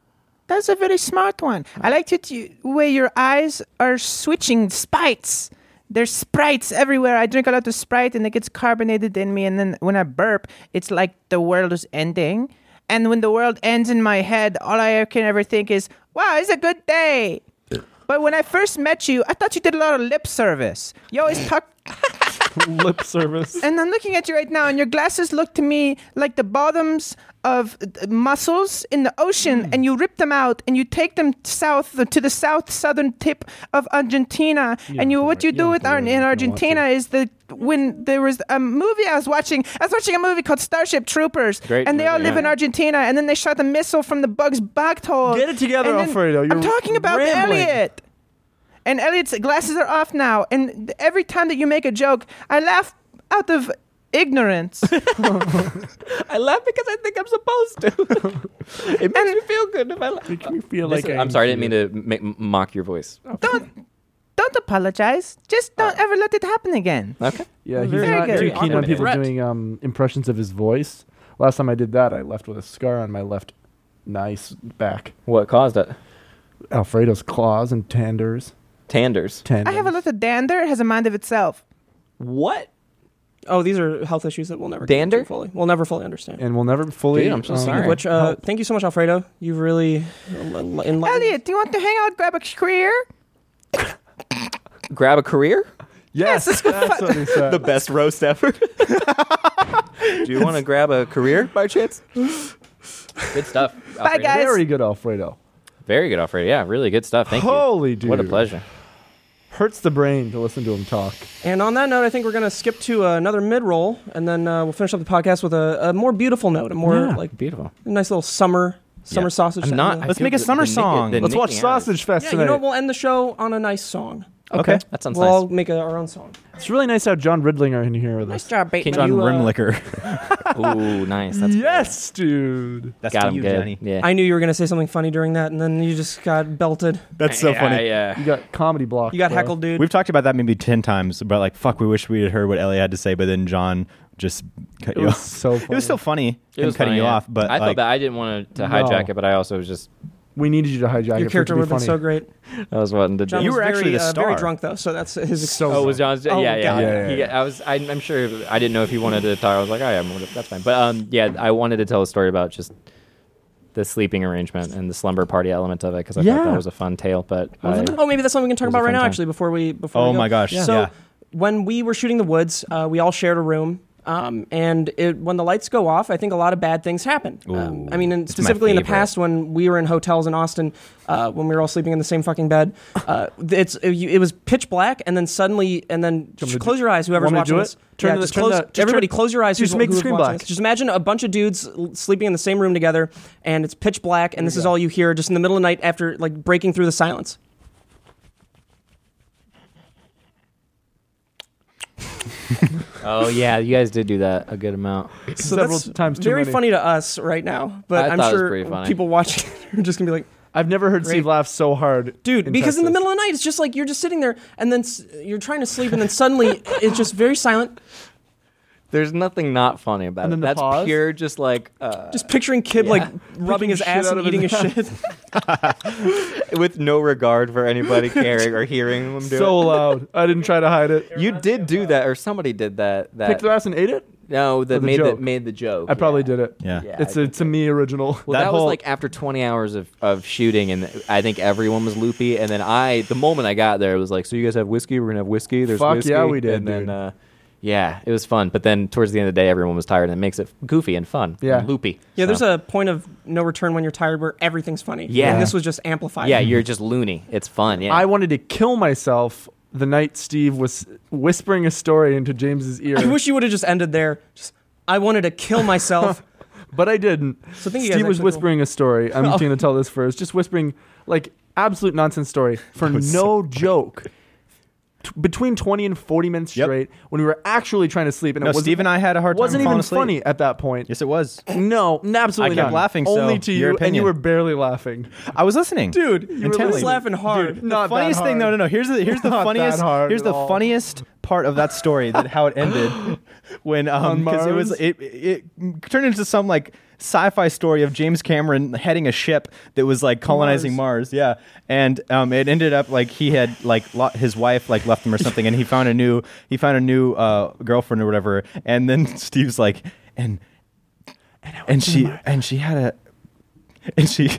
[SPEAKER 6] that's a very smart one. I like it you- way your eyes are switching sprites. There's sprites everywhere. I drink a lot of sprite and it gets carbonated in me. And then when I burp, it's like the world is ending. And when the world ends in my head, all I can ever think is, wow, it's a good day. But when I first met you, I thought you did a lot of lip service. You always talk
[SPEAKER 3] Lip service.
[SPEAKER 6] and I'm looking at you right now, and your glasses look to me like the bottoms of uh, mussels in the ocean,
[SPEAKER 2] Mm.
[SPEAKER 6] and you rip them out and you take them south uh, to the south southern tip of Argentina. and you, what you do with Ar- in Argentina is that when there was a movie I was watching, I was watching a movie called Starship Troopers,
[SPEAKER 2] Great
[SPEAKER 6] and they all
[SPEAKER 2] movie,
[SPEAKER 6] live
[SPEAKER 2] yeah.
[SPEAKER 6] in Argentina, and then they shot the missile from the bug's bug hole.
[SPEAKER 3] Get it together,
[SPEAKER 6] And then-
[SPEAKER 3] Alfredo. You're
[SPEAKER 6] I'm talking about
[SPEAKER 3] rambling.
[SPEAKER 6] Elliot. And Elliot's glasses are off now. And th- every time that you make a joke, I laugh out of ignorance.
[SPEAKER 2] I laugh because I think I'm supposed to. it makes me feel good if I laugh.
[SPEAKER 3] Make me feel like
[SPEAKER 2] I'm sorry, I didn't mean to make, mock your voice.
[SPEAKER 6] don't don't apologize. Just don't
[SPEAKER 3] Oh.
[SPEAKER 6] ever let it happen again.
[SPEAKER 2] Okay.
[SPEAKER 3] Yeah, he's
[SPEAKER 6] Very
[SPEAKER 3] not
[SPEAKER 6] good.
[SPEAKER 3] too
[SPEAKER 2] Very
[SPEAKER 3] keen on people
[SPEAKER 2] confident.
[SPEAKER 3] doing um, impressions of his voice. Last time I did that, I left with a scar on my left nice back.
[SPEAKER 2] What caused it?
[SPEAKER 3] Alfredo's claws and tenders.
[SPEAKER 2] Tanders.
[SPEAKER 6] I
[SPEAKER 3] Tendons.
[SPEAKER 6] have a lot of dander. It has a mind of itself.
[SPEAKER 2] What?
[SPEAKER 1] Oh, these are health issues that we'll never get
[SPEAKER 2] Dander?
[SPEAKER 1] into fully. We'll never fully understand.
[SPEAKER 3] and we'll never fully. um,
[SPEAKER 2] Dude, I'm so sorry.
[SPEAKER 1] Which, uh, thank you so much, Alfredo. You've really uh, enlightened.
[SPEAKER 6] Elliot, do you want to hang out, grab a career?
[SPEAKER 2] Grab a career?
[SPEAKER 3] Yes,
[SPEAKER 6] Yes,
[SPEAKER 3] that's what he said.
[SPEAKER 2] best roast ever. Do you want to grab a career by chance? Good stuff.
[SPEAKER 6] Bye,
[SPEAKER 2] Alfredo.
[SPEAKER 6] guys.
[SPEAKER 3] Very good, Alfredo.
[SPEAKER 2] Very good, Alfredo. Yeah, really good stuff. Thank you.
[SPEAKER 3] Holy dude.
[SPEAKER 2] What a pleasure.
[SPEAKER 3] Hurts the brain to listen to him talk.
[SPEAKER 1] And on that note, I think we're going to skip to uh, another mid roll, and then uh, we'll finish up the podcast with a, a more beautiful note, a more like
[SPEAKER 2] beautiful.
[SPEAKER 1] a nice little summer summer
[SPEAKER 4] Yeah.
[SPEAKER 1] sausage.
[SPEAKER 2] I'm
[SPEAKER 1] sound
[SPEAKER 2] not.
[SPEAKER 1] note.
[SPEAKER 2] I
[SPEAKER 4] Let's
[SPEAKER 2] feel
[SPEAKER 4] make a
[SPEAKER 2] the-
[SPEAKER 4] summer
[SPEAKER 2] the naked-
[SPEAKER 4] song.
[SPEAKER 2] the
[SPEAKER 3] Let's watch
[SPEAKER 2] nicking out.
[SPEAKER 3] Sausage Fest
[SPEAKER 1] yeah,
[SPEAKER 3] tonight.
[SPEAKER 1] you know what? We'll end the show on a nice song.
[SPEAKER 4] Okay.
[SPEAKER 2] That sounds
[SPEAKER 1] we'll all
[SPEAKER 2] nice.
[SPEAKER 1] make a, our own song.
[SPEAKER 3] it's really nice how John Ridlinger in here with
[SPEAKER 5] Nice
[SPEAKER 3] us.
[SPEAKER 5] job, Bateman.
[SPEAKER 2] Can
[SPEAKER 4] John
[SPEAKER 1] you, uh,
[SPEAKER 4] Rimlicker.
[SPEAKER 2] Ooh, nice. That's
[SPEAKER 3] Yes, dude.
[SPEAKER 4] That's
[SPEAKER 2] got
[SPEAKER 4] to
[SPEAKER 2] him
[SPEAKER 4] you,
[SPEAKER 2] good.
[SPEAKER 4] Johnny.
[SPEAKER 2] Yeah.
[SPEAKER 1] I knew you were going to say something funny during that, and then you just got belted.
[SPEAKER 4] That's so funny.
[SPEAKER 2] Yeah.
[SPEAKER 3] You got comedy block.
[SPEAKER 1] You got
[SPEAKER 3] bro.
[SPEAKER 1] heckled, dude.
[SPEAKER 4] We've talked about that maybe ten times, but like, fuck, we wish we had heard what Ellie had to say, but then John just cut
[SPEAKER 3] It
[SPEAKER 4] you
[SPEAKER 3] was
[SPEAKER 4] off.
[SPEAKER 3] so funny.
[SPEAKER 4] It was still funny.
[SPEAKER 2] It
[SPEAKER 4] him
[SPEAKER 2] was
[SPEAKER 4] cutting
[SPEAKER 2] funny,
[SPEAKER 4] you
[SPEAKER 2] yeah.
[SPEAKER 4] off, but
[SPEAKER 2] I
[SPEAKER 4] like,
[SPEAKER 2] thought that I didn't want to
[SPEAKER 3] No.
[SPEAKER 2] hijack it, but I also was just
[SPEAKER 3] We needed you to hijack it
[SPEAKER 1] Your character
[SPEAKER 3] for
[SPEAKER 1] would
[SPEAKER 3] it to
[SPEAKER 1] have
[SPEAKER 3] be funny.
[SPEAKER 1] been so great.
[SPEAKER 2] I was wanting to.
[SPEAKER 1] John
[SPEAKER 4] You
[SPEAKER 1] was
[SPEAKER 4] were
[SPEAKER 1] very,
[SPEAKER 4] actually the
[SPEAKER 1] uh, very
[SPEAKER 4] star.
[SPEAKER 1] drunk though, so that's his. Ex-
[SPEAKER 3] So
[SPEAKER 2] Oh, was John's?
[SPEAKER 1] Oh,
[SPEAKER 2] yeah, yeah.
[SPEAKER 1] God.
[SPEAKER 3] Yeah, yeah,
[SPEAKER 2] He-
[SPEAKER 3] yeah.
[SPEAKER 2] I was. I, I'm sure. I didn't know if he wanted to talk. I was like, all right, I'm, gonna- that's fine. But um, yeah, I wanted to tell a story about just the sleeping arrangement and the slumber party element of it because I thought
[SPEAKER 3] Yeah.
[SPEAKER 2] that was a fun tale. But I,
[SPEAKER 1] oh, maybe that's something we can talk
[SPEAKER 2] It was
[SPEAKER 1] about
[SPEAKER 2] a
[SPEAKER 1] right
[SPEAKER 2] fun
[SPEAKER 1] now.
[SPEAKER 2] time.
[SPEAKER 1] Actually, before we before.
[SPEAKER 4] oh
[SPEAKER 1] we go.
[SPEAKER 4] my gosh, yeah.
[SPEAKER 1] So when we were shooting the woods, uh, we all shared a room. Um, and it, when the lights go off, I think a lot of bad things happen. Um,
[SPEAKER 4] Ooh,
[SPEAKER 1] I mean, and
[SPEAKER 4] it's my
[SPEAKER 1] specifically in the
[SPEAKER 4] favorite.
[SPEAKER 1] past when we were in hotels in Austin, uh, when we were all sleeping in the same fucking bed, uh, it's it, you- it was pitch black, and then suddenly, and then
[SPEAKER 3] me
[SPEAKER 1] just
[SPEAKER 3] to
[SPEAKER 1] close your eyes, whoever's
[SPEAKER 3] want me to
[SPEAKER 1] watching
[SPEAKER 3] do
[SPEAKER 1] this.
[SPEAKER 3] it? Turn
[SPEAKER 1] yeah,
[SPEAKER 3] the-
[SPEAKER 1] just
[SPEAKER 3] turn
[SPEAKER 1] close.
[SPEAKER 3] the- just
[SPEAKER 1] everybody,
[SPEAKER 3] turn-
[SPEAKER 1] close your eyes.
[SPEAKER 3] just
[SPEAKER 1] who's-
[SPEAKER 3] make the
[SPEAKER 1] who's
[SPEAKER 3] screen
[SPEAKER 1] watching
[SPEAKER 3] black.
[SPEAKER 1] this. Just imagine a bunch of dudes l- sleeping in the same room together, and it's pitch black, and this is all you hear, just in the middle of the night after like breaking through the silence.
[SPEAKER 2] oh yeah, you guys did do that a good amount.
[SPEAKER 1] So
[SPEAKER 3] Several
[SPEAKER 1] that's
[SPEAKER 3] times too
[SPEAKER 1] very
[SPEAKER 3] many.
[SPEAKER 1] funny to us right now, but
[SPEAKER 2] I
[SPEAKER 1] am
[SPEAKER 2] thought it was
[SPEAKER 1] sure
[SPEAKER 2] pretty funny.
[SPEAKER 1] people watching are just gonna be like,
[SPEAKER 3] I've never heard
[SPEAKER 1] Great.
[SPEAKER 3] Steve laugh so hard.
[SPEAKER 1] dude, because in the
[SPEAKER 3] Texas.
[SPEAKER 1] middle of the night it's just like you're just sitting there and then s- you're trying to sleep and then suddenly it's just very silent.
[SPEAKER 2] There's nothing not funny about
[SPEAKER 3] And
[SPEAKER 2] it.
[SPEAKER 3] then the
[SPEAKER 2] that's
[SPEAKER 3] pause?
[SPEAKER 2] pure, just like uh,
[SPEAKER 1] Just picturing Kib
[SPEAKER 2] Yeah.
[SPEAKER 1] like
[SPEAKER 3] Picking
[SPEAKER 1] rubbing his
[SPEAKER 3] shit
[SPEAKER 1] ass
[SPEAKER 3] out
[SPEAKER 1] and
[SPEAKER 3] of
[SPEAKER 1] eating his
[SPEAKER 3] his
[SPEAKER 1] shit.
[SPEAKER 2] with no regard for anybody caring or hearing them do
[SPEAKER 3] so loud. I didn't try to hide it.
[SPEAKER 2] it. You did do that, or somebody did that. That
[SPEAKER 3] Picked their ass and ate it.
[SPEAKER 2] no, that
[SPEAKER 3] Oh, the
[SPEAKER 2] made the
[SPEAKER 3] joke.
[SPEAKER 2] made the joke.
[SPEAKER 3] I probably
[SPEAKER 2] yeah.
[SPEAKER 3] did it.
[SPEAKER 4] yeah.
[SPEAKER 2] Yeah.
[SPEAKER 3] It's
[SPEAKER 2] I
[SPEAKER 3] a it's a me original.
[SPEAKER 2] Well, that, was
[SPEAKER 3] whole-
[SPEAKER 2] like after 20 hours of, of shooting, and I think everyone was loopy. And then I, the moment I got there, it was like, "So you guys have whiskey? We're gonna have whiskey. There's
[SPEAKER 3] Fuck
[SPEAKER 2] whiskey."
[SPEAKER 3] yeah, we did,
[SPEAKER 2] And then,
[SPEAKER 3] dude.
[SPEAKER 2] uh, yeah, it was fun. But then towards the end of the day, everyone was tired, and it makes it goofy and fun.
[SPEAKER 3] Yeah.
[SPEAKER 2] and loopy.
[SPEAKER 1] Yeah, there's
[SPEAKER 2] So-
[SPEAKER 1] a point of no return when you're tired where everything's funny.
[SPEAKER 2] Yeah.
[SPEAKER 1] And this was just amplified.
[SPEAKER 2] yeah. You're just loony. It's fun. Yeah,
[SPEAKER 3] I wanted to kill myself the night Steve was whispering a story into James's ear,
[SPEAKER 1] I wish you would have just ended there. Just I wanted to kill myself.
[SPEAKER 3] but I didn't.
[SPEAKER 1] So I think you guys
[SPEAKER 3] Steve was
[SPEAKER 1] actually-
[SPEAKER 3] whispering a story. I'm going to tell this first. Just whispering like absolute nonsense story for no joke. T- between 20 and 40 minutes
[SPEAKER 4] Yep.
[SPEAKER 3] straight when we were actually trying to sleep and it
[SPEAKER 4] No,
[SPEAKER 3] wasn't,
[SPEAKER 4] Steve and I had a hard time
[SPEAKER 3] wasn't
[SPEAKER 4] falling
[SPEAKER 3] even
[SPEAKER 4] asleep.
[SPEAKER 3] funny at that point.
[SPEAKER 4] Yes, it was.
[SPEAKER 3] No, n- absolutely
[SPEAKER 4] I
[SPEAKER 3] not.
[SPEAKER 4] kept laughing, so
[SPEAKER 3] Only to
[SPEAKER 4] your
[SPEAKER 3] you, and you
[SPEAKER 4] opinion.
[SPEAKER 3] were barely laughing.
[SPEAKER 4] I was listening,
[SPEAKER 3] Dude, you were
[SPEAKER 1] I
[SPEAKER 4] Intently.
[SPEAKER 1] was laughing hard.
[SPEAKER 3] Dude, not
[SPEAKER 4] the funniest
[SPEAKER 3] that
[SPEAKER 4] thing, no,
[SPEAKER 3] hard.
[SPEAKER 4] no, no. Here's the here's the
[SPEAKER 3] Not that
[SPEAKER 4] funniest
[SPEAKER 3] hard
[SPEAKER 4] here's
[SPEAKER 3] at
[SPEAKER 4] the
[SPEAKER 3] all.
[SPEAKER 4] funniest part of that story that how it ended when um
[SPEAKER 3] On
[SPEAKER 4] because it was
[SPEAKER 3] Mars?
[SPEAKER 4] it, it it turned into some like sci-fi story of James Cameron heading a ship that was like colonizing Mars, yeah, and um it ended up like he had like lo- his wife like left him or something, and he found a new he found a new uh girlfriend or whatever, and then Steve's like and and she and she had a and she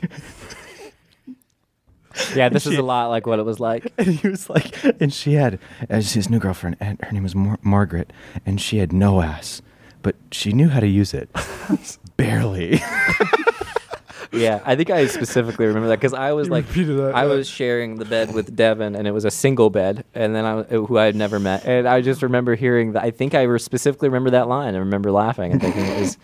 [SPEAKER 2] yeah. This is a lot like what it was like.
[SPEAKER 4] And he was like, and she had as his new girlfriend, and her name was Mar- Margaret, and she had no ass, but she knew how to use it, barely.
[SPEAKER 2] Yeah, I think I specifically remember that because I was
[SPEAKER 3] You
[SPEAKER 2] like,
[SPEAKER 3] repeated that,
[SPEAKER 2] I
[SPEAKER 3] yeah.
[SPEAKER 2] was sharing the bed with Devin, and it was a single bed, and then I, uh, who I had never met, and I just remember hearing that. I think I re- specifically remember that line. I remember laughing and thinking it was,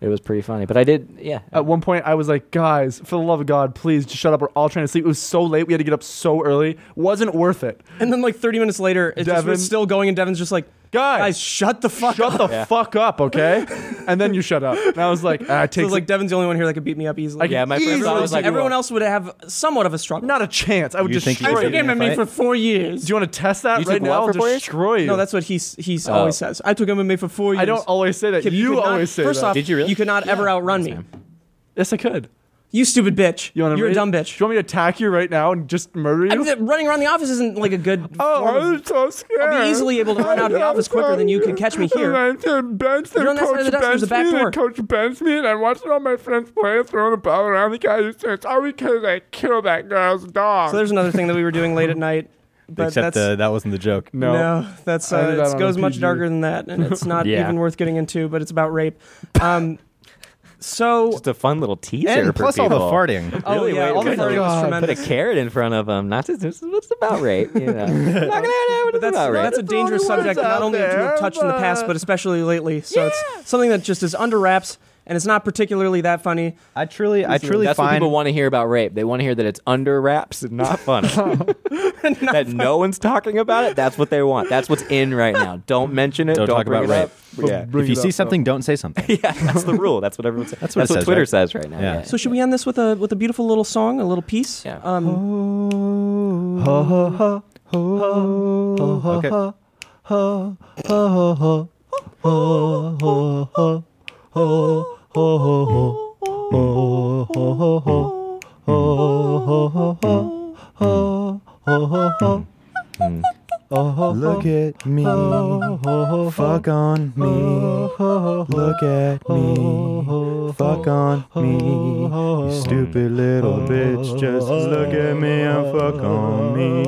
[SPEAKER 2] it was pretty funny. But I did, yeah.
[SPEAKER 3] At one point, I was like, guys, for the love of God, please just shut up. We're all trying to sleep. It was so late. We had to get up so early. Wasn't worth it.
[SPEAKER 1] And then like 30 minutes later, it's just
[SPEAKER 3] Devin-
[SPEAKER 1] it's still going and Devin's just like
[SPEAKER 3] Guys,
[SPEAKER 1] Guys, shut the fuck
[SPEAKER 3] shut
[SPEAKER 1] up.
[SPEAKER 3] the
[SPEAKER 2] Yeah.
[SPEAKER 3] fuck up, okay? and then you shut up. And I was like, ah, it
[SPEAKER 1] So
[SPEAKER 3] takes
[SPEAKER 1] it's like Devin's the only one here that could beat me up easily.
[SPEAKER 3] I
[SPEAKER 2] yeah, my
[SPEAKER 3] easily
[SPEAKER 2] first thought was
[SPEAKER 3] see
[SPEAKER 2] like,
[SPEAKER 1] everyone else would have somewhat of a struggle.
[SPEAKER 3] not a chance. I would
[SPEAKER 4] You
[SPEAKER 3] just
[SPEAKER 4] think you
[SPEAKER 1] I
[SPEAKER 3] destroy
[SPEAKER 4] took
[SPEAKER 3] you.
[SPEAKER 1] forgave
[SPEAKER 4] in a
[SPEAKER 1] him me
[SPEAKER 4] fight?
[SPEAKER 1] for four years.
[SPEAKER 3] Do you want to test that
[SPEAKER 2] You
[SPEAKER 3] right
[SPEAKER 2] took what
[SPEAKER 3] now? I'll
[SPEAKER 2] for four years?
[SPEAKER 3] destroy you.
[SPEAKER 1] no, that's what he's he's
[SPEAKER 2] Oh.
[SPEAKER 1] always says. I took MMA for four years.
[SPEAKER 3] I don't always say that.
[SPEAKER 1] Kid,
[SPEAKER 3] you
[SPEAKER 1] could not-
[SPEAKER 3] always say
[SPEAKER 1] First
[SPEAKER 3] that.
[SPEAKER 1] off,
[SPEAKER 2] Did you really?
[SPEAKER 1] You could not ever outrun me.
[SPEAKER 3] yes, I could.
[SPEAKER 1] You stupid bitch.
[SPEAKER 3] You
[SPEAKER 1] You
[SPEAKER 3] want
[SPEAKER 1] are
[SPEAKER 3] to?
[SPEAKER 1] a dumb bitch.
[SPEAKER 3] Do you want me to attack you right now and just murder you?
[SPEAKER 1] I'm- that running around the office isn't like a good.
[SPEAKER 3] Oh,
[SPEAKER 1] form of-
[SPEAKER 3] I'm so scared.
[SPEAKER 1] I'll be easily able to run out of the office quicker than you could catch me here.
[SPEAKER 3] I'm getting benched.
[SPEAKER 1] You're
[SPEAKER 3] And
[SPEAKER 1] on that side of
[SPEAKER 3] coach
[SPEAKER 1] the desk, there's a
[SPEAKER 3] benched
[SPEAKER 1] back
[SPEAKER 3] me.
[SPEAKER 1] door.
[SPEAKER 3] And coach benched me, and I'm watching all my friends play, throwing the ball around. The guy who says, "Oh, we could like kill that girl's dog."
[SPEAKER 1] So there's another thing that we were doing late at night, but
[SPEAKER 4] Except
[SPEAKER 1] that's.
[SPEAKER 4] uh, that wasn't the joke.
[SPEAKER 1] no. that's
[SPEAKER 3] I did
[SPEAKER 1] uh,
[SPEAKER 3] that
[SPEAKER 1] it
[SPEAKER 3] on
[SPEAKER 1] goes
[SPEAKER 3] a
[SPEAKER 1] much
[SPEAKER 3] PG.
[SPEAKER 1] darker than that, and it's not
[SPEAKER 2] Yeah.
[SPEAKER 1] even worth getting into. But it's about rape. Um, So
[SPEAKER 2] Just a fun little teaser
[SPEAKER 4] And
[SPEAKER 2] for
[SPEAKER 4] plus all
[SPEAKER 2] people.
[SPEAKER 4] the farting.
[SPEAKER 1] Oh,
[SPEAKER 2] Really
[SPEAKER 1] yeah,
[SPEAKER 2] wait,
[SPEAKER 1] all the
[SPEAKER 2] good
[SPEAKER 1] farting was
[SPEAKER 3] God.
[SPEAKER 2] Put a
[SPEAKER 1] tremendous.
[SPEAKER 2] carrot in front of them. Not to, this is what's about rape. You know. Not gonna have
[SPEAKER 1] But that's,
[SPEAKER 2] about rape.
[SPEAKER 1] that's a dangerous
[SPEAKER 3] only
[SPEAKER 1] subject,
[SPEAKER 3] words
[SPEAKER 1] not
[SPEAKER 3] out
[SPEAKER 1] only to
[SPEAKER 3] there,
[SPEAKER 1] have touched in the past,
[SPEAKER 3] but-
[SPEAKER 1] but especially lately. So it's something that just is under wraps, and it's not particularly that funny.
[SPEAKER 4] I truly, I truly
[SPEAKER 2] That's what
[SPEAKER 4] find
[SPEAKER 2] people want to hear about rape. They want to hear that it's under wraps and not funny. that no one's talking about it. That's what they want. That's what's in right now. Don't mention it.
[SPEAKER 4] Don't
[SPEAKER 2] Don't,
[SPEAKER 4] talk
[SPEAKER 2] bring
[SPEAKER 4] about
[SPEAKER 2] it
[SPEAKER 4] rape.
[SPEAKER 2] up. Yeah.
[SPEAKER 3] bring
[SPEAKER 4] if you
[SPEAKER 3] it
[SPEAKER 4] see
[SPEAKER 3] up,
[SPEAKER 4] something, don't say something.
[SPEAKER 2] yeah, that's the rule. That's what everyone says. That's
[SPEAKER 4] what it says,
[SPEAKER 2] Twitter
[SPEAKER 4] right?
[SPEAKER 2] says right now.
[SPEAKER 4] Yeah.
[SPEAKER 2] Yeah.
[SPEAKER 1] So should we end this with a with a beautiful little song, a little piece?
[SPEAKER 2] Yeah.
[SPEAKER 4] Oh.
[SPEAKER 1] Um,
[SPEAKER 4] okay. Look at me. Fuck on me. Look at me. Fuck on me. You stupid little bitch. Just look at me and fuck on me.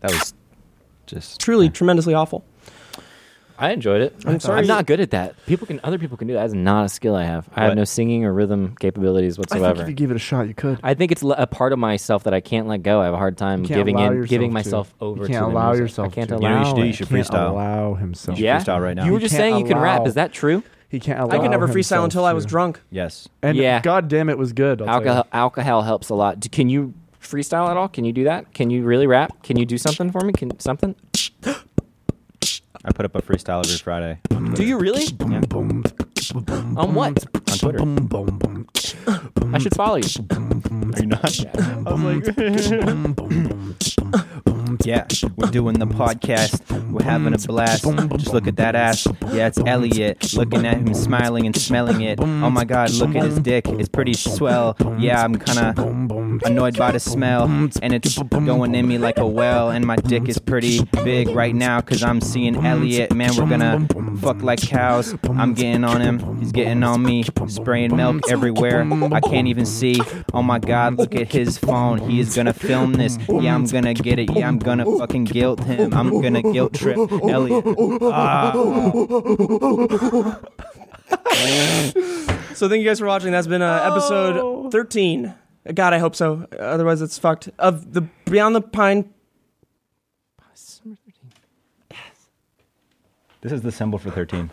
[SPEAKER 4] That was just.
[SPEAKER 1] truly tremendously awful.
[SPEAKER 2] I enjoyed it. I'm
[SPEAKER 1] sorry.
[SPEAKER 2] I'm not good at that. People can. Other people can do that. That's not a skill I have. I have
[SPEAKER 4] What?
[SPEAKER 2] no singing or rhythm capabilities
[SPEAKER 3] I think
[SPEAKER 2] whatsoever.
[SPEAKER 3] if you gave it a shot, you could.
[SPEAKER 2] I think it's l- a part of myself that I can't let go. I have a hard time
[SPEAKER 3] You can't
[SPEAKER 2] giving
[SPEAKER 3] allow
[SPEAKER 2] in,
[SPEAKER 3] yourself
[SPEAKER 2] giving
[SPEAKER 3] to.
[SPEAKER 2] myself
[SPEAKER 3] You can't
[SPEAKER 2] over. to the
[SPEAKER 3] allow
[SPEAKER 2] music.
[SPEAKER 3] yourself
[SPEAKER 2] I can't
[SPEAKER 3] to. You
[SPEAKER 4] know
[SPEAKER 2] allow.
[SPEAKER 4] what you should do? You
[SPEAKER 2] it.
[SPEAKER 4] should
[SPEAKER 3] Can't
[SPEAKER 4] freestyle.
[SPEAKER 3] allow himself.
[SPEAKER 2] yeah,
[SPEAKER 4] freestyle right now.
[SPEAKER 2] You were
[SPEAKER 4] You
[SPEAKER 2] just
[SPEAKER 3] can't
[SPEAKER 2] saying you can
[SPEAKER 3] allow-
[SPEAKER 2] rap. Is that true?
[SPEAKER 3] He can't.
[SPEAKER 1] I could
[SPEAKER 3] allow
[SPEAKER 1] never freestyle
[SPEAKER 3] himself
[SPEAKER 1] until I was
[SPEAKER 3] to.
[SPEAKER 1] drunk.
[SPEAKER 4] Yes.
[SPEAKER 3] And
[SPEAKER 2] Yeah.
[SPEAKER 3] God damn, it was good. I'll tell you.
[SPEAKER 2] Alcohol, alcohol helps a lot. Do, can you freestyle at all? Can you do that? Can you really rap? Can you do something for me? Can something?
[SPEAKER 4] I put up a freestyle every Friday
[SPEAKER 2] Do you really?
[SPEAKER 4] Yeah.
[SPEAKER 2] On what?
[SPEAKER 4] on Twitter.
[SPEAKER 2] I should follow you.
[SPEAKER 4] Are you not? I was like, yeah, we're doing the podcast. We're having a blast. Just look at that ass. Yeah, it's Elliot looking at him, smiling and smelling it. Oh my God, look at his dick. It's pretty swell. Yeah, I'm kind of annoyed by the smell, and it's going in me like a well. And my dick is pretty big right now because I'm seeing Elliot. Man, we're gonna fuck like cows. I'm getting on him. He's getting on me. Spraying milk everywhere. I can't even see. Oh my god, look at his phone. He is gonna film this. Yeah, I'm gonna get it. Yeah, I'm gonna fucking guilt him. I'm gonna guilt trip Elliot.
[SPEAKER 1] So thank you guys for watching. That's been
[SPEAKER 3] Oh.
[SPEAKER 1] uh, episode thirteen. God, I hope so. Otherwise, it's fucked. Of the Beyond the Pine.
[SPEAKER 4] This is the symbol for 13.